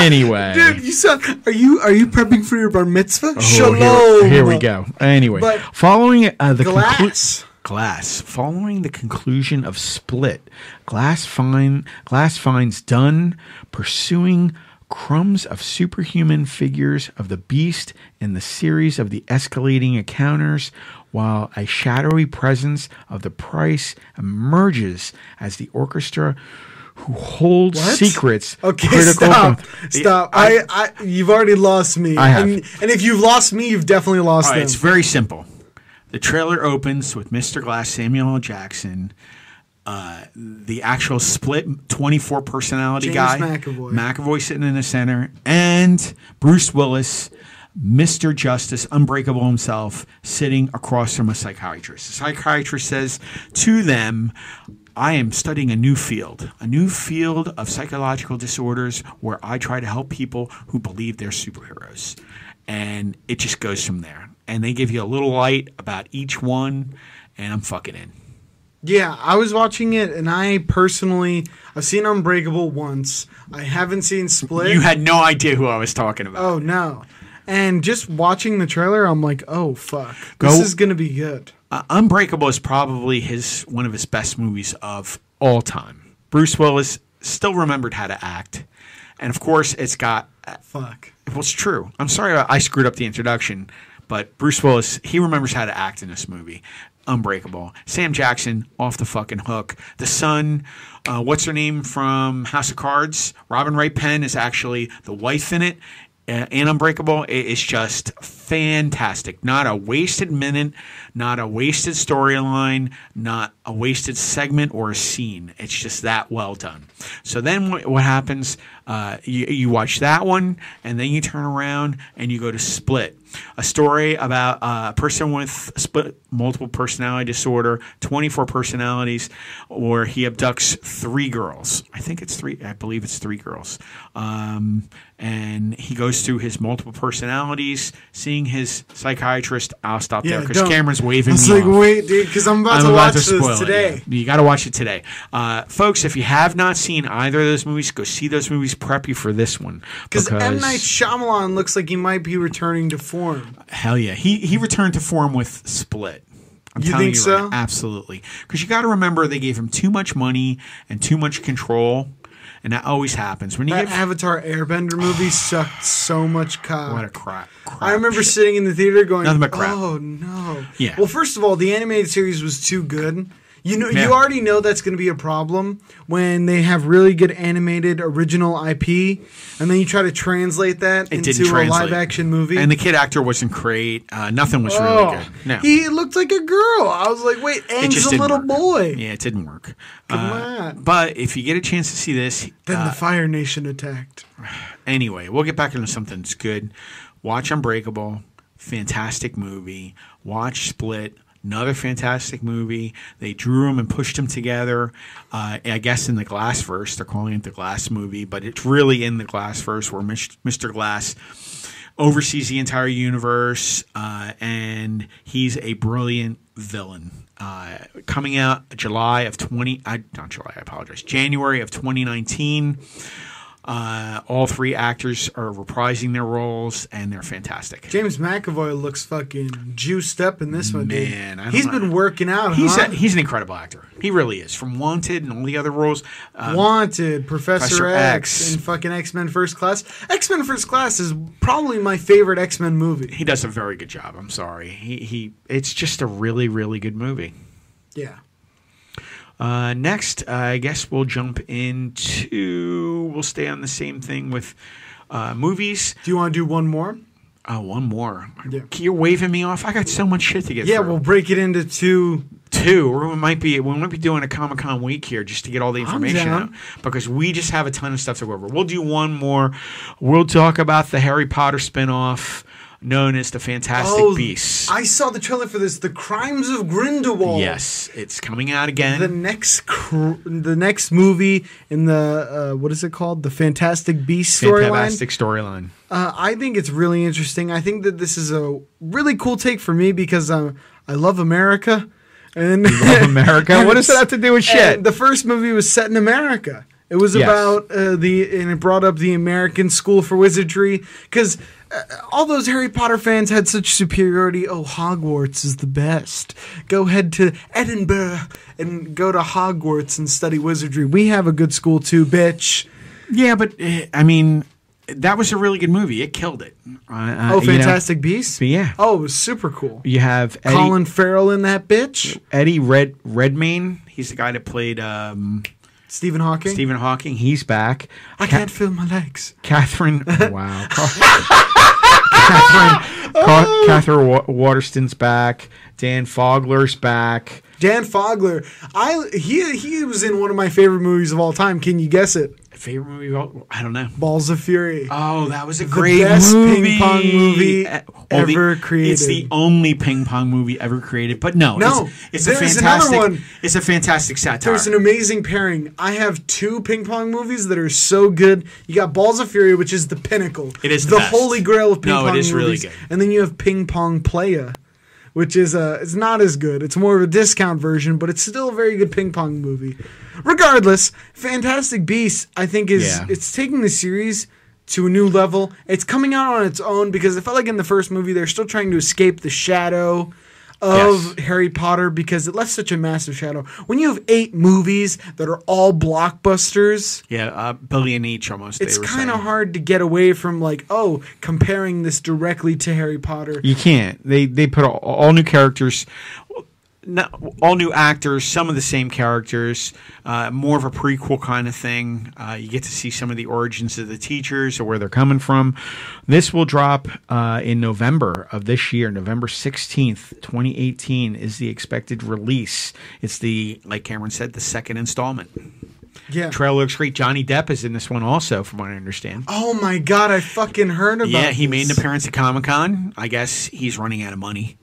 [SPEAKER 4] anyway.
[SPEAKER 2] Dude, you sound. Are you are you prepping for your bar mitzvah?
[SPEAKER 4] Oh,
[SPEAKER 2] Shalom.
[SPEAKER 4] here, here we go. Anyway,
[SPEAKER 2] But-
[SPEAKER 4] following uh, the conclu-
[SPEAKER 2] Glass.
[SPEAKER 3] Glass.
[SPEAKER 4] following the conclusion of Split, Glass find Glass finds Dunn pursuing crumbs of superhuman figures of the beast in the series of the escalating encounters, while a shadowy presence of the Price emerges as the orchestra who holds
[SPEAKER 2] What?
[SPEAKER 4] secrets
[SPEAKER 2] Okay,
[SPEAKER 4] critical
[SPEAKER 2] stop,
[SPEAKER 4] from-
[SPEAKER 2] stop. I, I, you've already lost me.
[SPEAKER 4] I have.
[SPEAKER 2] And, and if you've lost me, you've definitely lost
[SPEAKER 3] All right,
[SPEAKER 2] them.
[SPEAKER 3] it's very simple. The trailer opens with Mr. Glass, Samuel L. Jackson, uh, the actual split 24 personality
[SPEAKER 2] James
[SPEAKER 3] guy,
[SPEAKER 2] McAvoy.
[SPEAKER 3] McAvoy sitting in the center, and Bruce Willis Mr. Justice, unbreakable himself, sitting across from a psychiatrist. The psychiatrist says to them, I am studying a new field, a new field of psychological disorders where I try to help people who believe they're superheroes. And it just goes from there. And they give you a little light about each one, and I'm fucking in.
[SPEAKER 2] Yeah, I was watching it, and I personally, I've seen Unbreakable once. I haven't seen Split.
[SPEAKER 3] You had no idea who I was talking about.
[SPEAKER 2] oh no! And just watching the trailer, I'm like, oh fuck, this
[SPEAKER 3] Go-
[SPEAKER 2] is gonna be good.
[SPEAKER 3] Uh, Unbreakable is probably his one of his best movies of all time. Bruce Willis still remembered how to act, and of course, it's got. uh,
[SPEAKER 2] Fuck.
[SPEAKER 3] Well, it's true. I'm sorry I screwed up the introduction, but Bruce Willis he remembers how to act in this movie. Unbreakable. Sam Jackson off the fucking hook. The son, uh, what's her name from House of Cards? Robin Wright Penn is actually the wife in it. Uh, and Unbreakable It is just fantastic. Not a wasted minute, not a wasted storyline, not a wasted segment or a scene. It's just that well done. So then what, what happens? Uh, you, you watch that one, and then you turn around and you go to Split, a story about uh, a person with split multiple personality disorder, 24 personalities, where he abducts three girls. I think it's three. I believe it's three girls. Um, and he goes through his multiple personalities, seeing his psychiatrist. I'll stop there because
[SPEAKER 2] don't.
[SPEAKER 3] Cameron's waving.
[SPEAKER 2] I was
[SPEAKER 3] me
[SPEAKER 2] like,
[SPEAKER 3] off.
[SPEAKER 2] wait, dude, because I'm about to watch
[SPEAKER 3] spoil
[SPEAKER 2] this
[SPEAKER 3] it,
[SPEAKER 2] today.
[SPEAKER 3] yeah. You got to watch it today, uh, folks. If you have not seen either of those movies, go see those movies. Prep you for this one
[SPEAKER 2] Because M Night Shyamalan looks like he might be returning to form.
[SPEAKER 3] hell yeah, he he returned to form with Split. I'm
[SPEAKER 2] You
[SPEAKER 3] telling
[SPEAKER 2] think
[SPEAKER 3] you right
[SPEAKER 2] so?
[SPEAKER 3] now, absolutely, because you got to remember they gave him too much money and too much control, and that always happens when you
[SPEAKER 2] That
[SPEAKER 3] give
[SPEAKER 2] Avatar Airbender movie sucked so much cock.
[SPEAKER 3] what a crap. crap
[SPEAKER 2] I remember
[SPEAKER 3] shit.
[SPEAKER 2] sitting in the theater going,
[SPEAKER 3] Oh, Nothing but crap.
[SPEAKER 2] "Oh no!"
[SPEAKER 3] Yeah.
[SPEAKER 2] Well, first of all, the animated series was too good. You know,
[SPEAKER 3] Yeah.
[SPEAKER 2] you already know that's going to be a problem when they have really good animated original IP, and then you try to translate that
[SPEAKER 3] It
[SPEAKER 2] into
[SPEAKER 3] didn't
[SPEAKER 2] a
[SPEAKER 3] translate.
[SPEAKER 2] live action movie.
[SPEAKER 3] and the kid actor wasn't great. Uh, nothing was
[SPEAKER 2] oh,
[SPEAKER 3] really good. No,
[SPEAKER 2] he looked like a girl. I was like, "Wait,
[SPEAKER 3] it
[SPEAKER 2] Aang's
[SPEAKER 3] just
[SPEAKER 2] a
[SPEAKER 3] didn't
[SPEAKER 2] little
[SPEAKER 3] work.
[SPEAKER 2] boy."
[SPEAKER 3] Yeah, it didn't work.
[SPEAKER 2] Come
[SPEAKER 3] Uh,
[SPEAKER 2] on.
[SPEAKER 3] But if you get a chance to see this,
[SPEAKER 2] Then
[SPEAKER 3] uh,
[SPEAKER 2] the Fire Nation attacked.
[SPEAKER 3] anyway, we'll get back into something that's good. Watch Unbreakable, fantastic movie. Watch Split, another fantastic movie. They drew them and pushed them together. Uh, I guess in the Glass verse, they're calling it the Glass movie, but it's really in the Glass verse where Mich- Mr. Glass oversees the entire universe, uh, and he's a brilliant villain. Uh, coming out July of 20, I, not July, I apologize, January of 2019. Uh, all three actors are reprising their roles, and they're fantastic.
[SPEAKER 2] James McAvoy looks fucking juiced up in this one, dude.
[SPEAKER 3] Man, I don't
[SPEAKER 2] he's
[SPEAKER 3] know.
[SPEAKER 2] been working out.
[SPEAKER 3] He's
[SPEAKER 2] huh?
[SPEAKER 3] a, he's an incredible actor. He really is. From Wanted and all the other roles, uh,
[SPEAKER 2] Wanted, Professor,
[SPEAKER 3] Professor
[SPEAKER 2] X,
[SPEAKER 3] X.
[SPEAKER 2] and fucking X Men First Class. X Men First Class is probably my favorite X Men movie.
[SPEAKER 3] he does a very good job. I'm sorry. He he. It's just a really really good movie.
[SPEAKER 2] Yeah.
[SPEAKER 3] Uh, next, I guess we'll jump into. We'll stay on the same thing with uh, movies.
[SPEAKER 2] Do you want to do one more?
[SPEAKER 3] Oh, one more.
[SPEAKER 2] Yeah.
[SPEAKER 3] You're waving me off. I got so much shit to get.
[SPEAKER 2] Yeah,
[SPEAKER 3] through.
[SPEAKER 2] we'll break it into two.
[SPEAKER 3] two. or We might be we might be doing a Comic Con week here just to get all the information
[SPEAKER 2] down.
[SPEAKER 3] out because we just have a ton of stuff to go over. We'll do one more. We'll talk about the Harry Potter spinoff known as the Fantastic Beasts.
[SPEAKER 2] Oh, I saw the trailer for this, The Crimes of Grindelwald.
[SPEAKER 3] yes, it's coming out again.
[SPEAKER 2] The next, cr- the next movie in the uh, what is it called? The Fantastic Beast storyline.
[SPEAKER 3] Fantastic storyline.
[SPEAKER 2] Uh, I think it's really interesting. I think that this is a really cool take for me because um, I love America. And [LAUGHS]
[SPEAKER 4] love America?
[SPEAKER 2] and
[SPEAKER 4] What does
[SPEAKER 2] it's-
[SPEAKER 4] that have to do with shit?
[SPEAKER 2] and The first movie was set in America. It was
[SPEAKER 4] Yes.
[SPEAKER 2] about uh, the and it brought up the American School for Wizardry because uh, all those Harry Potter fans had such superiority. Oh, Hogwarts is the best. Go head to Edinburgh and go to Hogwarts and study wizardry. We have a good school too, bitch.
[SPEAKER 3] Yeah, but eh, I mean, that was a really good movie. It killed it. Uh, uh,
[SPEAKER 2] Oh,
[SPEAKER 4] you know,
[SPEAKER 2] Fantastic Beasts.
[SPEAKER 4] but yeah.
[SPEAKER 2] Oh, it was super cool.
[SPEAKER 4] You have Eddie,
[SPEAKER 2] Colin Farrell in that bitch.
[SPEAKER 4] Eddie Red Redmayne.
[SPEAKER 3] He's the guy that played um,
[SPEAKER 2] Stephen Hawking.
[SPEAKER 3] Stephen Hawking. He,
[SPEAKER 4] He's back.
[SPEAKER 2] I can't feel my legs.
[SPEAKER 3] [LAUGHS]
[SPEAKER 4] Catherine. Wow. Catherine.
[SPEAKER 3] Oh.
[SPEAKER 4] Ca- Catherine Wa- Waterston's back. Dan Fogler's back.
[SPEAKER 2] Dan Fogler. I he he was in one of my favorite movies of all time. Can you guess it?
[SPEAKER 3] favorite movie. Of all, I don't know.
[SPEAKER 2] Balls of Fury.
[SPEAKER 3] Oh, that was a great
[SPEAKER 2] best
[SPEAKER 3] movie.
[SPEAKER 2] ping pong movie
[SPEAKER 3] Eh, well, the-
[SPEAKER 2] ever
[SPEAKER 3] It's the
[SPEAKER 2] created.
[SPEAKER 3] only ping pong movie ever created. But no,
[SPEAKER 2] No,
[SPEAKER 3] it's, it's a
[SPEAKER 2] there's another
[SPEAKER 3] fantastic.
[SPEAKER 2] one.
[SPEAKER 3] It's a fantastic satire.
[SPEAKER 2] There's an amazing pairing. I have two ping pong movies that are so good. You got Balls of Fury, which is the pinnacle.
[SPEAKER 3] It is the best.
[SPEAKER 2] holy grail of ping
[SPEAKER 3] No, it
[SPEAKER 2] pong
[SPEAKER 3] is really
[SPEAKER 2] movies.
[SPEAKER 3] good.
[SPEAKER 2] And then you have Ping Pong Playa, which is uh it's not as good. It's more of a discount version, but it's still a very good ping pong movie. Regardless, Fantastic Beasts I think is
[SPEAKER 4] Yeah.
[SPEAKER 2] it's taking the series to a new level. It's coming out on its own because it felt like in the first movie they're still trying to escape the shadow of
[SPEAKER 3] Yes.
[SPEAKER 2] Harry Potter because it left such a massive shadow. When you have eight movies that are all blockbusters,
[SPEAKER 3] yeah, uh, billion each almost.
[SPEAKER 2] it's
[SPEAKER 3] they were
[SPEAKER 2] kind of
[SPEAKER 3] saying.
[SPEAKER 2] hard to get away from like, oh, comparing this directly to Harry Potter.
[SPEAKER 4] You can't. They they put all, all new characters.
[SPEAKER 3] no, all new actors, some of the same characters, uh, more of a prequel kind of thing. Uh, you get to see some of the origins of the teachers or
[SPEAKER 4] Where they're coming from. This will drop uh, in November of this year. November 16th, 2018 is the expected release. It's the
[SPEAKER 3] like Cameron said, the second installment.
[SPEAKER 2] Yeah.
[SPEAKER 4] trailer looks great. Johnny Depp is in this one also, from what I understand.
[SPEAKER 2] Oh my god, I fucking heard about.
[SPEAKER 3] Yeah, he made
[SPEAKER 2] this.
[SPEAKER 3] an appearance at Comic Con. I guess he's running out of money.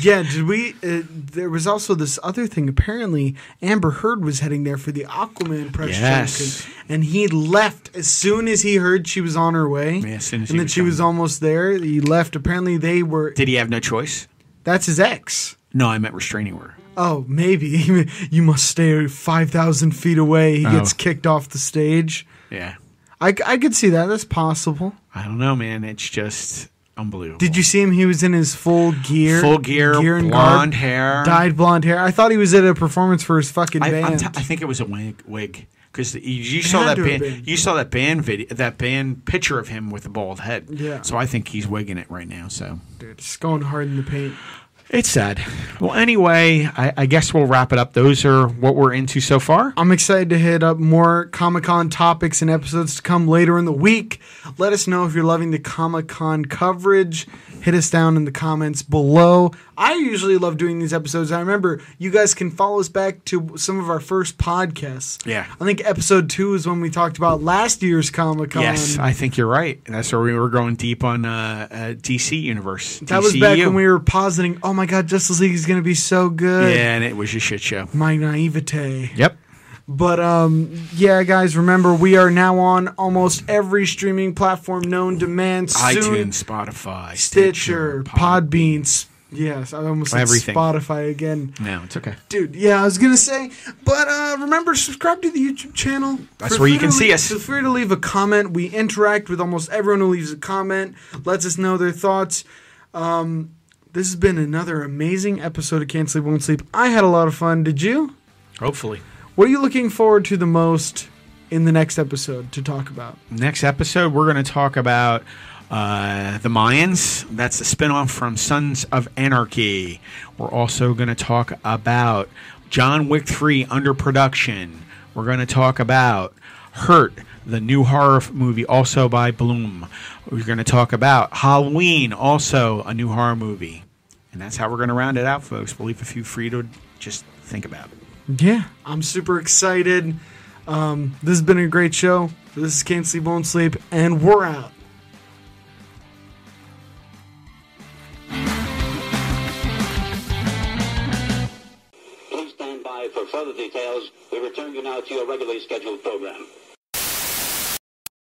[SPEAKER 2] Yeah, did we? Uh, there was also this other thing. Apparently, Amber Heard was heading there for the Aquaman press
[SPEAKER 3] Yes.
[SPEAKER 2] junket, and he left as soon as he heard she was on her way.
[SPEAKER 3] Yeah, as soon as
[SPEAKER 2] and
[SPEAKER 3] he
[SPEAKER 2] that
[SPEAKER 3] was
[SPEAKER 2] she was
[SPEAKER 3] done.
[SPEAKER 2] almost there, he left. Apparently, they were.
[SPEAKER 3] Did he have no choice?
[SPEAKER 2] That's his ex.
[SPEAKER 3] No, I meant restraining order.
[SPEAKER 2] Oh, maybe [LAUGHS] you must stay five thousand feet away. He gets
[SPEAKER 4] Oh.
[SPEAKER 2] kicked off the stage.
[SPEAKER 3] Yeah,
[SPEAKER 2] I, I could see that. That's possible.
[SPEAKER 3] I don't know, man. It's just unbelievable.
[SPEAKER 2] Did you see him? He was in his full gear,
[SPEAKER 3] Full gear,
[SPEAKER 2] and
[SPEAKER 3] blonde hair.
[SPEAKER 2] dyed blonde hair. I thought he was at a performance for his fucking
[SPEAKER 3] I, I'm
[SPEAKER 2] band.
[SPEAKER 3] t- I think it was a wig. wig. Because you, you saw
[SPEAKER 2] had
[SPEAKER 3] that
[SPEAKER 2] to have
[SPEAKER 3] band,
[SPEAKER 2] been.
[SPEAKER 3] you saw that band video, that band picture of him with the bald head.
[SPEAKER 2] Yeah.
[SPEAKER 3] So I think he's wigging it right now. So
[SPEAKER 2] Dude, It's going hard in the paint.
[SPEAKER 4] It's sad. Well, anyway, I, I guess we'll wrap it up. Those are what we're into so far.
[SPEAKER 2] I'm excited to hit up more Comic Con topics and episodes to come later in the week. Let us know if you're loving the Comic Con coverage. Hit us down in the comments below. I usually love doing these episodes. I remember you guys can follow us back to some of our first podcasts.
[SPEAKER 3] Yeah.
[SPEAKER 2] I think episode two is when we talked about last year's Comic Con.
[SPEAKER 3] yes, I think you're right. And that's where we were going deep on uh, uh, DC universe.
[SPEAKER 2] that was back
[SPEAKER 3] DCU.
[SPEAKER 2] when we were positing, oh my God, Justice League is going to be so good.
[SPEAKER 3] Yeah, and it was a shit show.
[SPEAKER 2] My naivete.
[SPEAKER 4] Yep.
[SPEAKER 2] But um, yeah, guys, remember we are now on almost every streaming platform known to man. Soon,
[SPEAKER 3] iTunes, Spotify,
[SPEAKER 2] Stitcher,
[SPEAKER 3] Stitcher, Pod.
[SPEAKER 2] Podbeans. Yes, I almost said
[SPEAKER 4] Everything.
[SPEAKER 2] Spotify again,
[SPEAKER 3] No, it's okay.
[SPEAKER 2] dude. Yeah, I was gonna say, but uh, remember subscribe to the YouTube channel.
[SPEAKER 3] That's
[SPEAKER 2] Feel
[SPEAKER 3] where you
[SPEAKER 2] free
[SPEAKER 3] can
[SPEAKER 2] to
[SPEAKER 3] see
[SPEAKER 2] leave-
[SPEAKER 3] us.
[SPEAKER 2] Feel free to leave a comment. We interact with almost everyone who leaves a comment, lets us know their thoughts. Um, this has been another amazing episode of Can't Sleep Won't Sleep. I had a lot of fun. Did you?
[SPEAKER 3] Hopefully,
[SPEAKER 2] What are you looking forward to the most in the next episode to talk about?
[SPEAKER 4] Next episode, we're going to talk about uh, the Mayans. That's a spinoff from Sons of Anarchy. We're also going to talk about John Wick 3 under production. We're going to talk about Hurt, the new horror f- movie, also by Bloom. We're going to talk about Halloween, also a new horror movie. And that's how we're going to round it out, folks. We'll leave a few free to just think about.
[SPEAKER 2] Yeah. I'm super excited. Um, this has been a great show. This is Can't Sleep, Won't Sleep, and we're out.
[SPEAKER 5] Please stand by for further details. We return you now to your regularly scheduled program.